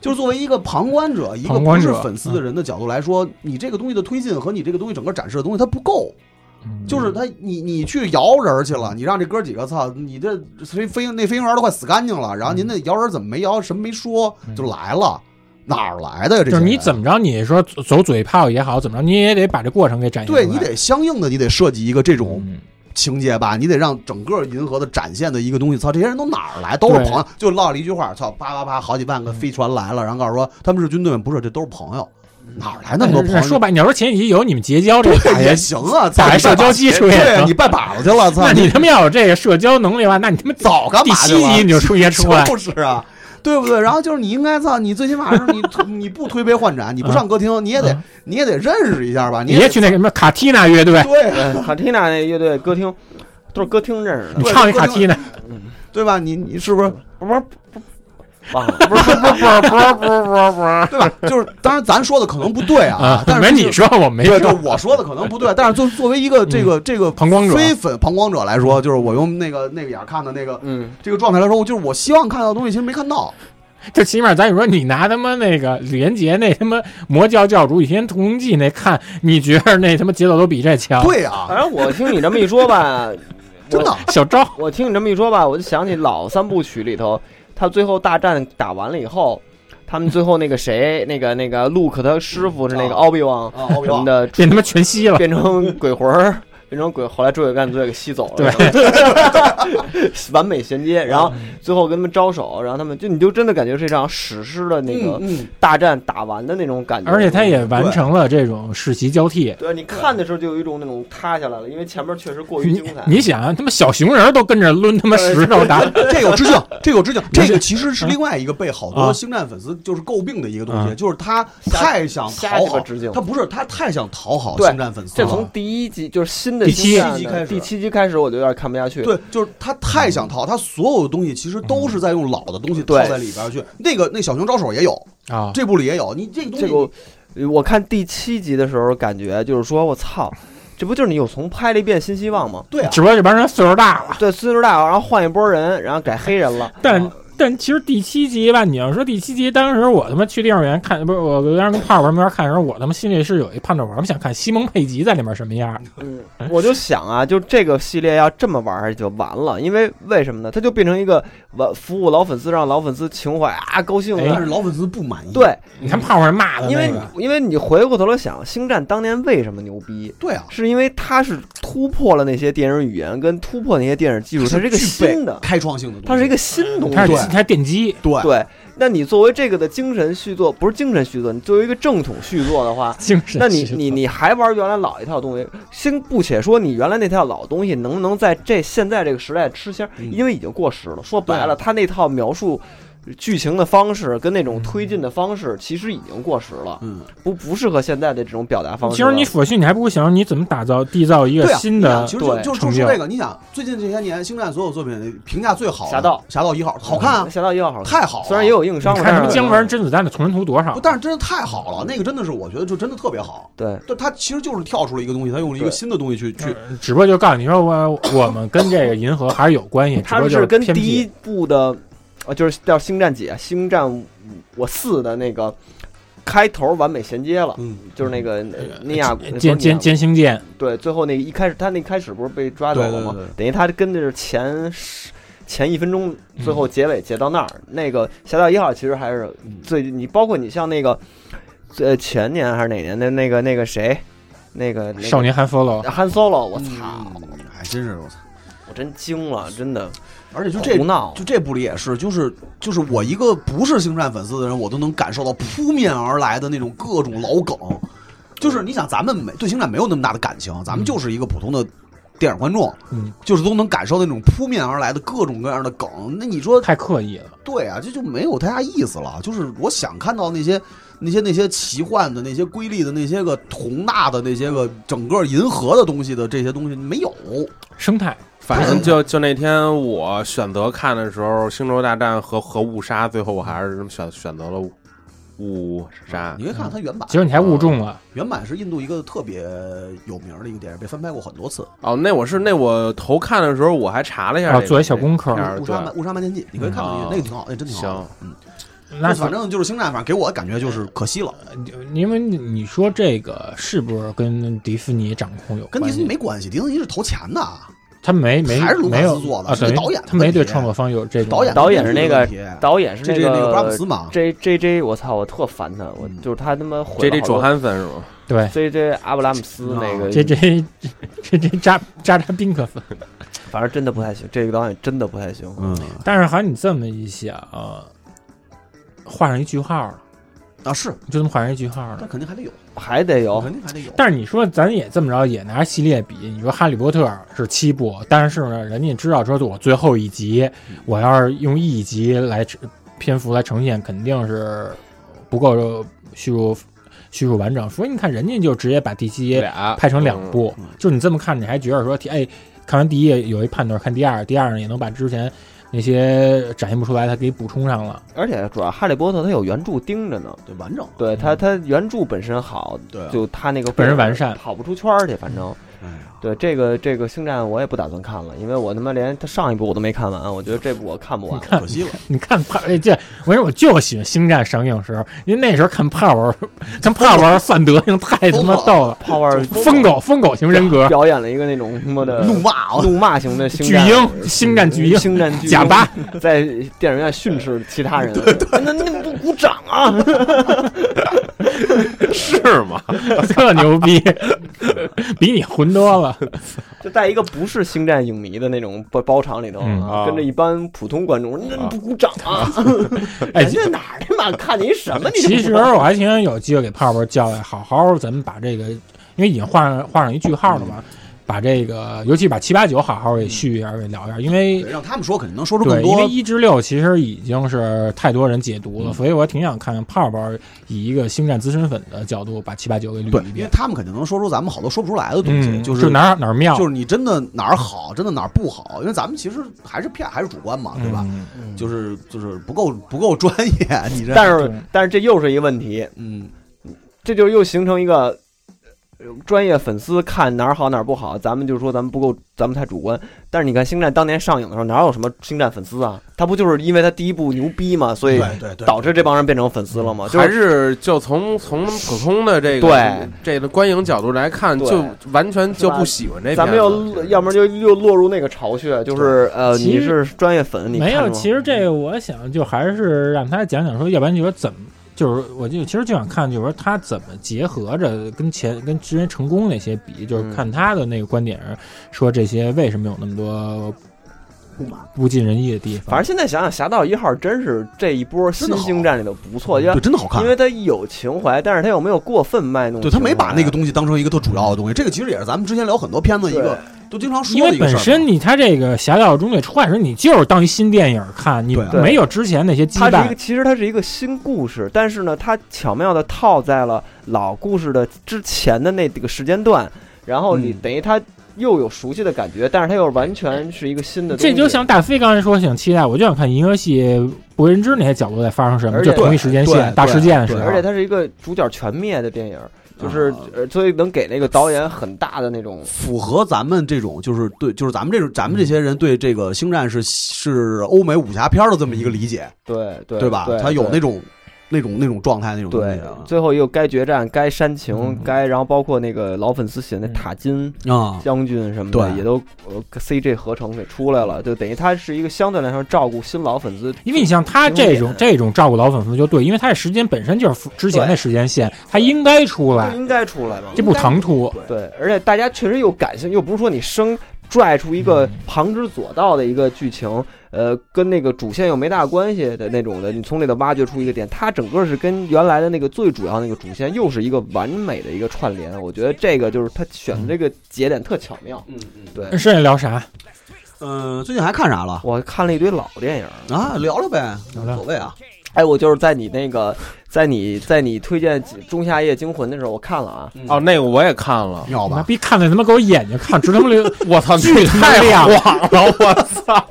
E: 就是作为一个旁观者，一个
B: 旁
E: 不
B: 观
E: 是
B: 者嗯
E: 粉丝的人的角度来说，你这个东西的推进和你这个东西整个展示的东西它不够，
B: 嗯
E: 就是他，你你去摇人儿去了，你让这哥几个操，你这飞飞那飞行员都快死干净了，然后
B: 嗯
E: 您那摇人怎么没摇，什么没说就来了，哪儿来的呀？这
B: 就是你
E: 么
B: 怎么着，你说走走嘴炮也好，怎么着，你也得把这过程给展现出来。
E: 对你得相应的，你得设计一个这种
B: 嗯
E: 情节吧，你得让整个银河的展现的一个东西，操，这些人都哪儿来？都是
B: 对嗯
E: 朋友，就唠了一句话，操，啪啪啪，好几万个飞船来了，然后告诉说他们是军队吗，不是，这都是朋友，哪儿来那么多朋
B: 嗯
E: 友？
B: 哎说白，你要说前几集有你们结交这个打
E: 对
B: 野
E: 也行啊，操
B: 打野
E: 你拜
B: 社交
E: 把
B: 基础也
E: 对
B: 行
E: 你拜把子去了，操，
B: 啊那你他妈要有这个社交能力的话，那你他妈
E: 早干嘛
B: 第
E: 去
B: 七
E: 了
B: 集你就出也出来，
E: 就是啊，对不对？然后就是你应该操，你最起 码是你你不推杯换盏，你不上歌厅，你也得
B: 嗯
E: 你也得认识一下吧，
B: 你
E: 也
B: 也
E: 得
B: 去那个什么卡蒂娜乐队，
E: 对啊
D: 卡蒂娜呃那乐队歌厅，都是歌厅认识的
B: 你
E: 对
B: 唱一卡蒂娜，
E: 对吧？你你是不是
D: 忘 了。
A: 不是不是不是不是不是不是不是，
E: 对吧？就是当然咱说的可能不对啊
B: 啊，，
E: 但
B: 没
E: 是
B: 你
E: 就是。
B: 说我没
E: 对，
B: 说嗯
E: 就，我说的可能不对，但是作作为一个这个这个
B: 旁观者
E: 非粉旁观者来说，就是我用那个那个眼儿看的那个
D: 嗯，
E: 这个状态来说，就是我希望看到的东西，其实没看到。
B: 就起码咱有时候你拿他妈那个李连杰那他妈魔教教主《倚天屠龙记》那看，你觉得那他妈节奏都比这强？，
E: 对啊，
D: 反正我听你这么一说吧，
E: 真的，
B: 小昭
D: 我听你这么一说吧，我就想起老三部曲里头，他最后大战打完了以后，他们最后那个谁，那个那个 Luke 他师傅是那个奥比王
E: 啊奥比
D: 什
E: 旺
D: 么的，
B: 变他妈全息了，
D: 变成鬼魂儿，变成鬼，后来诸葛干最后给吸走了，
B: 对，
D: 完美衔接。然后最后跟他们招手，然后他们就你就真的感觉是一场史诗的那个
E: 嗯，
D: 大战打完的那种感觉，嗯
B: 而且他也完成了这种世袭交替。
D: 对，啊你看的时候就有一种那种塌下来了，因为前面确实过于
B: 你
D: 精彩。
B: 你想，啊他妈小熊人都跟着抡他妈石头打，
E: 这有致 敬，这有致敬，
B: 是
E: 这个其实是另外一个被好多
B: 嗯啊
E: 星战粉丝就是诟病的一个东西，
B: 啊
E: 就是他太想
D: 瞎
E: 讨
D: 鸡巴
E: 好
D: 致敬，
E: 他不是他太想讨好
D: 对
E: 星战粉丝
D: 这
E: 了，
D: 从第一集就是新的
B: 啊第七
D: 星战的
E: 第七集开始
D: 第七集开始我就有点看不下去。，
E: 对，就是他太想讨，他所有的东西其实都
B: 嗯
E: 是在用老的东西套
D: 对
E: 在里边去。那个那小熊招手也有，
B: 啊，
E: 这部里也有，你这个东西
D: 这个我呃我看第七集的时候感觉就是说我操，这不就是你又重拍了一遍《新希望》吗？
E: 对啊，
B: 只不过这帮人岁数大了。
D: 对，岁数大，然后换一波人，然后改黑人了。
B: 但但其实第七集吧，你要说第七集，当时我他妈去电影院看，不是我当时跟胖儿我们那边看的时候，我他妈心里是有一盼头，我他妈想看西蒙佩吉在里面什么样。
D: 嗯，我就想啊，就这个系列要这么玩儿就完了，因为为什么呢？它就变成一个完服务老粉丝，让老粉丝情怀啊高兴
E: 但
D: 的。
E: 是老粉丝不满意。
D: 对，
B: 你看胖儿骂的
D: 因为
B: 那
D: 你
B: 个，
D: 因为你回过头来想，《星战》当年为什么牛逼？
E: 对啊，
D: 是因为它是突破了那些电影语言，跟突破那些电影技术，它是一个
E: 具备
D: 新的，
E: 开创性的东西，
D: 它是一个新东西。
B: 他是
E: 对
B: 他是电击，
E: 对
D: 对，那你作为这个的精神续作，不是精神续作，你作为一个正统续作的话，
B: 精 神
D: 那你
B: 疾病
D: 你你还玩原来老一套东西？先不且说你原来那套老东西能不能在这现在这个时代吃香，
E: 嗯
D: 因为已经过时了。说白了，他那套描述剧情的方式跟那
B: 嗯
D: 种推进的方式，其实已经过时了，
E: 嗯，
D: 不不适合现在的这种表达方式
B: 其
D: 了。
B: 实你索性你还不如想你怎么打造缔造一个
E: 对啊，
B: 新
E: 你想
B: 的
E: 其实就
D: 对
E: 就是就
B: 成
E: 是
B: 就
E: 这个，你想最近这些年星战所有作品评价最好的，
D: 侠盗
E: 侠盗一号好看啊，
D: 侠嗯盗一号好看，
E: 太好了，
D: 虽然也有硬伤
B: 你
D: 吧，
B: 看什
D: 但
B: 么
D: 是
B: 姜文、甄子丹的《同人图》多少
E: 不，？但是真的太好了，那个真的是我觉得就真的特别好。
D: 对。
E: 对，他其实就是跳出了一个东西，他用了一个
D: 对嗯
E: 新的东西去去，
B: 只不过就告诉你说我我们跟这个银河还是有关系，只不
D: 它
B: 过就是
D: 跟
B: 偏
D: 第一
B: 僻。
D: 部的，呃，就是叫《星战几》《星战五我四》的那个开头完美衔接了，
E: 嗯，
D: 就是那个呃尼亚
B: 歼歼
D: 坚坚
B: 歼星舰，
D: 对，最后那个一开始他那开始不是被抓走
E: 对
D: 了
E: 对
D: 吗？
E: 对，对
D: 等于他跟着是前十前一分钟，最后结尾结到那儿。那个《侠盗一号》其实还是最你包括你像那个，呃，前年还是哪年的那个那个谁，那个那个
B: 少年汉 solo，
D: Han Solo，我
E: 嗯
D: 操，
E: 还真是我操！
D: 我真惊了，真的
E: 而且就这
D: 胡闹。啊
E: 就这部里也是，就是就是我一个不是星战粉丝的人，我都能感受到扑面而来的那种各种老梗。就是你想，咱们没对星战没有那么大的感情，咱们
D: 嗯
E: 就是一个普通的电影观众，
B: 嗯，
E: 就是都能感受那种扑面而来的各种各样的梗。那你说
B: 太刻意了。
E: 对啊，这就没有太大意思了。就是我想看到那些那些那些奇幻的、那些瑰丽的、那些个宏大的、那些个整个银河的东西的这些东西没有。
D: 嗯
B: 生态
A: 反正就就那天我选择看的时候，《星球大战和》和误杀，最后我还是选选择了误误杀
E: 你。可以看看它原版
B: 结，果你还误中了，
E: 原版是印度一个特别有名的一个电影，被翻拍过很多次。
A: 哦，那我是那我头看的时候，我还查了一下、
B: 啊，做一小功课
A: 片。儿
E: 误杀误杀瞒天记，你可以看看
A: 嗯
E: 那个，那个挺好，那个真挺好
A: 行。
E: 嗯，
B: 那
E: 反正就是星战，反正给我的感觉就是可惜了，
D: 嗯
B: 因为你你说这个是不是跟迪士尼掌控有
E: 跟
B: 关
E: 迪
B: 系？
E: 士尼没关系，迪士尼是投钱的，
B: 他没没
E: 还是卢卡
B: 没
E: 斯
B: 有
E: 做的
B: 啊，
E: 是
B: 等于
E: 导演的
B: 他没
E: 问题
B: 对创作方有这种
E: 导演
D: 嗯导演是那个
E: 编剧的问题
D: 导演是
E: 这
D: 那
E: 这那
D: 个
E: 布拉姆斯嘛，
D: J J J，我操，我特烦他，我
E: 嗯
D: 就是他他妈毁
A: 这这
D: 了好
A: 卓
D: 多
A: 汉芬是吗？
B: 对
D: J J 阿布拉姆斯那
E: 哦
D: 个，
B: 这这这这扎扎扎宾克斯。
D: 反正真的不太行，这个导演真的不太行。
E: 嗯
B: 但是好像你这么一想，画上一句号了，
E: 啊是，
B: 你就这么画上一句号了
E: 但。肯定还得有，
D: 还得有
E: 肯定还得有。
B: 但是你说咱也这么着，也拿系列比，你说《哈利波特》是七部，但是呢，人家知道说我最后一集，
E: 嗯
B: 我要是用一集来呈篇幅来呈现，肯定是不够叙述叙述完整。所以你看，人家就直接把第七集
A: 俩
B: 拍成两部，
E: 啊嗯嗯
B: 就是你这么看，你还觉得说，哎，看完第一有一判断，看第二，第二呢也能把之前那些展现不出来，他给补充上了。
D: 而且主要《哈利波特》它有原著盯着呢，嗯
E: 对完整，
D: 对它它原著本身好，
E: 对啊
D: 就它那个
B: 本身完善
D: 跑不出圈儿去，反正
E: 哎呀，
D: 对这个这个星战我也不打算看了，因为我他妈连它上一部我都没看完，我觉得这部我看不完。
E: 可惜了。
B: 你看帕，哎这我说我就喜欢《星战》上映时候，因为那时候看帕文，看帕文范德行太他妈逗了，
D: 泡泡
B: 疯狗疯狗型人格，
D: 表演了一个那种他妈的
E: 怒骂啊！
D: 怒骂型的星
B: 巨
D: 战
B: 婴，星战巨婴，
D: 星战巨婴
B: 贾巴，
D: 在电影院训斥其他人，那那不鼓掌啊！
A: 是吗？
B: 特牛 逼，比你混多 了。
D: 就在一个不是星战影迷的那种包包场里头
B: 嗯
D: 啊，跟着一般普通观众，那不鼓掌啊？
B: 哎
D: 人家哪儿他妈看你什么？你
B: 其实我还挺想有机会给泡泡叫来，好好咱们把这个，因为已经画上画上一句号了嘛，把这个，尤其把七八九好好给续一下，给聊一下，因为
E: 对让他们说，肯定能说出更
B: 对，因
E: 多嗯
B: 为一至六其实已经是太多人解读了，所以我挺想看看泡泡以一个星战资深粉的角度把七八九给
E: 对
B: 捋一，
E: 因为
B: 遍。
E: 他们肯定能说出咱们好多说不出来的东西，
B: 嗯，
E: 就是
B: 就哪儿哪儿妙，
E: 就是你真的哪儿好，真的哪儿不好，因为咱们其实还是偏还是主观嘛，对吧？
B: 嗯
E: 就是就是不够不够专业， 你这
D: 但
B: 对
D: 是但是这又是一个问题，
E: 嗯，
D: 这就又形成一个呃专业粉丝看哪儿好哪儿不好，咱们就说咱们不够，咱们太主观。但是你看《星战》当年上映的时候，哪有什么星战粉丝啊？他不就是因为他第一部牛逼嘛，所以
E: 对对对，
D: 导致这帮人变成粉丝了
H: 嗯
D: 吗？就
A: 还
D: 是
A: 是就从从普通的这个
D: 对
A: 这个观影角度来看，
D: 对
A: 就完全就是
D: 吧
A: 不喜欢这片子。
D: 咱们又要不然就又落入那个巢穴，就是呃，
B: 其
D: 你
B: 实
D: 是专业粉，你
B: 没有，
D: 看
B: 其实这个我想就还是让他讲讲说，要不然就说怎么，就是我就其实就想看，就是说他怎么结合着跟前跟之前成功那些比，就是
D: 嗯
B: 看他的那个观点，说这些为什么有那么多不尽人意的地方。
D: 反正现在想想，《侠盗一号》真是这一波
E: 真的
D: 新
E: 好
D: 星战里的不错，因为
E: 对，真的好看
D: 因。为他有情怀，但是他又没有过分卖弄情怀。
E: 对他没把那个东西当成一个特主要的东西，这个其实也是咱们之前聊很多片子一个都经常说
B: 因
E: 的
B: 为
E: 一个
B: 本
E: 事儿。
B: 身你他这个《侠盗中队》出来的时候，你就是当一新电影看，你
E: 对啊
B: 没有之前那些羁
D: 它是一个，
B: 绊。
D: 其实它是一个新故事，但是呢，它巧妙的套在了老故事的之前的那个时间段，然后你
E: 嗯
D: 等于它又有熟悉的感觉，但是它又完全是一个新的东西。
B: 这就像大飞刚才说，想期待，我就想看银河系不为人知那些角度在发生什么，
D: 而
B: 就
D: 且
B: 同一时间
E: 对
B: 线、
E: 对
B: 大事件的时
E: 对
B: 候
D: 而且。它是一个主角全灭的电影，就是
E: 啊
D: 呃所以能给那个导演很大的那种
E: 符合咱们这种，就是对，就是咱们这种，咱们这些人对这个星战是是欧美武侠片儿的这么一个理解，
D: 对对
E: 对吧？他有那种那种那种状态那种东
D: 对
E: 西啊
D: 最后又该决战，该煽情
B: 嗯，
D: 该然后包括那个老粉丝写的
B: 嗯
D: 塔金。
E: 啊，
D: 将军什么的
E: 对
D: 也都呃 CG 合成给出来了，就等于它是一个相对来说照顾新老粉丝，
B: 因为你像他这种
D: 经典
B: 这种照顾老粉丝就对，因为他的时间本身就是符之前的时间线，他应该出
D: 就
B: 来，
D: 应该出来嘛。
B: 这不唐突。
D: 对，而且大家确实有感性，又不是说你生拽出一个旁枝左道的一个剧情，呃，跟那个主线又没大关系的那种的，你从里头挖掘出一个点，它整个是跟原来的那个最主要那个主线又是一个完美的一个串联。我觉得这个就是他选的这个节点特巧妙。
E: 嗯嗯，
D: 对，
B: 剩下聊啥？
E: 嗯，最近还看啥了
D: 我看了一堆老电影，
E: 啊？聊聊呗，
B: 聊
E: 无
B: 聊
E: 所谓啊。
D: 哎，我就是在你那个，在你在你推荐《仲夏夜惊魂》的时候，我看了啊，
A: 哦，那个我也看了，
E: 妙
B: 妈
E: 吧？
B: 逼看的他妈给我眼睛看直他妈流，
A: 我操，
B: 巨
A: 那
B: 他妈
A: 太
B: 亮
A: 晃了，我操！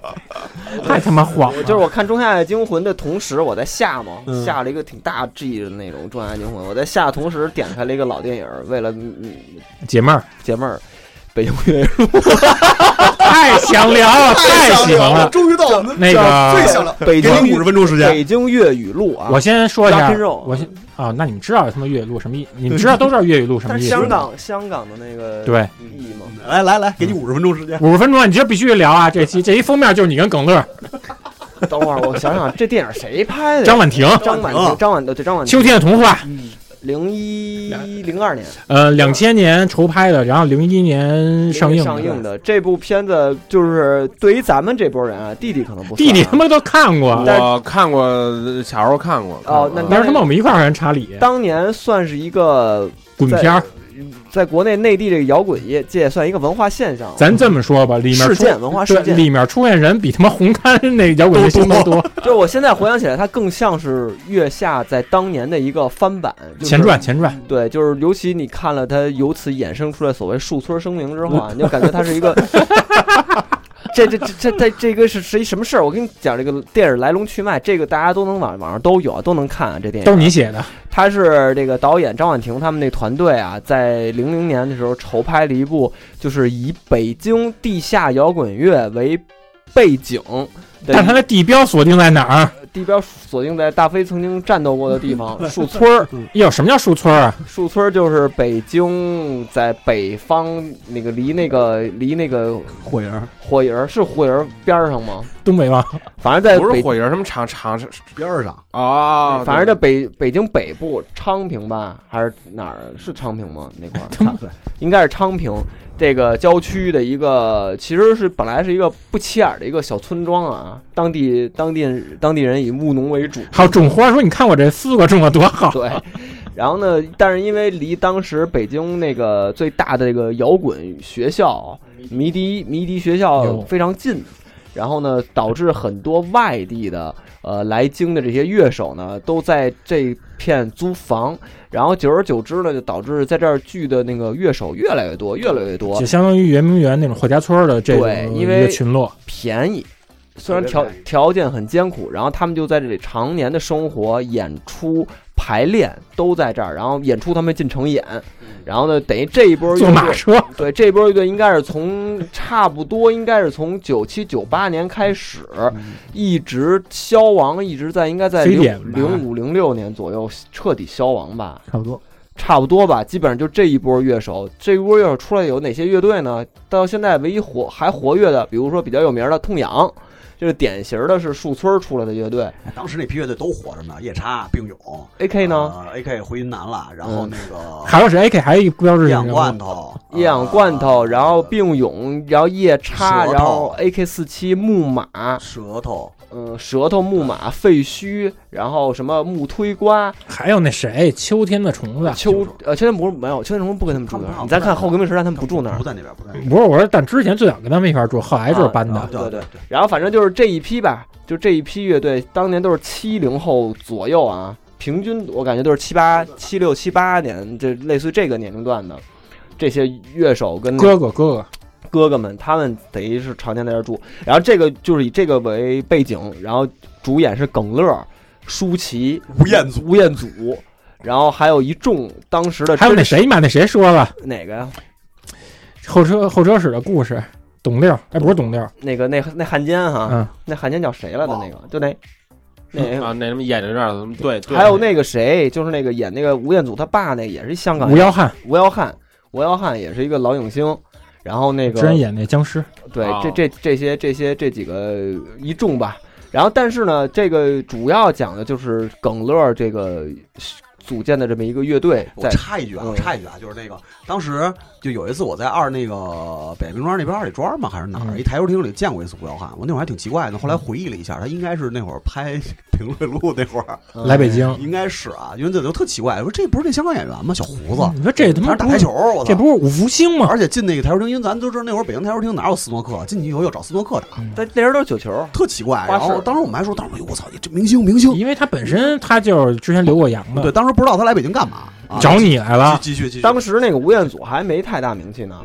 B: 太他妈晃了。
D: 就是我看《仲夏夜惊魂》的同时，我在下嘛，
E: 嗯
D: 下了一个挺大 G 的那种《仲夏夜惊魂》，我在下的同时点开了一个老电影，为了嗯嗯
B: 姐妹儿，
D: 解闷儿，《北京无人
B: 太想聊了，太喜欢了。
E: 终于到我们
B: 那个
E: 最想聊，
D: 北
E: 给
D: 京
E: 你五十分钟时间。
D: 北京粤语录》啊，
B: 我先说一
D: 拉
B: 下
D: 筋，肉
B: 我先啊，那你们知道他妈粤语录什么意？你们知道都知道粤语录什么
D: 但
B: 意
D: 是
B: 思？
D: 香港香港的那个
B: 对
D: 意义嘛，
E: 来来来，给你五十分钟时间。
B: 五十分钟，你这必须聊啊！这期这一封面就是你跟耿乐、
D: 等会儿我想想，这电影谁拍的呀？
B: 张婉婷、
D: 张婉婷，张婉对张婉
B: 秋
D: 婷，
B: 天的童话，
D: 嗯零一零二年。
B: 呃，两千年筹拍的，然后零一年上映
D: 上映的这部片子，就是对于咱们这波人啊，弟弟可能不算啊
B: 弟弟他妈都看过，
D: 但是
A: 我看过，小时候看过。
D: 哦
A: 看过
D: 那
A: 嗯
B: 但是他妈我们一块儿看查理
D: 当年算是一个
B: 滚片儿。
D: 在国内内地这个摇滚业界算一个文化现象。啊
B: 咱这么说吧，里面出
D: 事件文化事
B: 对
D: 件，
B: 里面出现人比他妈红勘那摇滚明星都多，
D: 就是我现在回想起来，它更像是月下在当年的一个翻版、就是
B: 前传。前传，
D: 对，就是尤其你看了它由此衍生出来所谓树村声明之 后啊，你就感觉它是一个。 这这这这这这个是谁什么事儿？我跟你讲，这个电影来龙去脉，这个大家都能网网上都有啊，都能看啊。这电影
B: 都是你写的，
D: 他是这个导演张婉婷他们那团队啊，在零零年的时候筹拍了一部，就是以北京地下摇滚乐为背景
B: 但他
D: 的
B: 的地标锁定在哪儿？
D: 地标，锁定在大飞曾经战斗过的地方 树村儿。
B: 哟，哎什么叫树村儿啊？
D: 树村儿就是北京在北方那个离那个离那个
E: 火影
D: 火营儿是火营儿边儿上吗？
B: 东北吗？
D: 反正在
A: 不是
D: 北，
A: 火影，什么长长是
E: 边儿上，
A: 哦，
D: 反正在北北京北部昌平吧，还是哪儿是昌平吗？那块儿。应该是昌平这个郊区的一个，其实是本来是一个不起眼的一个小村庄啊，当地当地当地人以务农为主，
B: 还有种花，说你看我这丝瓜种的多好，
D: 对。然后呢，但是因为离当时北京那个最大的这个摇滚学校迷笛迷笛学校
B: 有
D: 非常近，然后呢，导致很多外地的呃来京的这些乐手呢，都在这片租房，然后久而久之呢，就导致在这儿聚的那个乐手越来越多，越来越多
B: 就，相当于圆明园那种霍家村儿的这种
D: 对
B: 一
D: 因为
B: 个群落，
D: 便宜，虽然条条件很艰苦，然后他们就在这里常年的生活、演出、排练都在这儿，然后演出他们进城演，然后呢，等于这一波乐
B: 坐马
D: 队，
B: 车，
D: 对这波乐队应该是从差不多应该是从九七九八年开始，一直消亡，一直在应该在
B: 非
D: 零
B: 典吧
D: 零五零六年左右彻底消亡吧，
B: 差不多。
D: 差不多吧，基本上就这一波乐手，这一波乐手出来有哪些乐队呢？到现在唯一活还活跃的，比如说比较有名的痛痒，就是典型的是树村出来的乐队。
E: 哎当时那批乐队都活着呢，夜叉、并勇
D: A K 呢？嗯
E: 呃？AK 回云南了，然后那 个
B: 还有是 AK，还有一个标志
E: 一
B: 性
E: 氧
B: 人
E: 罐
B: 物，
E: 头，
D: 一氧罐头，
E: 呃
D: 然后并勇，然后夜叉，
E: 舌头
D: 然后 A K 四七木马，
E: 舌头，
D: 嗯，舌头木
E: 啊
D: 马废墟，然后什么木推瓜，
B: 还有那谁，秋天的虫子。
D: 秋呃秋天不是没有秋天什么不跟他们住那
E: 他们
D: 儿，
E: 不
D: 你再看后革命时代他们嗯不住那儿
E: 不，在那边，不在那边。
B: 不是我说，但之前最早跟他们一块儿住，后来就是搬
E: 啊
B: 的。
E: 对
D: 嗯对
E: 对，
D: 然后反正就是这一批吧，就这一批乐队，当年都是七零后左右啊，平均我感觉都是七八、七六、七八年，这类似于这个年龄段的这些乐手跟
B: 哥哥哥哥，
D: 哥哥们，他们等于是常年在这儿住。然后这个就是以这个为背景，然后主演是耿乐、舒淇、
E: 吴彦祖，
D: 吴彦祖，然后还有一众当时的
B: 还有那
D: 真实
B: 谁嘛，那谁说了
D: 哪个呀？
B: 后车后车室的故事，董六，哎，不是董六，
D: 那个那那汉奸哈，
B: 嗯
D: 那汉奸叫谁来的？那个就那那
A: 啊，那什么眼睛这儿怎么对？对
D: 还有那个谁，就是那个演那个吴彦祖他爸，那也是一香港
B: 吴
D: 人
B: 耀汉，
D: 吴耀汉，吴耀汉也是一个老影星。然后那
B: 之前
D: 个
B: 演那僵尸，
D: 对
A: 哦
D: 这这这些这些这几个一众吧。然后但是呢，这个主要讲的就是耿乐这个组建的这么一个乐队，
E: 我
D: 在
E: 插一句啊，
D: 嗯
E: 我插一句啊，就是那个当时就有一次我在二那个北冰庄那边二里庄嘛，还是哪儿
B: 嗯
E: 一台球厅里见过一次吴耀汉，我那会儿还挺奇怪的，后来回忆了一下，他应该是那会儿拍评论录 那会儿，
D: 嗯
B: 来北京。
E: 应该是啊，因为这都特奇怪，说这不是那香港演员吗？小胡子，
B: 你说嗯这他
E: 还
B: 妈
E: 是打
B: 不
E: 台
B: 是
E: 球，我操
B: 这。不是五福星吗？
E: 而且进那个台球厅，因为咱都知道那会儿北京台球厅哪有斯诺克，啊进去以后要找斯诺克打，
B: 嗯
D: 但那人都是九球，
E: 特奇怪。然
D: 花式
E: 后当时我们还说，当时哎呦我操，这明星明星，
B: 因为他本身他就是之前留过洋
E: 对，
B: 的，
E: 当时不知道他来北京干嘛，啊
B: 嗯找你来了。
E: 继继续继续。
D: 当时那个吴彦祖还没太大名气呢，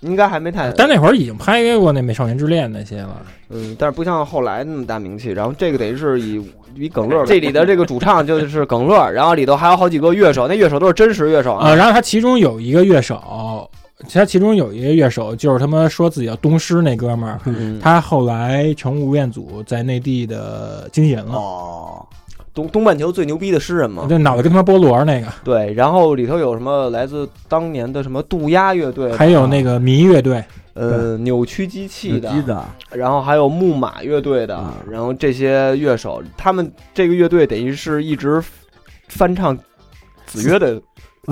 D: 应该还没太。
B: 但那会儿已经拍过那《美少年之恋》那些了，
D: 嗯，但是不像后来那么大名气。然后这个等于是以以耿乐为，这里的这个主唱就是耿乐，然后里头还有好几个乐手，那乐手都是真实乐手啊。
B: 呃，然后他其中有一个乐手，他其中有一个乐手就是他妈说自己叫东施那哥们儿，
D: 嗯，
B: 他后来成吴彦祖在内地的经纪人了，
E: 哦，
D: 东东半球最牛逼的诗人嘛，
B: 这脑袋跟他妈菠萝那个，
D: 对。然后里头有什么来自当年的什么渡鸦乐队，
B: 还有那个迷乐队，
D: 呃扭曲机器的，
E: 的，
D: 然后还有木马乐队的，
E: 嗯
D: 然后这些乐手，他们这个乐队等于是一直翻唱子曰的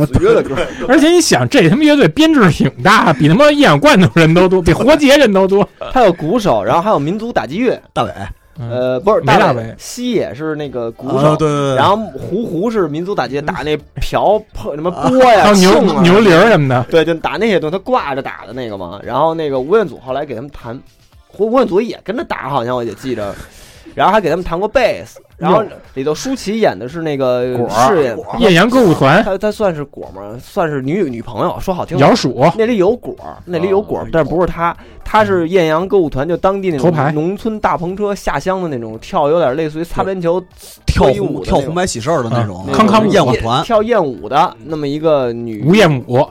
E: 子曰的歌，
D: 哦
B: 而且你想，这他妈乐队编制挺大，比他妈一氧罐头人都多，比活结人都多。
D: 他有鼓手，然后还有民族打击乐，
E: 大伟，
B: 嗯，
D: 呃，不是
B: 没大哦
D: 伟
B: 伟，
D: 西野是那个鼓
E: 啊
D: 手，
E: 对对对，
D: 然后胡胡是民族打击打那瓢碰什么钵呀、
B: 还有牛
D: 磬啊
B: 牛铃儿什么的，
D: 对，就打那些东西，他挂着打的那个嘛。然后那个吴彦祖后来给他们弹，胡吴彦祖也跟着打，好像我也记 着，然后还给他们弹过贝斯。然后里头舒淇演的是那个
A: 果儿
D: 饰演，
B: 艳阳歌舞团、
D: 她她算是果吗？算是女女朋友，说好听。
B: 摇鼠，
D: 那里有果，那里有
B: 哦
D: 果，但不是她，她是艳阳歌舞团，就当地那
B: 嗯头牌
D: 种农村大篷车下乡的那种跳，有点类似于擦边球
E: 跳
D: 脱衣
E: 舞
D: 舞的
E: 跳
D: 那
E: 红白喜事儿的那种
D: 那
B: 康康舞
E: 艳啊舞团，
D: 跳艳舞的
B: 嗯
D: 那么一个女
B: 吴彦武、
D: 呃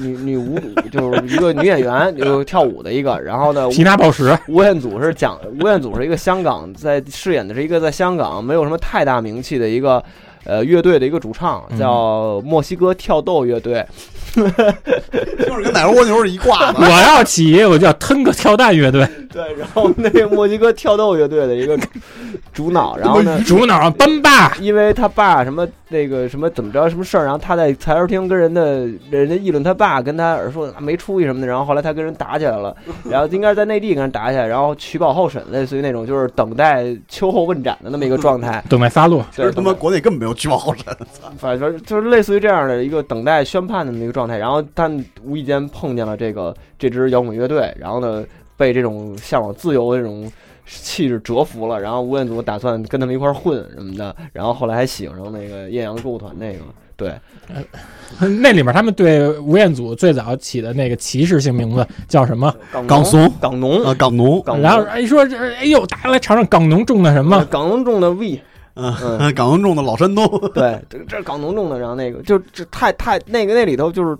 D: 女女舞就是一个女演员，就是跳舞的一个。然后呢，
B: 皮纳暴石，
D: 吴彦祖是讲吴彦祖是一个香港在饰演的是一个在香港没有什么太大名气的一个呃乐队的一个主唱，
B: 嗯
D: 叫墨西哥跳豆乐队。
E: 就是跟奶油蜗牛是一挂的。
B: 我要起，我叫腾格跳蛋乐队，
D: 对，然后那个墨西哥跳豆乐队的一个主脑，然后呢。
B: 主脑班霸，
D: 因为他爸什么那个什么怎么着什么事儿，然后他在台球厅跟人的人家议论他爸，跟他儿说没出息什么的，然后后来他跟人打起来 了，然后应该是在内地跟人打起来，然后取保候审，类似于那种就是等待秋后问斩的那么一个状态。
B: 等待撒落，
E: 其实他妈国内根本没有聚宝好神，
D: 反正就是类似于这样的一个等待宣判的那么一个状态，然后他们无意间碰见了这个这支摇滚乐队，然后呢被这种向往自由的这种气质折服了，然后吴彦祖打算跟他们一块儿混什么的，然后后来还喜欢上那个艳阳歌舞团那个，对，
B: 那里面他们对吴彦祖最早起的那个歧视性名字叫什么？
D: 港
E: 港
D: 农
E: 怂
D: 港农
E: 啊，港农
D: 嗯港农
B: 然后哎说这哎呦，大家来尝尝港农种的什么？
D: 港农中的 V，
E: 嗯， 港文中的老 山东，
D: 嗯对，这这港农种的，然后那个就这太太那个那里头就是，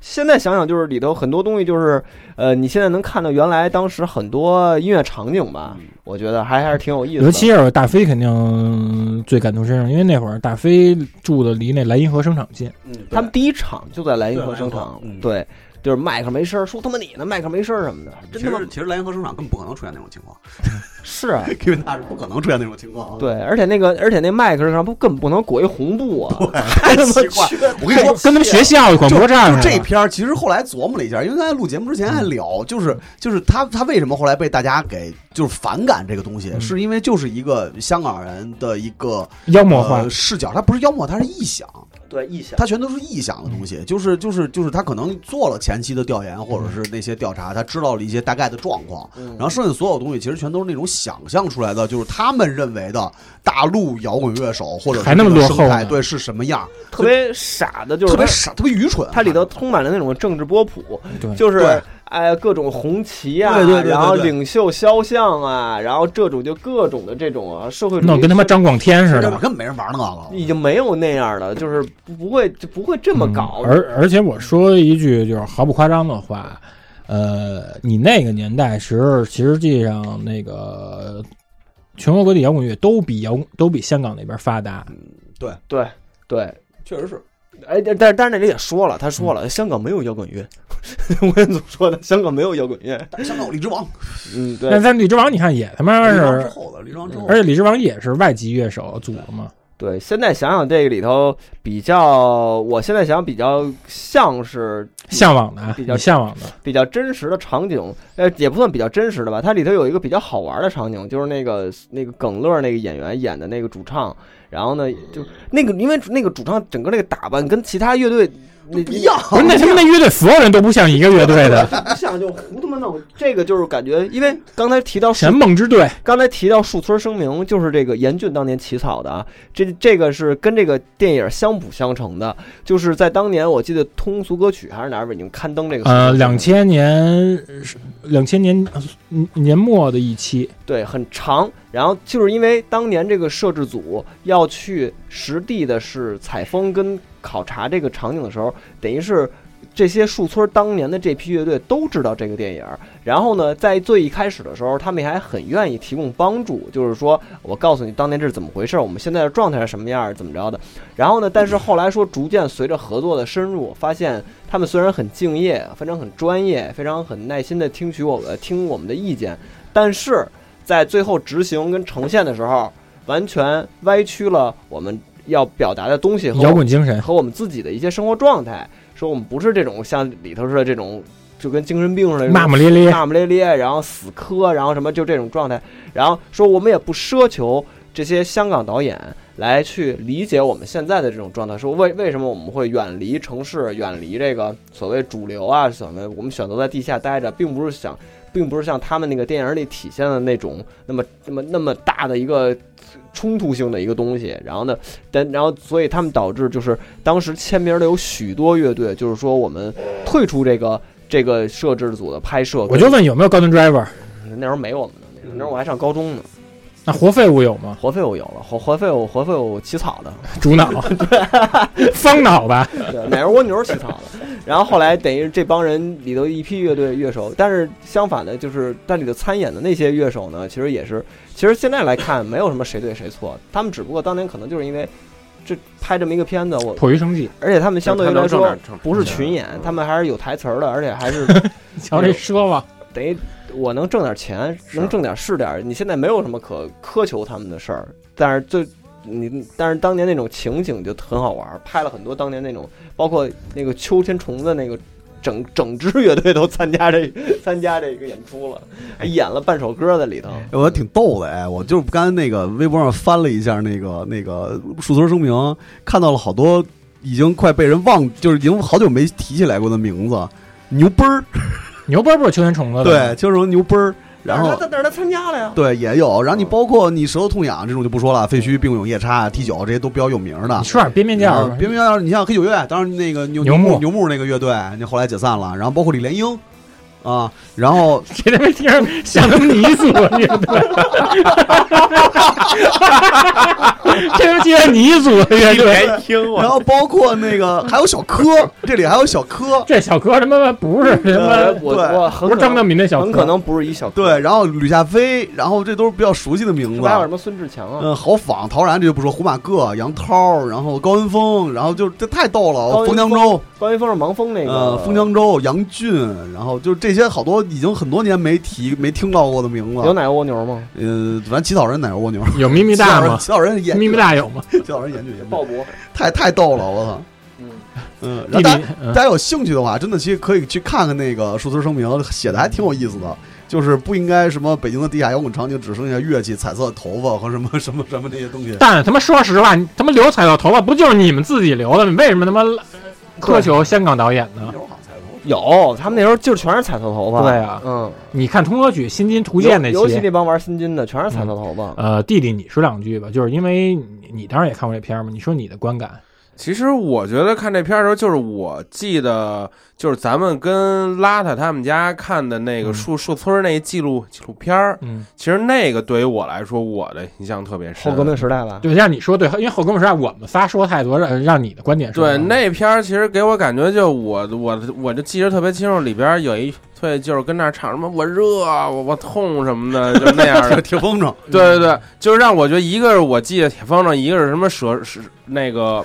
D: 现在想想就是里头很多东西就是，呃，你现在能看到原来当时很多音乐场景吧，我觉得还还是挺有意思的。
B: 尤其是大飞肯定最感同身受，因为那会儿大飞住的离那莱茵河生产近，
E: 嗯，
D: 他们第一场就在莱茵河
E: 对
D: 声场
E: 莱茵河嗯，
D: 对，就是麦克没声儿，说他妈你呢，麦克没声儿什么的，
E: 其
D: 真他妈
E: 实其实莱茵河生产根本不可能出现那种情况，
D: 是啊。
E: 因为那是不可能出现那种情况啊。
D: 对，而且那个，而且那麦克上不根本不能裹一红布啊，太
E: 太
D: 他妈
E: 奇怪
D: 缺
E: 我跟你说，
B: 跟他们学校广播站
E: 就
B: 似
E: 这
B: 的。
E: 片儿，其实后来琢磨了一下，因为刚才录节目之前还聊，
D: 嗯
E: 就是就是他他为什么后来被大家给就是反感这个东西，
B: 嗯
E: 是因为就是一个香港人的一个
B: 妖魔化
E: 呃，视角，他不是妖魔，他是臆想，
D: 对臆想，
E: 他全都是臆想的东
B: 嗯
E: 西，就是就是就是他可能做了前期的调研或者是那些调查，他知道了一些大概的状况，
D: 嗯
E: 然后剩下所有东西其实全都是那种想象出来的，就是他们认为的大陆摇滚乐手或者是
B: 还那么
E: 这个
B: 落后
E: 生态
B: 呢
E: 对是什么样，
D: 特别傻的，就是
E: 特别
D: 他
E: 傻，特别愚蠢，啊
D: 它里头充满了那种政治波普，
B: 对
D: 就是
E: 对
D: 哎各种红旗啊，
E: 对对对对
D: 然后
E: 对
D: 领袖肖像啊，然后这种就各种的这种啊社会主
B: 弄
D: 义，
B: 得跟他妈张广天似
E: 那
B: 的
E: 会儿，根本没人玩那个。
D: 已经没有那样了，就是不不会就不会这么搞
B: 嗯。而而且我说一句就是毫不夸张的话，呃，你那个年代时，其实际上那个全国各地摇滚乐都比摇都比香港那边发达，
D: 对对。
E: 确实是，
D: 哎，但但但是那里也说了，他说了，香港没有摇滚乐， 吴彦祖说的，香港没有摇滚乐。
E: 但是香港有荔枝王，
D: 嗯，
B: 那
D: 对
B: 在李之王，你看也他妈
E: 荔枝王之
B: 是，
E: 后的荔枝王之后的，
B: 而且李之王也是外籍乐手组的嘛，
D: 对。现在想想这个里头比较，我现在想比较像是
B: 向往的啊，
D: 比较
B: 你向往的，
D: 比较真实的场景，呃，也不算比较真实的吧。它里头有一个比较好玩的场景，就是那个那个耿乐那个演员演的那个主唱，然后呢，就那个因为那个主唱整个那个打扮跟其他乐队那
E: 不一样，
B: 不是 那他妈那乐队所有人都不像一个乐队的，
D: 不像，就胡他妈弄。这个就是感觉，因为刚才提到树
B: 神梦 之队，
D: 刚才提到树村声明，就是这个严俊当年起草的啊，这这个是跟这个电影相辅相成的，就是在当年我记得通俗歌曲还是哪儿已经刊登这个树村
B: 呃，
D: 声
B: 两
D: 明
B: 千年，两千年嗯年末的一期，
D: 对，很长。然后就是因为当年这个摄制组要去实地的是采风跟考察这个场景的时候，等于是这些树村当年的这批乐队都知道这个电影儿。然后呢，在最一开始的时候，他们还很愿意提供帮助，就是说我告诉你当年这是怎么回事儿，我们现在的状态是什么样儿，怎么着的。然后呢，但是后来说，逐渐随着合作的深入，发现他们虽然很敬业，非常很专业，非常很耐心的听取我们听我们的意见，但是在最后执行跟呈现的时候，完全歪曲了我们要表达的东西和我
B: 摇滚精神，
D: 和我们自己的一些生活状态，说我们不是这种像里头似的这种，就跟精神病似的
B: 骂骂咧咧，
D: 骂骂咧咧，然后死磕，然后什么就这种状态，然后说我们也不奢求这些香港导演来去理解我们现在的这种状态，说为为什么我们会远离城市，远离这个所谓主流啊，什么我们选择在地下待着，并不是想，并不是像他们那个电影里体现的那种那么那么那么大的一个。冲突性的一个东西，然后呢，但然后所以他们导致就是当时签名的有许多乐队，就是说我们退出这个这个摄制组的拍摄跟。
B: 我就问有没有高端 driver，
D: 那时候没我们呢，那时候那时候我还上高中呢。
B: 那活废物有吗？
D: 活废物有了，活活废物活废物起草的，
B: 主脑，方脑吧，
D: 对，哪是蜗牛起草的。然后后来等于这帮人里头一批乐队乐手，但是相反的，就是但里头参演的那些乐手呢，其实也是，其实现在来看没有什么谁对谁错，他们只不过当年可能就是因为这拍这么一个片子，我
B: 迫于生计。
D: 而且他们相对于来
A: 就是他
D: 说
A: 能挣点挣
D: 不是群演，他们还是有台词儿的，而且还是
B: 瞧这奢望，
D: 等于我能挣点钱，能挣点是点儿。你现在没有什么可苛求他们的事儿，但是最你，但是当年那种情景就很好玩儿，拍了很多当年那种，包括那个秋天虫子那个。整整支乐队都参加这参加这个演出了，还演了半首歌在里头。
E: 哎我挺逗的哎，我就是刚才那个微博上翻了一下那个那个树村声明，看到了好多已经快被人忘，就是已经好久没提起来过的名字，牛奔儿，
B: 牛波波秋天虫子
E: 对，
B: 的，
E: 就是说牛奔儿，然
D: 但
E: 后
D: 是他但是他参加了呀，
E: 对也有，然后你
B: 嗯
E: 包括你舌头痛痒这种就不说了，废墟、病勇、夜叉、T 九这些都比较有名的
B: 你。说点边边
E: 然
B: 调
E: 后
B: 吧，
E: 别别，你像黑九月，当然那个牛
B: 牛木
E: 木牛木那个乐队，那后来解散了，然后包括李莲英，啊，然后
B: 谁他妈听着像他妈泥塑，这个这他妈就像泥塑乐
D: 哎
B: 队。
A: 听
E: 然后包括那个还有小柯，这里还有小柯，
B: 这小柯他妈不是他
D: 呃
B: 妈
D: 我
E: 对
D: 我很
B: 不是张
D: 可
B: 妙敏那小柯，
D: 很可能不是一小
E: 对，然后吕夏飞，然后这都是比较熟悉的名字
D: 还。有什么孙志强啊？
E: 嗯，郝仿、陶然这就不说，胡马个、杨涛，然后高云峰，然后就这太
D: 高
E: 逗了，
D: 云
E: 冯江
D: 峰
E: 洲，
D: 高云峰是盲峰那个
E: 呃，冯江洲、杨俊，然后就是这些好多已经很多年没提、没听到过的名
D: 有
E: 字。
D: 奶油蜗牛吗？
E: 嗯，反正起草人哪个蜗牛？
B: 有咪咪
E: 起
B: 大
E: 草
B: 吗
E: 人，？起草人研
B: 咪咪大有吗？
E: 起草人研究研
D: 鲍
E: 究，
D: 勃，
E: 太太逗了，我操！
D: 嗯
E: 嗯，
B: 地
E: 然后大家
B: 理嗯
E: 大家有兴趣的话，真的其实可以去看看那个数词声明，写的还挺有意思的。就是不应该什么北京的地下摇滚场景只剩下乐器、彩色头发和什么什么什么这些 东西。。
B: 但他妈说实话，你他妈留彩色头发不就是你们自己留的吗？你为什么他妈苛求香港导演呢？
D: 有他们那时候就全是彩色头发。
B: 对啊
D: 嗯，
B: 你看《同歌曲》《新金图
D: 尤
B: 鉴》那
D: 尤其
B: 期，
D: 那帮玩新金的全是彩色头发。
B: 呃，弟弟你说两句吧，就是因为你你当然也看过这片儿嘛，你说你的观感。
A: 其实我觉得看这片儿的时候，就是我记得，就是咱们跟邋遢他们家看的那个
B: 嗯
A: 树树村儿那纪录纪录片儿，
B: 嗯，
A: 其实那个对于我来说，我的印象特别深。
D: 后革命时代
A: 嗯
D: 吧，
B: 对，像你说对，因为后哥们说我们仨说太多，让让你的观点是
A: 对
B: 什么
A: 那片儿，其实给我感觉就我我我就记得特别清楚，里边儿有一对就是跟那儿唱什么我热啊我我痛什么的，就那样的
E: 挺风筝，
A: 对对对，就是让我觉得一个是我记得铁风筝，一个是什么蛇是那个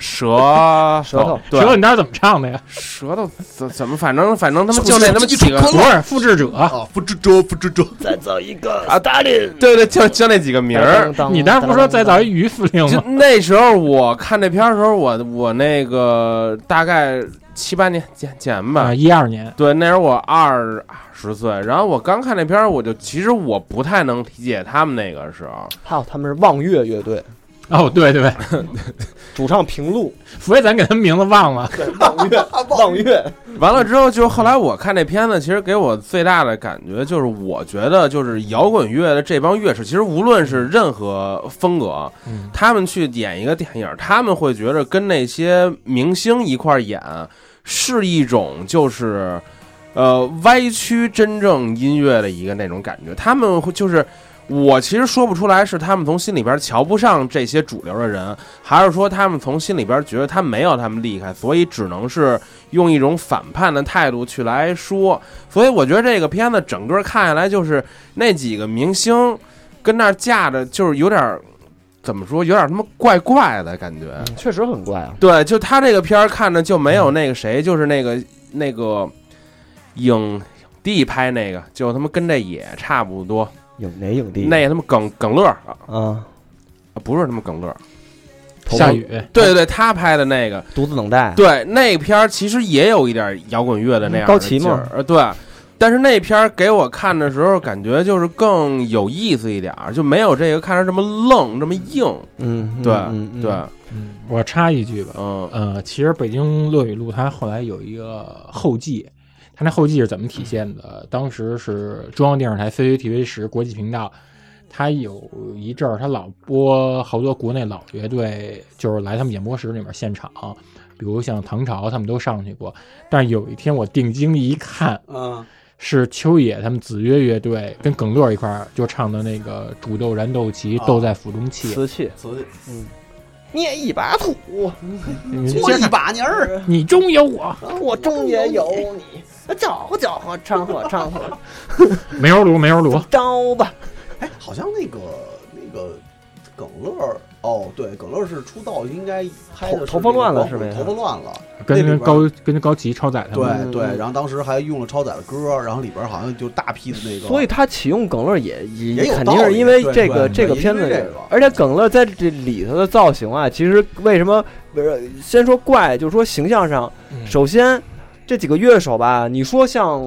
A: 蛇啊
D: 舌头
A: 对
B: 舌头你当时怎么唱的呀？
A: 舌头怎怎么反正反正他妈
E: 是不
A: 就是那他妈
E: 一
A: 几个
E: 出
B: 不是复制者，
E: 啊，复制者，复制者，
D: 再造一个
A: 啊
D: 大林
A: 对对，就就那几个名儿。
B: 你当时不是说再造一鱼司令
A: 就
B: 吗？
A: 那时候我看这片儿的时候，我我那个大概七八年前前吧
B: 啊，，一二年，
A: 对，那时候我二十岁，然后我刚看那片儿，我就其实我不太能理解他们那个时候。
D: 还有他们是望月乐队，
B: 哦，对对对，
D: 主唱平路，
B: 所以咱给他们名字忘了。
D: 对， 望月，望月，
A: 完了之后，就后来我看这片子，其实给我最大的感觉就是，我觉得就是摇滚乐的这帮乐手，其实无论是任何风格，啊
B: 嗯，
A: 他们去演一个电影，他们会觉得跟那些明星一块儿演是一种就是，呃，歪曲真正音乐的一个那种感觉。他们会就是。我其实说不出来是他们从心里边瞧不上这些主流的人，还是说他们从心里边觉得他没有他们厉害，所以只能是用一种反叛的态度去来说。所以我觉得这个片子整个看下来，就是那几个明星跟那儿架着，就是有点儿怎么说，有点儿他妈怪怪的感觉。
D: 确实很怪啊。
A: 对，就他这个片儿看着就没有那个谁，就是那个那个影帝拍那个，就他妈跟这也差不多。
D: 影哪影帝？
A: 那他妈耿耿乐儿啊，
D: 啊，
A: 不是他妈耿乐儿，
B: 下雨，
A: 对对对，他拍的那个，
D: 独自等待。
A: 对那片儿其实也有一点摇滚乐的那样的
D: 嗯高旗
A: 劲儿
D: 嘛，
A: 呃，对。但是那片儿给我看的时候，感觉就是更有意思一点儿，就没有这个看着这么愣、这么硬。
D: 嗯，
A: 对
D: 嗯，嗯
A: 对，，
B: 嗯，我插一句吧，
A: 嗯
B: 呃，其实北京乐语录它后来有一个后记，它那后记是怎么体现的？当时是中央电视台 CCTV 十国际频道，它有一阵儿它老播好多国内老乐队，就是来他们演播室里面现场，比如像唐朝他们都上去过。但是有一天我定睛一看，
E: 嗯，
B: 是秋野他们子曰乐队跟耿乐一块儿就唱的那个“煮豆燃豆萁，豆在釜中泣”
D: 瓷器，
E: 所以
D: 捏一把土，
B: 你
E: 做一把泥儿，
B: 你中有我，
D: 我中也有你，搅和搅和，掺和掺和，
B: 煤油炉，煤油炉。
D: 刀吧。
E: 哎，好像那个那个耿乐儿，哦，对，耿乐儿是出道应该拍的是
D: 头头发乱了
E: 那个
D: 是呗
E: 头发乱了，那
B: 跟
E: 里边
B: 跟
E: 儿
B: 高跟高旗超载他们，
E: 对对，然后当时还用了超载的歌，然后里边好像就大批的那个，
D: 所以他启用耿乐也也
E: 也有
D: 肯
E: 道
D: 定是
E: 理
D: 因为
E: 对
D: 这
E: 对
D: 个
E: 对
D: 这个
E: 因
D: 片
E: 为
D: 子
E: 这
D: 也
E: 个，
D: 而且耿乐在这里头的造型啊，其实为什么不是先说怪，就是说形象上，
B: 嗯
D: 首先这几个乐手吧，你说像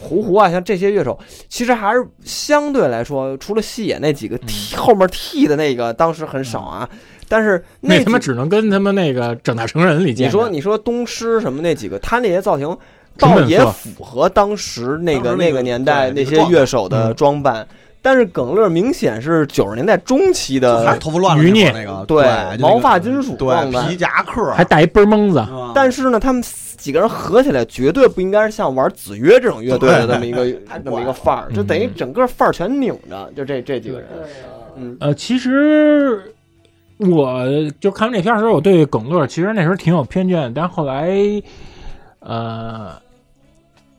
D: 胡胡啊，像这些乐手，其实还是相对来说，除了戏野那几
B: 嗯
D: 个 T 后面 T 的那个，当时很少啊，但是
B: 那嗯他妈
D: 几
B: 只能跟他妈那个整大成人里见
D: 你
B: 着。
D: 说你说东施什么那几个，他那些造型
B: 纯
D: 倒
B: 本
D: 也
B: 色
D: 符合当时那
E: 当
D: 个
E: 时那个
D: 那个年代
E: 对
D: 那
E: 那个
D: 些乐手的
E: 嗯
D: 装扮，但是耿乐明显是九十年代中期
E: 还是
D: 的，
E: 头发乱了
B: 呃余
E: 那会
B: 孽
E: 儿那个，
D: 对
E: 对，就那个
D: 毛发金属装扮
E: 对，皮夹克，
B: 还带一背蒙子，
E: 嗯
D: 但是呢，他们几个人合起来，绝对不应该是像玩子曰这种乐队的那么一 个那么一个范儿，就
E: 嗯
D: 等于整个范儿全拧着，就这这几个人，嗯，
B: 呃，其实我就看完这片儿的时候，我对耿乐其实那时候挺有偏见，但后来，呃，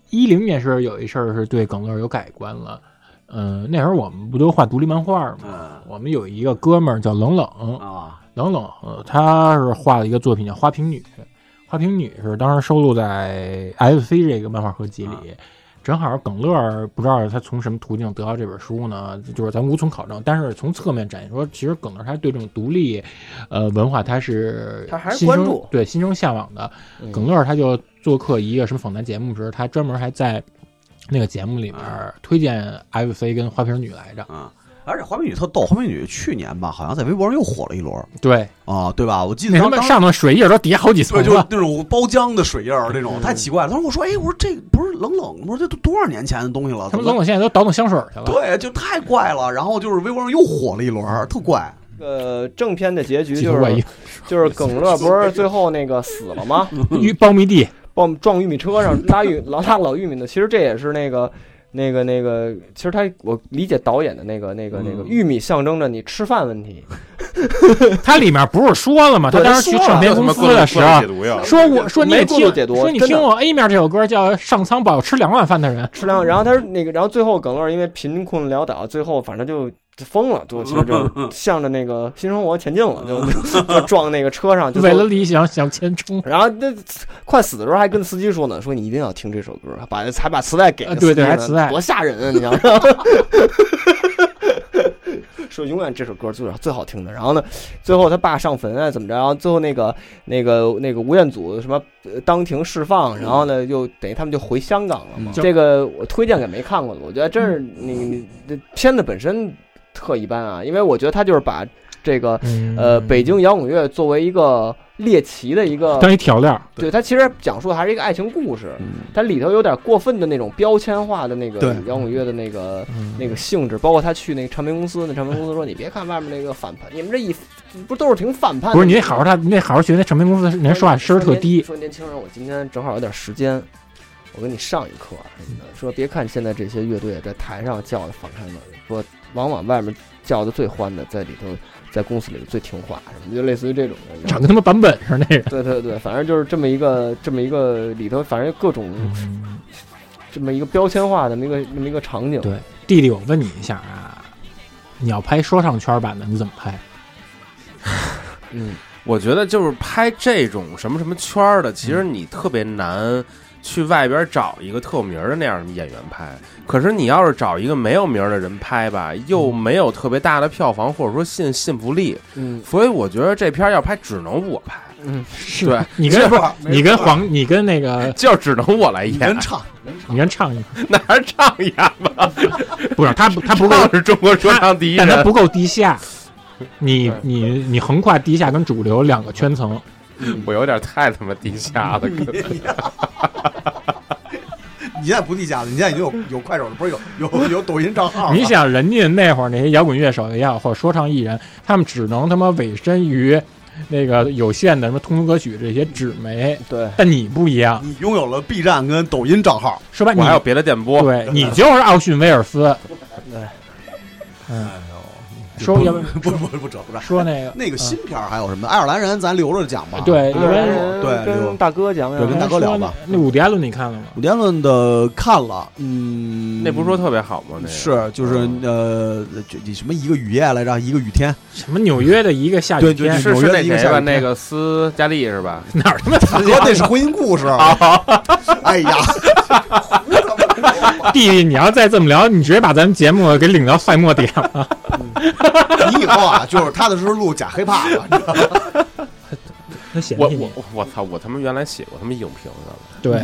B: 一零年时候有一事儿是对耿乐有改观了。嗯、那时候我们不都画独立漫画儿吗？我们有一个哥们儿叫冷冷，
E: 嗯啊，
B: 冷冷，呃，他是画了一个作品叫《花瓶女》，《花瓶女》是当时收录在 FC 这个漫画合集里。
D: 啊
B: 正好耿乐儿不知道他从什么途径得到这本书呢，就是咱无从考证。但是从侧面展现说，其实耿乐儿他对这种独立，呃，文化他是
D: 他还是
B: 心
D: 关
B: 生
D: 注嗯
B: 对心生向往的。
E: 嗯
B: 耿乐儿他就做客一个什么访谈节目时，他专门还在那个节目里面
D: 啊
B: 推荐 FC 跟花瓶女来着。
E: 而且花美女特逗，花美女去年吧，好像在微博上又火了一轮
B: 对，
E: 啊，对吧？我记
B: 那
E: 得
B: 他
E: 当
B: 们
E: 当
B: 上头水印儿都底下好几层
E: 对，
B: 了。嗯
E: 就是那种包浆的水印儿那种，太奇怪了。当时我说，哎，我说这不是冷冷，我说这都多少年前的东西了，
B: 他
E: 怎
B: 们
E: 么
B: 冷冷现在都倒腾香水去了。
E: 对，就太怪了。然后就是微博上又火了一轮儿，特怪。
D: 呃，正片的结局
B: 几
D: 就
B: 十 块
D: 是
B: 一
D: 就是耿乐不是最后那个死了吗？
B: 玉苞米地，
D: 把我们撞玉米车上拉玉 老拉老玉米的，其实这也是那个。那个那个，其实他我理解导演的那个那个那
B: 嗯
D: 个玉米象征着你吃饭问题，
B: 它里面不是说了吗？他
D: 对
B: 当时去唱片公司的时
H: 啊解
B: 候，
H: 毒药，
B: 说我说你也
D: 没过
B: 听
D: 度解读
B: 说你
D: 真的
B: 听我 A 面这首歌叫《上苍保吃两碗饭的人》，
D: 吃粮。然后他是那个，然后最后耿乐因为贫困潦倒，最后反正就就疯了，就其实 就向着那个新生活前进了，就就 撞那个车上，就
B: 为了理想向前冲。
D: 然后那快死的时候还跟司机说呢，说你一定要听这首歌，把才把磁带给了
B: 啊对
D: 司
B: 对
D: 机呢
B: 还磁带
D: 多吓人啊！你想想， 说永远这首歌就是最好听的。然后呢，最后他爸上坟啊，怎么着？然后最后那个那个那个吴彦祖什么呃当庭释放，然后呢又等于他们就回香港了嘛。
B: 嗯
D: 这个我推荐给没看过的，我觉得真是你你这片子本身特一般啊，因为我觉得他就是把这个。
B: 嗯
D: 呃，北京摇滚乐作为一个猎奇的一个，
B: 当一调料，
D: 对它其实讲述的还是一个爱情故事，
B: 嗯
D: 它里头有点过分的那种标签化的那个
E: 对
D: 摇滚乐的那个
B: 嗯
D: 那个性质，包括他去那个唱片公司，那唱片公司说你别看外面那个反叛，你们这一不都是挺反叛的吗？
B: 不是你得好好他，你得好好学那唱片公司，人家说话声儿特低，
D: 说年轻人，我今天正好有点时间，我给你上一课什么的。说别看现在这些乐队在台上叫的反抗的，说往往外面叫的最欢的，在里头在公司里最听话什么，就类似于这种的。
B: 长得跟他妈版本似的那人。
D: 对对对，反正就是这么一个这么一个里头，反正各种
B: 嗯
D: 这么一个标签化的那么一个那么一个场景。
B: 对 弟弟，我问你一下啊，你要拍说唱圈版的，你怎么拍？
D: 嗯，
A: 我觉得就是拍这种什么什么圈儿的，其实你特别难去外边找一个特有名儿的那样的演员拍。可是你要是找一个没有名儿的人拍吧，又没有特别大的票房或者说信信服力，
D: 嗯，
A: 所以我觉得这片儿要拍只能我拍，
B: 是
A: 对
B: 你跟
D: 啊
B: 不是你跟黄，你跟那个，
A: 就只能我来
E: 你真
A: 演，
E: 唱，
B: 你跟唱一，
A: 哪儿唱演吧？
B: 不是他不他不够
A: 唱是中国说唱第一
B: 但它
A: 人，
B: 不够地下。你你你横跨地下跟主流两个圈层，
A: 我有点太他妈低下了。可 能
E: 你现在不地下了，你现在已经有有快手了，不是有有有抖音账号 了？
B: 你想人家那会儿那些摇滚乐手也好，或者说唱艺人，他们只能他妈委身于那个有限的什么通俗歌曲这些纸媒，
D: 对，
B: 但你不一样，
E: 你拥有了 B 站跟抖音账 号，
B: 说白
A: 我
B: 你
A: 还有别的电波，
B: 对你就是奥逊威尔斯，嗯，说要不
E: 不不不扯不扯。
B: 说 那个
E: 那个新片儿还有什么？爱尔兰人，咱留着讲吧。，
B: 对，
D: 爱尔兰人
E: 对刘
D: 跟大哥讲
E: 对跟
D: 讲，
E: 大哥聊吧
B: 那那伍迪艾伦你看了吗？
E: 古典论的看了，嗯，
A: 那不是说嗯特别好吗？那个
E: 是就是呃，这这什么一个雨夜来着，一个雨天，
B: 什么纽约的一个下雨
E: 对对
B: 天，
E: 对
A: 是
E: 纽
A: 是
E: 约
A: 那
E: 的一个
A: 谁
E: 夏
A: 吧？
E: 天
A: 那个斯嘉丽是吧？
B: 哪儿他妈
E: 大哥那是婚姻 故事。
A: 啊
E: 哎呀，
B: 弟弟，你要再这么聊，你直接把咱们节目给领到赛末点了。
E: 你以后啊，就是踏踏实实录假黑怕了。 你知道吗
B: 他嫌
A: 我
B: 哎弃你
A: 我，我操！我他妈原来写过他妈影评的，
B: 对，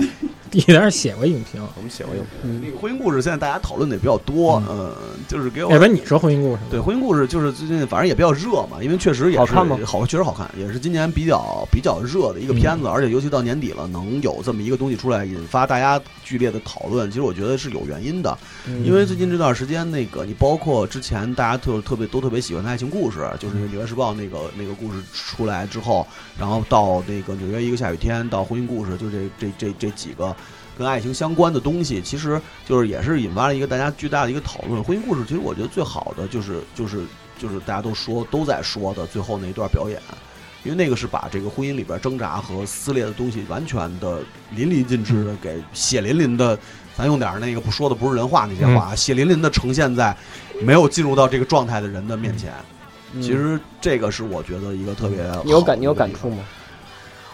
B: 地在那儿写过影评。
A: 我们写过有
E: 那个婚姻故事现在大家讨论的也比较多，
B: 嗯
E: 嗯，就是给我
B: 要不然你说婚姻故事？
E: 对，婚姻故事就是最近反正也比较热嘛，因为确实也是
D: 好看吗
E: 好确实好看，也是今年比较比较热的一个片
D: 嗯
E: 子，而且尤其到年底了，能有这么一个东西出来，引发大家剧烈的讨论，其实我觉得是有原因的，因为最近这段时间那个你包括之前大家特特别都特别喜欢的爱情故事，就是《纽约时报》那个那个故事出来之后，然后到那个《纽约一个下雨天》到《婚姻故事》，就这这这这几个。跟爱情相关的东西，其实就是也是引发了一个大家巨大的一个讨论。婚姻故事其实我觉得最好的就是就是就是大家都说都在说的最后那一段表演，因为那个是把这个婚姻里边挣扎和撕裂的东西完全的淋漓尽致的给血淋淋的，咱用点儿那个不说的不是人话那些话
B: 嗯
E: 啊，血淋淋的呈现在没有进入到这个状态的人的面前。其实这个是我觉得一个特别
D: 嗯你有
E: 好
D: 感
E: 的
D: 你有
E: 一个
D: 感
E: 地方
D: 触？吗？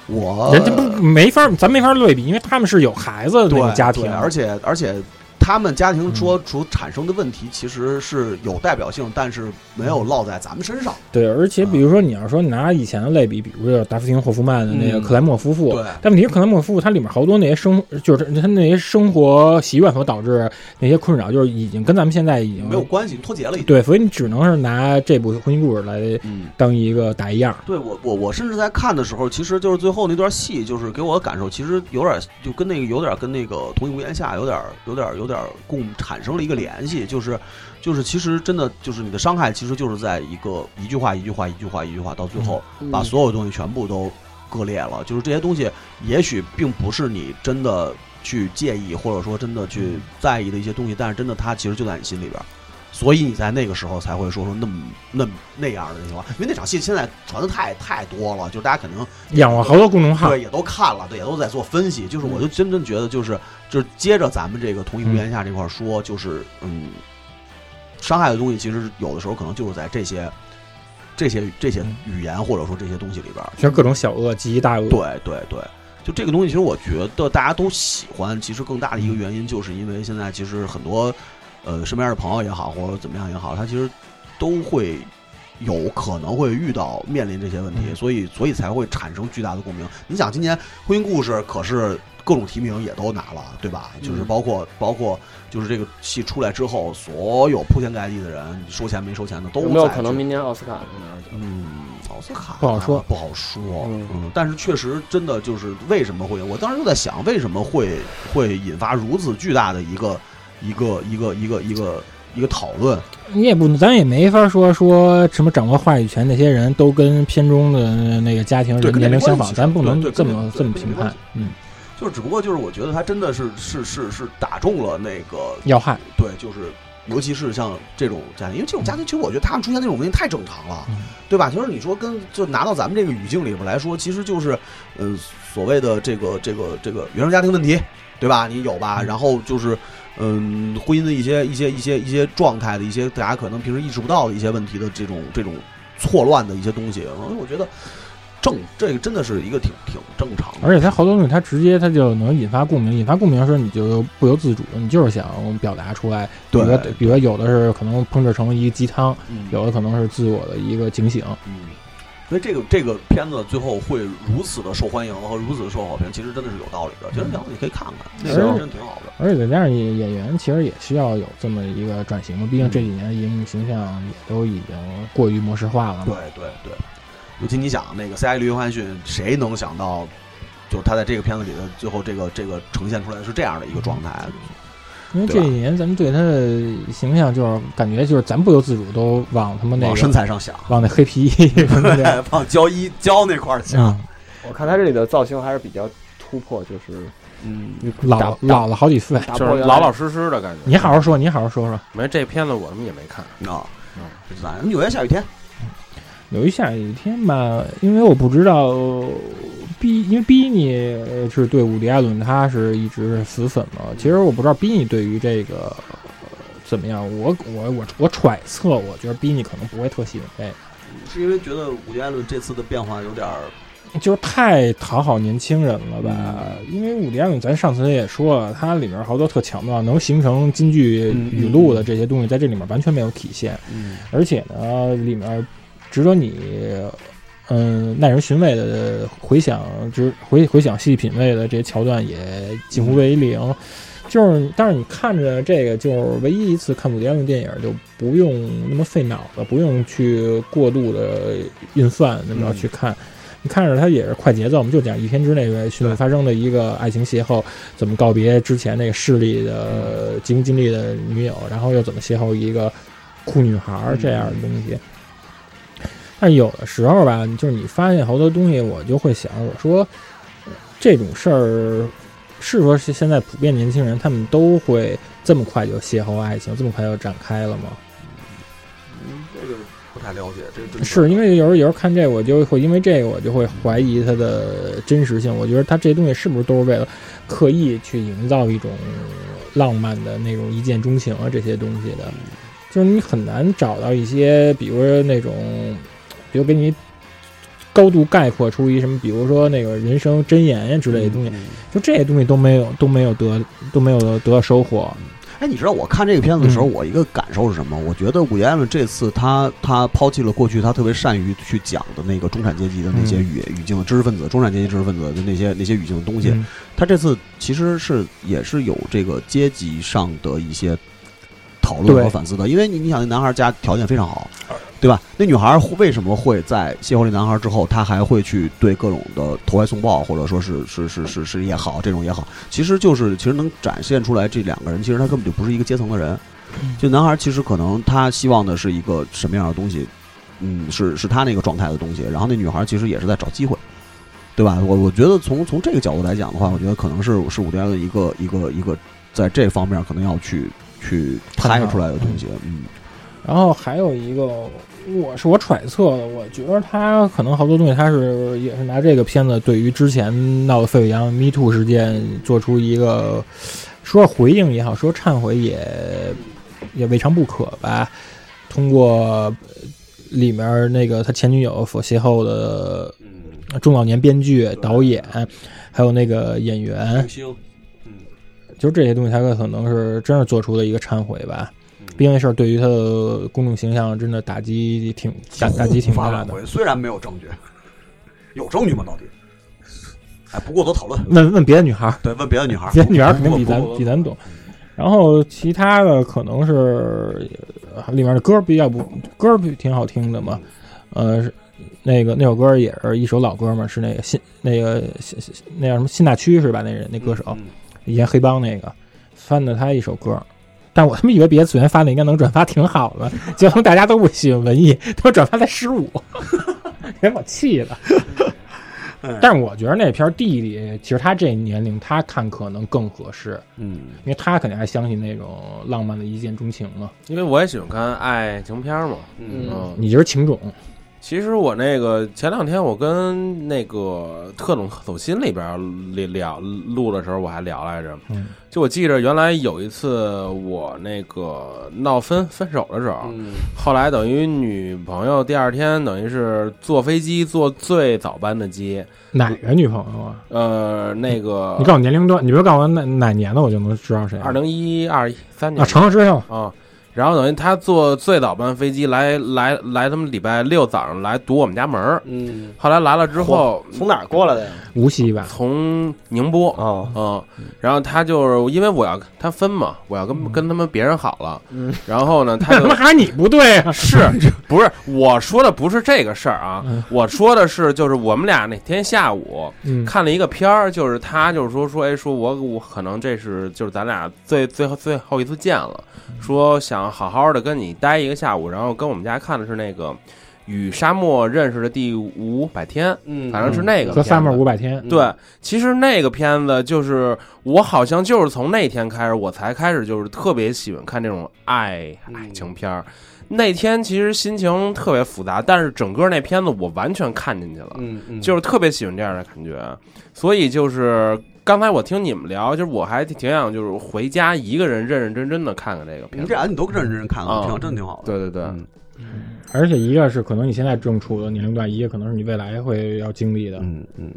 E: 我
B: 嗯人家不没法，咱没法对比，因为他们是有孩子的那
E: 对
B: 个家庭啊
E: 对，而且而且他们家庭说所产生的问题其实是有代表性，但是没有落在咱们身上。
B: 对，而且
E: 嗯
B: 比如说你要说你拿以前的类比，比如说达夫汀霍夫曼的那个
E: 嗯
B: 克莱默夫妇，
E: 对
B: 但问题是克莱默夫妇它里面好多那些生，就是他那些生活习惯所导致那些困扰，就是已经跟咱们现在已经
E: 没有关系，脱节了已经。
B: 对，所以你只能是拿这部婚姻故事来
E: 嗯，
B: 当一个打一样。
E: 对我我我甚至在看的时候，其实就是最后那段戏，就是给我的感受，其实有点就跟那个有点跟那个《同一屋檐下》有点有点有点共产生了一个联系，就是就是其实真的就是你的伤害，其实就是在一个一句话一句话一句话一句话到最后。把所有东西全部都割裂了。就是这些东西，也许并不是你真的去介意，或者说真的去在意的一些东西，但是真的它其实就在你心里边儿。所以你在那个时候才会说出那么那么那样的那些话，因为那场戏现在传的太太多了，就是大家肯定
B: 养过好多公众号，
E: 对也都看了，对也都在做分析。就是我就真真觉得，就是就是接着咱们这个同一屋檐下这块儿说，就是嗯，伤害的东西其实有的时候可能就是在这些这些这些
B: 嗯
E: 语言或者说这些东西里边儿。
B: 全各种小恶及大恶。
E: 对对对，就这个东西，其实我觉得大家都喜欢，其实更大的一个原因，就是因为现在其实很多，呃，身边的朋友也好，或者怎么样也好，他其实都会有可能会遇到面临这些问题，
B: 嗯
E: 所以所以才会产生巨大的共鸣。你想，今年《婚姻故事》可是各种提名也都拿了，对吧？就是包括包括就是这个戏出来之后，所有铺天盖地的人，收钱没收钱的都
D: 有没有
E: 在
D: 可能
E: 去
D: 明年奥斯卡？
E: 嗯，奥斯卡
B: 不好说
E: 不好说。
D: 嗯
E: 嗯，但是确实真的就是为什么会，我当时就在想，为什么会会引发如此巨大的一个一个一个一个一个一个讨论？
B: 你也不，咱也没法说说什么掌握话语权那些人都跟片中的那个家庭
E: 对
B: 人
E: 跟
B: 年龄相仿，
E: 这没关系
B: 咱不能
E: 对对
B: 这
E: 跟这
B: 么
E: 对
B: 这么
E: 跟这
B: 评
E: 没关
B: 判
E: 系。
B: 嗯，
E: 就是只不过就是我觉得他真的是是是是打中了那个
B: 要害。
E: 对，就是尤其是像这种家庭，因为这种家庭其实我觉得他们出现这种问题太正常了，
B: 嗯
E: 对吧？就是你说跟就拿到咱们这个语境里边来说，其实就是呃所谓的这个这个这个原生家庭问题，对吧？你有吧？然后就是嗯婚姻的一些一些一些一些状态的一些大家可能平时意识不到的一些问题的这种这种错乱的一些东西，嗯我觉得正这个真的是一个挺挺正常的。
B: 而且他好多东西，他直接他就能引发共鸣，引发共鸣的时候，你就不由自主，你就是想表达出来。
E: 对
B: 比如说比如说有的是可能烹制成一个鸡汤，
E: 嗯
B: 有的可能是自我的一个警醒。
E: 嗯，所以这个这个片子最后会如此的受欢迎和如此的受好评，其实真的是有道理的。其实
B: 嗯
E: 梁子你可以看看，那个
B: 行
E: 真的挺好的。
B: 而且再加上演演员，其实也需要有这么一个转型嘛，毕竟
E: 嗯
B: 这几年的荧幕形象也都已经过于模式化了
E: 对
B: 嘛。
E: 对对，尤其你想那个 C.I. 刘汉逊，谁能想到，就是他在这个片子里的最后这个这个呈现出来的是这样的一个状态？
B: 嗯因为
E: 对
B: 这
E: 吧
B: 几年咱们对他的形象就是感觉就是咱不由自主都往他们那
E: 往
B: 个啊
E: 身材上想，
B: 往那黑皮衣什么的
E: 往胶衣胶那块儿想，
B: 啊，
D: 我看他这里的造型还是比较突破，就是
E: 嗯，
B: 老
D: 打
B: 老了好几岁。
D: 打
A: 就
D: 破
A: 是
D: 原来
A: 老老实实的感觉。
B: 你好好说，你好好说说。
A: 没这片子我他妈也没看，
E: 啊
A: 嗯，
E: 咱纽约下雨天，
B: 有一下雨天吧，因为我不知道逼，因为逼你呃是对伍迪·艾伦他是一直是死粉嘛。其实我不知道逼你对于这个、呃怎么样，我我我我揣测，我觉得逼你可能不会特喜欢这个，
E: 是因为觉得伍迪·艾伦这次的变化有点儿
B: 就是太讨好年轻人了吧。因为伍迪·艾伦，咱上次也说了，它里面好多特巧妙，能形成京剧语录的这些东西，在这里面完全没有体现。呃
E: 嗯
B: 而且呢，里面值得你嗯耐人寻味的回想之回回想细品味的这些桥段也近乎为零。就是，但是你看着这个，就是唯一一次看古迪安的电影，就不用那么费脑子，不用去过度的运算，那么着去看。你看着它也是快节奏，我们就讲一天之内迅速发生的一个爱情邂逅，怎么告别之前那个势力的急功近利的女友，然后又怎么邂逅一个酷女孩儿这样的东西。但有的时候吧，就是你发现好多东西，我就会想，我说呃这种事儿是说是现在普遍年轻人他们都会这么快就邂逅爱情，这么快就展开了吗？
E: 嗯这个不太了解，这个真的
B: 是因为有时候有时候看这个，我就会因为这个我就会怀疑它的真实性。我觉得它这东西是不是都是为了刻意去营造一种浪漫的那种一见钟情啊这些东西的，就是你很难找到一些，比如说那种，比如给你。高度概括出一什么，比如说那个人生箴言呀之类的东西，就这些东西都没有都没有得都没有得到收获。
E: 哎，你知道我看这个片子的时候，我一个感受是什么？我觉得伍迪艾伦这次他他抛弃了过去他特别善于去讲的那个中产阶级的那些语语境、知识分子、中产阶级知识分子的那些那些语境的东西。
B: 嗯
E: 他这次其实是也是有这个阶级上的一些讨论
B: 对
E: 和反思的，因为你你想，那男孩家条件非常好，对吧？那女孩为什么会在邂逅这男孩之后，她还会去对各种的投怀送抱，或者说是是是是是也好，这种也好，其实就是其实能展现出来这两个人其实他根本就不是一个阶层的人。就男孩其实可能他希望的是一个什么样的东西，嗯，是是他那个状态的东西。然后那女孩其实也是在找机会，对吧？我我觉得从从这个角度来讲的话，我觉得可能是是伍迪安的一个一个一个在这方面可能要去去拍出来的东西。嗯，
B: 然后还有一个，我是我揣测的，我觉得他可能好多东西，他是也是拿这个片子对于之前闹得沸沸扬扬 Me Too 事件做出一个说回应也好，说忏悔也也未尝不可吧。通过呃里面那个他前女友所邂逅的中老年编剧、导演，还有那个演员，
E: 星，
B: 就是这些东西，他可能是真是做出了一个忏悔吧。毕竟这事儿对于他的公众形象真的打击挺打打击挺大的。
E: 虽然没有证据，有证据吗？到底？哎，不过多讨论。
B: 问问别的女孩儿，
E: 对，问别的女 孩
B: 别的女孩儿肯定比咱比咱懂。然后其他的可能是呃里面的歌比较不歌比挺好听的嘛，呃，是那个那首歌也是一首老歌嘛，是那个新那个新那叫什么辛大区是吧？那人那歌手，以前黑帮那个翻的他一首歌。但我他妈以为别的次元发的应该能转发挺好的，结果大家都不喜欢文艺，都转发在十五，给我气的。但是我觉得那片儿弟弟，其实他这年龄他看可能更合适，
E: 嗯，
B: 因为他肯定还相信那种浪漫的一见钟情嘛。
A: 因为我也喜欢看爱情片嘛。
B: 嗯，你就是情种，
A: 其实我那个前两天我跟那个《特种走心》里边聊聊录的时候，我还聊来着。
B: 嗯，
A: 就我记着，原来有一次我那个闹分分手的时候，后来等于女朋友第二天等于是坐飞机坐最早班的机，
B: 哪个女朋友啊？
A: 呃，那个
B: 你告诉我年龄段，你别告诉我哪哪年的，我就能知道谁。
A: 二零一二一三年
B: 啊，成了之后，
A: 啊，然后等于他坐最早班飞机来来来，他们礼拜六早上来堵我们家门儿
G: 嗯，
A: 后来来了之后，
G: 从哪儿过来的呀？
B: 无锡吧？
A: 从宁波
B: 啊
G: 哦，
A: 嗯，然后他就是因为我要他分嘛，我要
B: 嗯
A: 跟跟他们别人好了，然后呢，他
B: 那他
A: 就
B: 妈还是你不对啊！
A: 是不是我说的不是这个事儿啊
B: 嗯？
A: 我说的是就是我们俩那天下午
B: 嗯，
A: 看了一个片儿，就是他就是说说哎说我我可能这是就是咱俩最最后最后一次见了，
B: 嗯
A: 说想好好的跟你待一个下午，然后跟我们家看的是那个与沙漠认识的第五百天，
G: 嗯
A: 反正是那个
B: 和
A: 片子
B: Summer 五百天，
A: 对，其实那个片子就是我好像就是从那天开始，我才开始就是特别喜欢看这种爱爱情片儿。那天其实心情特别复杂，但是整个那片子我完全看进去了，
G: 嗯嗯，
A: 就是特别喜欢这样的感觉。所以就是刚才我听你们聊，就是我还挺想就是回家一个人认认真真的看看这个
E: 你
A: 片
E: 们
A: 子
E: 这。俩你都认认真看了，
A: 啊
E: 挺好，真挺好的。
A: 对对对，
E: 嗯
B: 而且一个是可能你现在正处的年龄段，一个可能是你未来会要经历的。
E: 嗯嗯，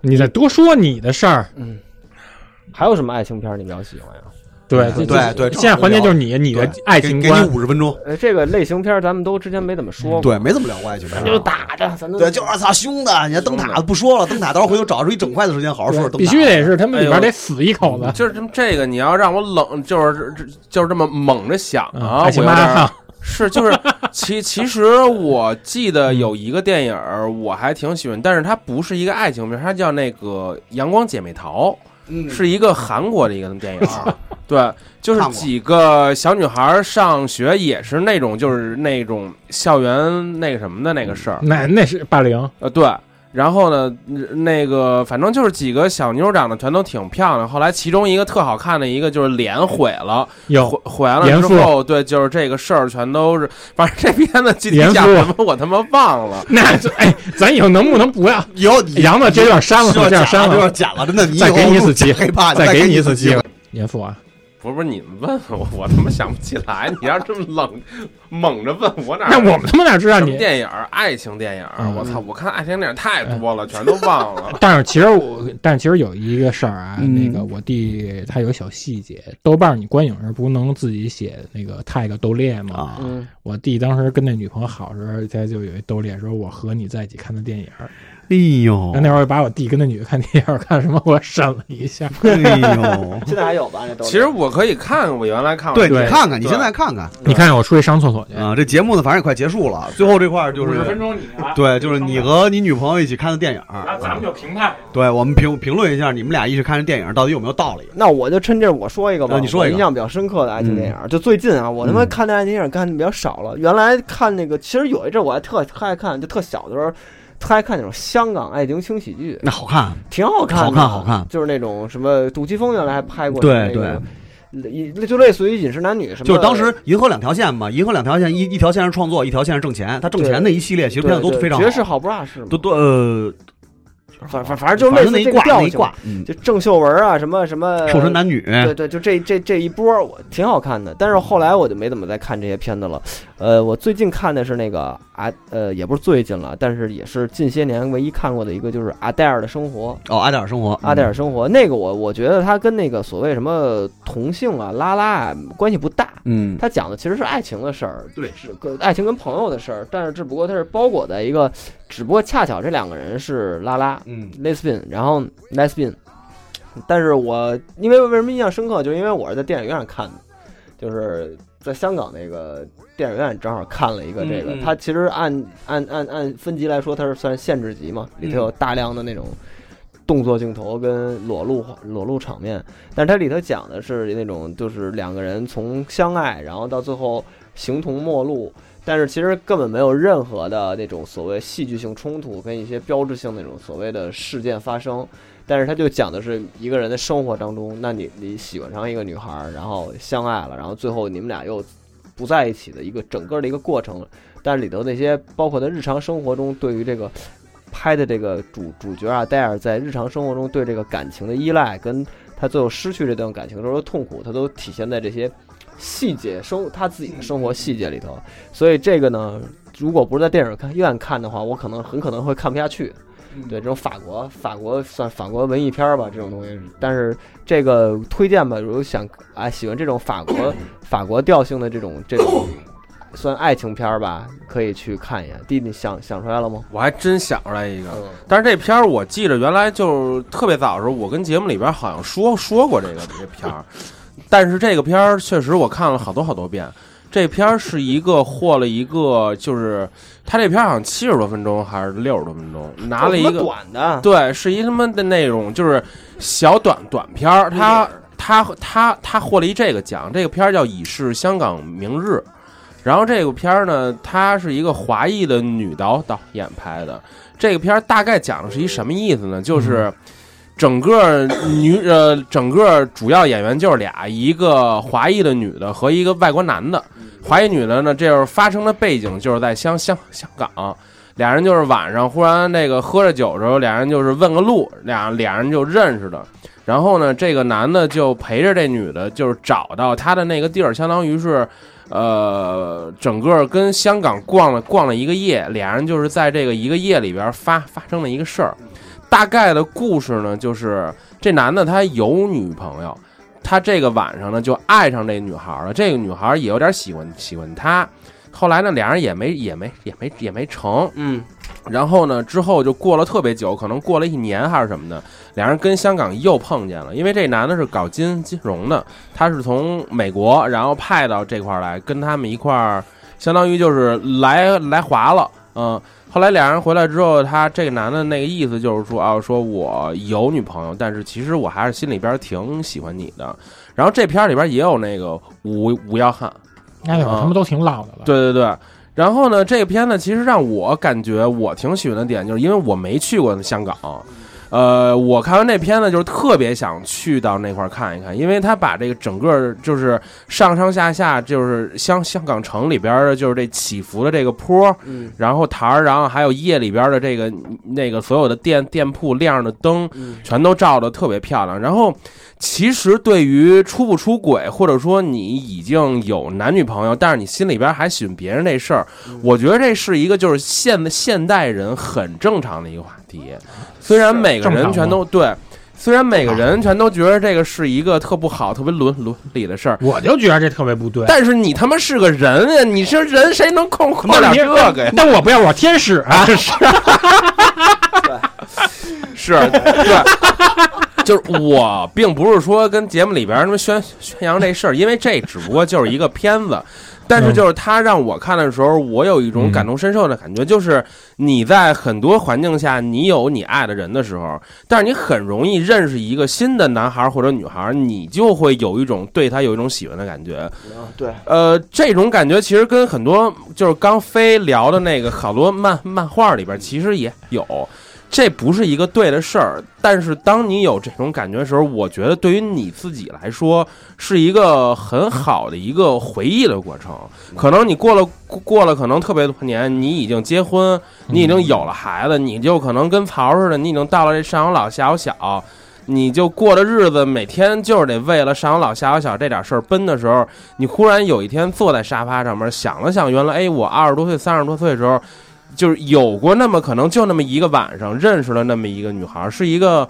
B: 你再多说你的事儿，
A: 嗯
D: 啊
G: 还有什么爱情片儿你比较喜欢呀？
B: 对
A: 嗯
D: 对
E: 对对
B: 现在环节就是你你的爱情
E: 给你
B: 观，
E: 五十分钟，
D: 呃，这个类型片儿咱们都之前没怎么说过，
E: 对，没怎么聊过爱情
D: 咱就打着，咱都
E: 对，嗯就是操凶的，你看灯塔不说了，灯塔到时候回头找出一整块的时间好好说说灯塔。
B: 必须得是他们里边得死一口子，
A: 哎嗯就是这么这个，你要让我冷，就是这就是这么猛着想啊，
B: 海
A: 我
B: 亲
A: 有点
B: 妈
A: 儿
B: 啊
A: 是就是其其实我记得有一个电影儿我还挺喜欢，但是它不是一个爱情片，它叫那个《阳光姐妹淘》。
E: 嗯
A: 是一个韩国的一个电 影儿，对，就是
E: 看过
A: 几个小女孩儿上学也是那种就是那种校园那个什么的那个事儿，
B: 那那是霸凌，
A: 呃，对。然后呢，嗯那个反正就是几个小妞儿长得全都挺漂亮。后来其中一个特好看的一个就是脸毁了，毁
B: 有
A: 毁完了
B: 严
A: 之
B: 复
A: 后，对，就是这个事儿全都是，反正这片子具体
B: 严复
A: 讲什么我他妈忘了。
B: 那这哎，咱以后能不能不要
E: 以后你
B: 杨子这段删了，
E: 这
B: 这段删
E: 这
B: 了，
E: 段剪了，真的，你以
B: 再
E: 后
B: 给你一次机
E: 害怕，
B: 会，
E: 啊再
B: 给
E: 你
B: 一次
E: 机
B: 机会。。严父啊，
A: 不是不是，你们问我，我他妈想不起来。你要这么冷猛着问我哪儿？
B: 那我们他妈哪知道
A: 什么
B: 你？
A: 电影儿？爱情电影儿？
B: 嗯
A: 我操！我看爱情电影太多了，全都忘 了。
B: 但是其实我，但是其实有一个事儿啊，
D: 嗯
B: 那个我弟他有小细节，豆瓣儿你观影时不能自己写那个 tag 豆列吗？
E: 啊，
D: 嗯，
B: 我弟当时跟那女朋友好时候，他就有一兜脸说：“我和你在一起看的电影。”
E: 哎呦
B: 然后那会儿把我弟跟那女的看电影看什么，我审了一下。
E: 哎 呦，
D: 现在还有吧？这都
A: 其实我可以看看我原来看过
E: 对
A: 的
E: 你
A: 电影，
E: 看看，你
A: 对
E: 现在看看
B: 你看我出去上厕所去，
E: 啊，这节目呢，反正也快结束了，最后这块儿就
B: 50
E: 是。
B: 钟你啊
E: 对，就是你和你女朋友一起看的电影，啊
B: 就评判。
E: 对我们评评论一下你们俩一起看的电影到底有没有道理？
D: 那我就趁这儿我说一个吧，
E: 啊你说一
D: 我
E: 个
D: 印象比较深刻的爱情电影，就最近啊，我他妈
E: 嗯
D: 看的爱情电影看的比较少了。原来看那个，其实有一阵儿我还特特爱看，就特小的时候。特爱看那种香港爱情轻喜剧，
E: 那好看，啊
D: 挺好看的，
E: 好看好看
D: 就是那种什么杜琪峰原来还拍过，
E: 对
D: 对，一就类似于《饮食男女》什么的，
E: 就是当时银河两条线嘛，银河两条线一一条线是创作，一条线是挣钱，他挣钱那一系列其实
D: 对
E: 片子都
D: 对
E: 非常好
D: 绝世好不尬是吗
E: 都？都呃，
D: 反反反正就是类
E: 反正那
D: 似
E: 一
D: 这个
E: 挂
D: 调
E: 那一
D: 性，
E: 挂，嗯，
D: 就郑秀文啊，什么什么
E: 瘦身男女，
D: 对对，就这这这一波儿我挺好看的，但是后来我就没怎么再看这些片子了。呃，我最近看的是那个啊，呃，也不是最近了，但是也是近些年唯一看过的一个，就是《阿黛尔的生活》。
E: 哦，阿黛尔生活，
D: 阿黛尔生活那个我我觉得它跟那个所谓什么同性啊、拉拉啊关系不大，
E: 嗯，
D: 它讲的其实是爱情的事儿，
E: 对
D: 是跟爱情跟朋友的事儿，但是只不过它是包裹在一个，只不过恰巧这两个人是拉拉，
E: 嗯
D: lesbian，然后 lesbian，但是我因为为什么印象深刻，就是因为我是在电影院看的，就是在香港那个电影院正好看了一个这个，
E: 嗯嗯
D: 它其实按按按按分级来说，它是算限制级嘛，里头有大量的那种动作镜头跟裸露裸露场面，但是它里头讲的是那种就是两个人从相爱，然后到最后形同陌路。但是其实根本没有任何的那种所谓戏剧性冲突跟一些标志性那种所谓的事件发生，但是它就讲的是一个人的生活当中，那你你喜欢上一个女孩儿，然后相爱了，然后最后你们俩又不在一起的一个整个的一个过程。但是里头那些包括在日常生活中对于这个拍的这个主主角啊，戴尔在日常生活中对这个感情的依赖，跟他最后失去这段感情的时候的痛苦，他都体现在这些细节生他自己的生活细节里头。所以这个呢，如果不是在电影看院看的话，我可能很可能会看不下去。对这种法国，法国算法国文艺片儿吧，这种东西。但是这个推荐吧，如果想啊喜欢这种法国法国调性的这种这种算爱情片儿吧，可以去看一眼。弟弟你想想出来了吗？
A: 我还真想出来一个。
D: 嗯，
A: 但是这片儿我记着，原来就是特别早的时候，我跟节目里边好像说说过这个这片 儿，但是这个片儿确实我看了好多好多遍。这片儿是一个获了一个，就是他这片儿好像七十多分钟还是六十多分钟，拿了一
D: 这
A: 个
D: 么短的，
A: 对，是一他妈的那种就是小短短片儿，他他他他获了一这个奖，这个片儿叫《已是香港明日》，然后这个片儿呢，它是一个华裔的女导导演拍的，这个片儿大概讲的是一什么意思呢？就是。整个女呃，整个主要演员就是俩，一个华裔的女的和一个外国男的。华裔女的呢，这就是发生的背景就是在香香香港，俩人就是晚上忽然那个喝着酒的时候，俩人就是问个路，俩俩人就认识的。然后呢，这个男的就陪着这女的，就是找到她的那个地儿，相当于是，呃，整个跟香港逛了逛了一个夜，俩人就是在这个一个夜里边发发生了一个事儿。大概的故事呢，就是这男的他有女朋友，
H: 他这个晚上呢就爱上这女孩了，这个女孩也有点喜欢喜欢他。后来呢，俩人也没也没也没也没成，
D: 嗯，
H: 然后呢，之后就过了特别久，可能过了一年还是什么的，俩人跟香港又碰见了。因为这男的是搞金金融的，他是从美国然后派到这块儿来，跟他们一块儿，相当于就是来来华了。嗯，后来俩人回来之后，他这个男的那个意思就是说啊，说我有女朋友，但是其实我还是心里边挺喜欢你的。然后这片儿里边也有那个吴吴耀汉，
B: 那会儿他们都挺老的了。
H: 对对对。然后呢，这个片子其实让我感觉我挺喜欢的点，就是因为我没去过香港，呃，我看完这片子就是特别想去到那块儿看一看，因为他把这个整个就是上上下下就是香香港城里边儿的就是这起伏的这个坡，
D: 嗯，
H: 然后台儿，然后还有夜里边儿的这个那个所有的店店铺亮着的灯，
D: 嗯
H: 全都照的特别漂亮。然后，其实对于出不出轨，或者说你已经有男女朋友，但是你心里边还喜欢别人这事儿，我觉得这是一个就是现现代人很正常的一个话题。虽然每个人全都对，虽然每个人全都觉得这个是一个特不好、特别伦伦理的事儿。
B: 我就觉得这特别不对。
H: 但是你他妈是个人啊！你是人，谁能控控
B: 那
H: 了
B: 你
H: 这个呀？
B: 那我不要，我是天使啊！
H: 是，啊对，就是我并不是说跟节目里边儿什么宣宣扬这事儿，因为这只不过就是一个片子。但是就是他让我看的时候，我有一种感同身受的感觉，就是你在很多环境下，你有你爱的人的时候，但是你很容易认识一个新的男孩儿或者女孩儿，你就会有一种对他有一种喜欢的感觉。
D: 嗯对，
H: 呃，这种感觉其实跟很多就是刚飞聊的那个好多漫漫画里边其实也有，这不是一个对的事儿。但是当你有这种感觉的时候，我觉得对于你自己来说是一个很好的一个回忆的过程。可能你过了过了可能特别多年，你已经结婚，你已经有了孩子，你就可能跟曹似的，你已经到了这上有老下有小。你就过的日子，每天就是得为了上有老下有小这点事儿奔的时候，你忽然有一天坐在沙发上面想了想，原来哎，我二十多岁、三十多岁的时候，就是有过那么可能就那么一个晚上认识了那么一个女孩，是一个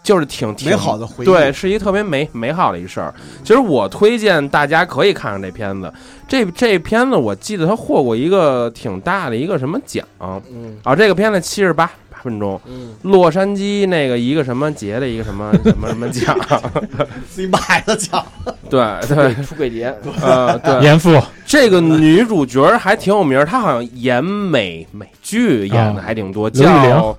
H: 就是挺挺
E: 美好的回忆。
H: 对，，是一特别美美好的一事儿。其实我推荐大家可以看看这片子，这这片子我记得它获过一个挺大的一个什么奖，
D: 嗯
H: 啊，这个片子七十八八分钟，
D: 嗯，
H: 洛杉矶那个一个什么节的一个什么什么什么奖，
E: 自己买的奖，
H: 对对，
D: 出轨节，
H: 呃对，
B: 严父，
H: 这个女主角还挺有名儿，她好像演美美剧演的还挺多，
B: 刘玉
H: 叫
B: 玲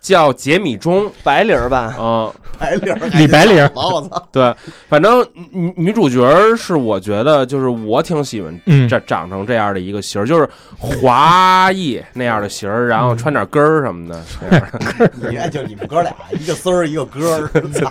H: 叫杰米钟，
D: 白领儿吧，
H: 嗯、
E: 白领儿，
B: 李白领
E: 哎我操，
H: 对，反正女女主角是我觉得就是我挺喜欢
B: 嗯，
H: 这长成这样的一个型儿，就是华裔那样的型儿，然后穿点根儿什么的，这样
E: 你看就你们哥俩，一个丝儿，一个哥儿， 操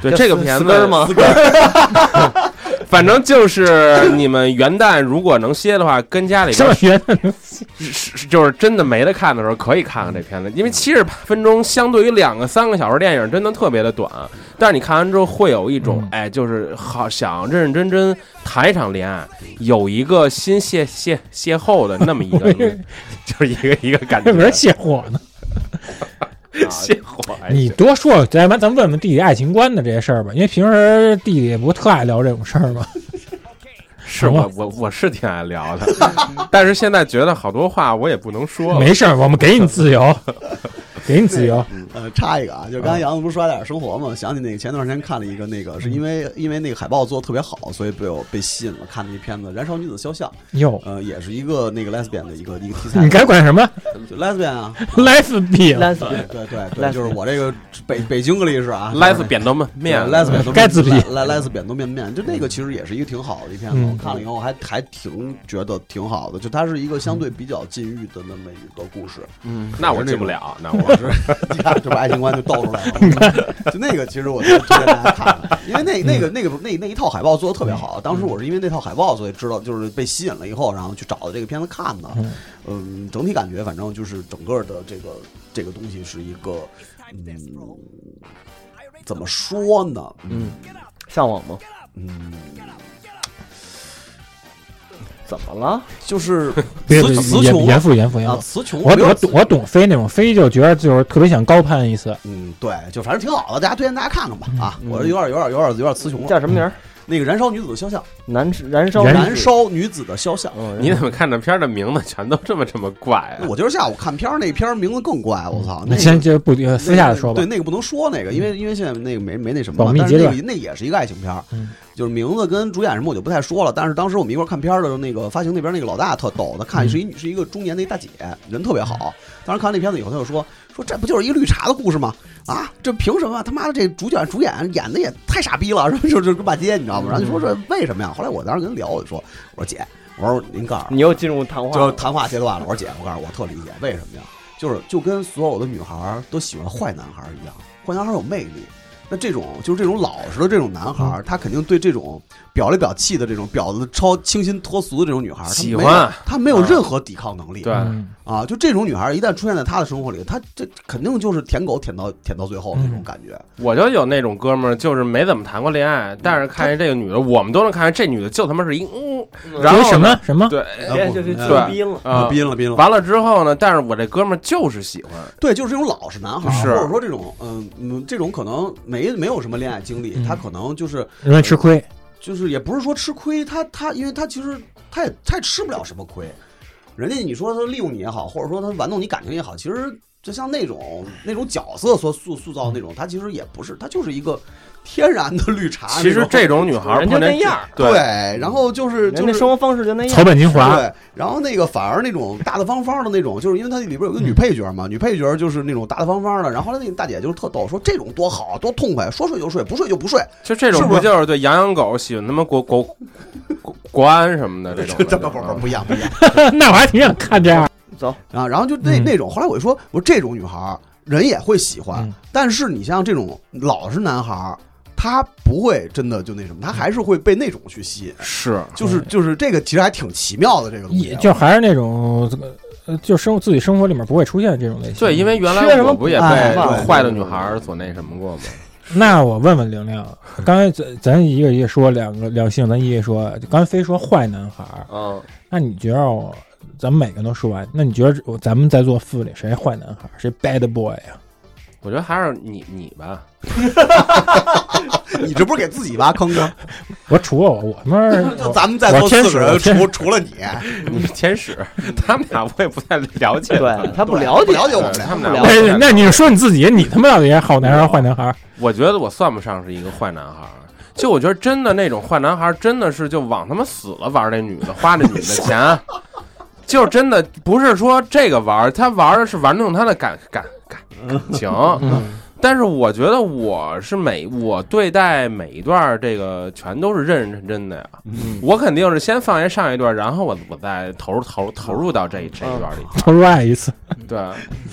H: 对这个片
D: 丝丝
H: 子
D: 儿吗
E: 四个儿
H: 反正就是你们元旦如果能歇的话，跟家里
B: 什
H: 边
B: 么学？
H: 是是就是真的没得看的时候，可以看看这片子，
E: 嗯
H: 因为七十分钟相对于两个三个小时电影，真的特别的短。但是你看完之后，会有一种
B: 嗯
H: 哎，就是好想认认真真谈一场恋爱，有一个心邂邂邂逅的那么一 个，就是一个一个感觉
B: 这。
A: 啊
B: 不是泄火呢？
H: 邂逅，哎
B: 你多说，咱咱咱问问弟弟爱情观的这些事儿吧，因为平时弟弟不特爱聊这种事儿 吗？
H: 是我我我是挺爱聊的，但是现在觉得好多话我也不能说了。
B: 没事儿，我们给你自 由，给你自由。
D: 嗯
E: 呃，插一个啊，就是刚才杨子不是说点生活嘛，想起那个前段时间看了一个那个，是因为因为那个海报做的特别好，所以被我被吸引了，看了一片子《燃烧女子肖像》，
B: 哟，
E: 呃，也是一个那个 lesbian 的一个一个题材
B: 你，该管什么
E: 就 lesbian 啊，
B: lesbian？
E: 对对对
D: Lesbian
E: 对，就是我这个北北京格力是啊
H: 来自扁豆面面
E: lesbian 都
B: 该自闭
E: 来 lesbian 都面面，就那个其实也是一个挺好的一片子，
B: 嗯
E: 我看了以后还还挺觉得挺好的，就它是一个相对比较禁欲的那么一个故事，
H: 那我进不 了，那我
E: 我是你看，这不爱情观就倒出来了。就那个，其实我觉得推荐大家看看，因为
B: 嗯
E: 那那个那个那那一套海报做的特别好。当时我是因为那套海报，所以知道就是被吸引了以后，然后去找的这个片子看的。嗯，整体感觉反正就是整个的这个这个东西是一个嗯。怎么说呢？嗯，
D: 向往吗？怎么了？
E: 就是
B: 别
E: 词词
B: 严
E: 穷
B: 严父严父严
E: 啊，
B: 父。
E: 词穷。
B: 我
E: 没有
B: 我懂我懂飞那种飞，就觉得就是特别想高攀一次。
E: 嗯，对，就反正挺好的，大家推荐大家看看吧啊！
B: 嗯
E: 我是有点有点有点有点词穷了。
D: 叫什么名儿？
E: 那个燃烧女子的肖像，
D: 燃燃烧嗯
B: 燃
E: 燃烧女子的肖像。
A: 你怎么看这片儿的名字全都这么这么怪啊？
E: 我今儿下午看片儿，那片儿名字更怪，我操！那个
B: 先就不呃私下
E: 那
B: 的
E: 个
B: 说吧嗯
E: 对，。那个不能说那个，因为因为现在那个没没那什么嘛，
B: 保密
E: 但是
B: 阶
E: 那
B: 段
E: 个那也是一个爱情片儿
B: 嗯，
E: 就是名字跟主演什么我就不太说了。但是当时我们一块儿看片儿的时候，那个发行那边那个老大特逗，他看
B: 嗯
E: 是一是一个中年的一大姐，人特别好。当时看完那片子以后，他就说说这不就是一绿茶的故事吗？啊，这凭什么他妈的这主角主演演的也太傻逼了，然 后就就就骂街，你知道吗？然后就说
B: 嗯
E: 这为什么呀？后来我当时跟他聊，我就说我说姐，我说您告诉我
D: 你又进入谈话
E: 就是
D: 了，
E: 谈话阶段了。我说姐，我告诉你我特理解为什么呀？就是就跟所有的女孩儿都喜欢坏男孩儿一样，坏男孩儿有魅力。那这种就是这种老实的这种男孩
A: 嗯
E: 儿，他肯定对这种表里表气的这种婊子超清新脱俗的这种女孩儿，他
A: 喜
E: 没有
A: 欢
E: 他没有
A: 啊
E: 任何抵抗能力。
A: 对
B: 嗯
E: 啊，就这种女孩儿一旦出现在他的生活里，他这肯定就是舔狗舔到舔到最后那种
B: 嗯
E: 感觉。
A: 我就有那种哥们儿，就是没怎么谈过恋爱，但是看见这个女的，我们都能看见这女的就他妈是一嗯，然
B: 就
A: 后
B: 是什
A: 呢
B: 么什么
A: 对
D: 别哎就去
E: 嗯
D: 自逼了。
E: 啊，
A: 啊，
E: 逼了逼了。
A: 完了之后呢，但是我这哥们儿就是喜欢，
E: 对，就是这种老实男孩儿，
A: 是
E: 或者说这种嗯嗯，这种可能没没有什么恋爱经历，
B: 嗯
E: 他可能就是
B: 容易吃 亏，
E: 就是也不是说吃亏，他他因为他其实他也他也吃不了什么亏，人家你说他利用你也好，或者说他玩弄你感情也好，其实就像那种那种角色所塑塑造的那种，他其实也不是，他就是一个天然的绿茶。
A: 其实这种女孩儿
D: 人就
A: 碰见
D: 那样儿
E: 对
A: 对，
E: 然后就是
D: 人
E: 就
D: 家
E: 是
D: 生活方式就那
B: 草
D: 样，
B: 本精华，
E: 对，然后那个反而那种大大方方的那种，就是因为它里边有个女配角嘛，女配角就是那种大大方方的。然后后来那个大姐就是特逗，说这种多好啊多痛快，说睡就睡，不睡就不睡，
A: 就这种
E: 是不
A: 不
E: 是
A: 就是对养养狗喜欢他妈国国国国安什么的这种
E: 这
A: 的，
E: 这不不不不一样不一样。
B: 那我还挺想看这样。
D: 走，
E: 啊，然后就那
B: 嗯
E: 那种，后来我就说，我说这种女孩儿人也会喜欢，
B: 嗯
E: 但是你像这种老实男孩儿，他不会真的就那什么，他还是会被那种去吸引，
A: 是
E: 就是就是这个其实还挺奇妙的这个东西
B: 嗯
E: 啊
B: 也，就还是那种，呃，就生自己生活里面不会出现这种类型。
A: 对，因为原
D: 缺什
A: 来
D: 么
A: 我不也被
E: 哎对
A: 坏的女孩儿所那什么过吗？
B: 那我问问玲玲， 刚才咱咱一个一个说两个两性，咱一个一个说。刚才非说坏男孩儿，
A: 嗯，
B: 那你觉得我咱们每个人都说完，那你觉得我咱们在座四个里谁是坏男孩儿，谁 bad boy 啊？
A: 我觉得还是你你吧，
E: 你这不是给自己挖坑 吗？
B: 我除了我，我他妈儿
E: 就
B: 我
E: 咱们在
B: 我
E: 座
B: 天
E: 四个
B: 使
E: 人，
B: 我天
E: 除除了你，
A: 你是天 使，他们俩我也不太了解，
D: 对他不
E: 对
D: 了
E: 不
D: 解，
E: 了解我们
A: 他
E: 俩。
A: 们俩
D: 了
A: 我也不
B: 哎
A: 太了解，
B: 那你说你自己，你他妈到底是好男孩儿还是坏男孩儿？
A: 我觉得我算不上是一个坏男孩儿，就我觉得真的那种坏男孩儿，真的是就往他妈死了玩儿那女的，花那女的
H: 啊
A: 钱，就真的不是说这个玩儿，他玩儿的是玩弄她的感感感感情。
D: 嗯
A: 但是我觉得我是每我对待每一段儿这个全都是认认真真的呀，
D: 嗯
A: 我肯定是先放下上一段，然后我我再投入投入投入到这一这一段里，
B: 投入爱一次，
D: 嗯
A: 对，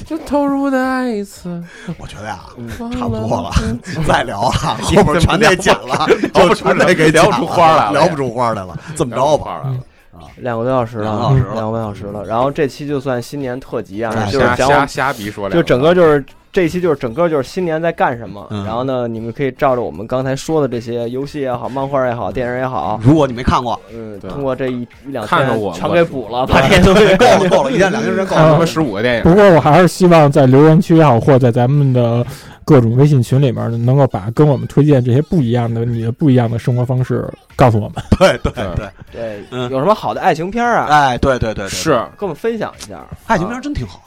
A: 就投入的爱一次，
E: 我觉得呀，
A: 忘
E: 差不多了
A: 自己，
E: 再聊啊，
A: 嗯
E: 后边全得剪了，
A: 聊
E: 就
A: 不
E: 全
A: 出
E: 得给
A: 聊不
E: 剪
A: 出花来了
E: 聊不出花来了。这么着吧，
A: 嗯
D: 两个多小时
E: 两
D: 了，
E: 个小时了
D: 两个半小时了。然后这期就算新年特辑啊，
E: 哎
D: 就是
A: 瞎
D: 讲我
A: 瞎
D: 们，
A: 瞎逼说两
D: 就
A: 个，
D: 整个就是这一期就是整个就是新年在干什么。
E: 嗯
D: 然后呢，你们可以照着我们刚才说的这些游戏也好、漫画也好、电影也好，
E: 如果你没看过，哎
D: 嗯，
A: 对
D: 通过这一一两
A: 看看
D: 天
A: 我
D: 全
A: 我
D: 给补
E: 嗯
D: 了，把这些东西
E: 够了够了，一天两个人 够
A: 看
B: 嗯
A: 他
E: 了
A: 妈。十五个电影，
B: 不过我还是希望在留言区也好，或在咱们的各种微信群里面，能够把跟我们推荐这些不一样的你的不一样的生活方式告诉我们。
E: 对对
A: 对
E: 对，
D: 对，
E: 嗯
D: 有什么好的爱情片儿啊，
E: 哎，对对对对，哎
A: 是
D: 跟我们分享一下。
E: 爱情片
D: 啊
E: 真挺好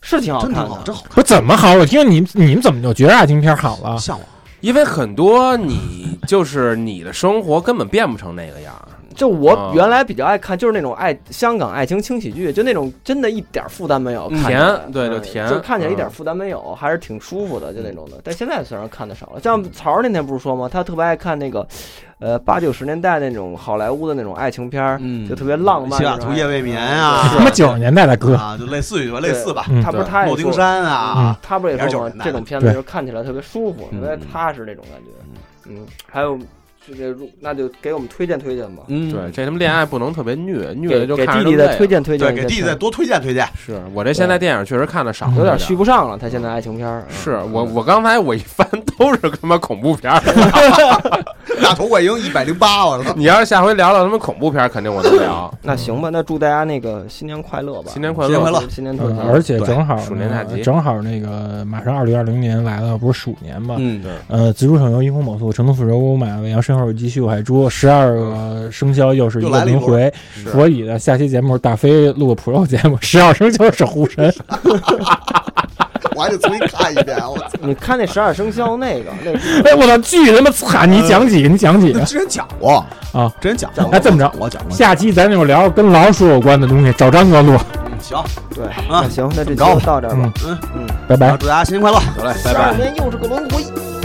D: 是挺
E: 的，
D: 好
E: 真
D: 看
E: 挺好，
D: 的
E: 真，好看。
B: 不怎么好，我听你你们怎么就觉得爱情片好了？
E: 向往
A: 因为很多你就是你的生活根本变不成那个样儿，
D: 就
A: 啊
D: 我原来比较爱看，就是那种爱香港爱情轻喜剧，就那种真的一点负担没有，
A: 嗯
D: 看起
A: 甜
D: 来
A: 对
D: 嗯
A: 就甜
D: 就看起来一
A: 嗯
D: 点
A: 嗯
D: 负担没有，还是挺舒服的，就那种的。但现在虽然看的少了，像曹儿那天不是说吗？他特别爱看那个，呃，八九十年代那种好莱坞的那种爱情片儿，
E: 嗯
D: 就特别浪漫
E: 西
D: 那
E: 雅
D: 种爱情片儿。
E: 图夜未眠啊
B: 他妈九十年代的歌，
E: 啊，就类似于吧，类似吧，
B: 嗯
D: 他不是
A: 对
D: 他也
E: 诺丁
D: 说嗯
E: 山啊，
D: 他不是
E: 也是
D: 也说
E: 90年
D: 吗
E: 代？
D: 这种片子
B: 对
D: 就看起来特别舒服，
A: 嗯
D: 特别踏实那种感觉。嗯，还有这个如，那就给我们推荐推荐吧。
E: 嗯，
A: 对，这他妈恋爱不能特别虐，虐
D: 给
A: 的就
D: 给
A: 看着
D: 弟
A: 就
D: 弟
A: 累
D: 再推
A: 了。
D: 荐推荐
E: 对，
D: 一些片子，
E: 给弟弟再多推荐推荐，
A: 是我这现在电影确实看嗯的少了，
D: 有点续不上了。他
E: 嗯
D: 现在爱情片儿嗯
A: 是我我刚才我一翻都是他妈恐怖片儿，
E: 大头怪鹰一百零八，我操！
A: 你要是下回聊聊他妈恐怖片儿，肯定我能聊。
D: 那行吧，那祝大家那个新年快乐吧，
A: 嗯新年快
E: 新年快
A: 乐！
E: 乐
D: 新年特
B: 呃
D: 辑，
B: 而且
E: 对
B: 正好
A: 鼠
B: 呢
A: 年大吉
B: 正好那个马上二零二零年来了，不是鼠年嘛？
E: 嗯，
B: 呃，紫竹手游、阴空猛速、成都复仇、马未羊、身后有鸡、虚有海猪，十二个生肖又是一
E: 又
B: 个
E: 来了一
B: 轮
E: 波
B: 回。所以呢，下期节目是大飞录个 Pro 节目，十二生肖是狐神。
E: 我还得重新看一遍，我操！
D: 你看那十二生肖那个，那
B: 哎，我操，巨他妈惨！你讲几个？你讲几个
E: 那？之前讲过
B: 啊，
E: 之前讲过。
B: 哎这么着
E: 嗯我讲过。
B: 下期咱就聊跟老鼠有关的东西，找张哥录。
E: 行，
D: 对，
E: 啊
D: 那行，那这期
E: 高
D: 就到这儿吧。
B: 嗯拜拜
E: 那。祝大家新年快乐！
A: 得嘞，
D: 十
A: 拜拜
D: 二。年又是个轮回。
E: 拜拜。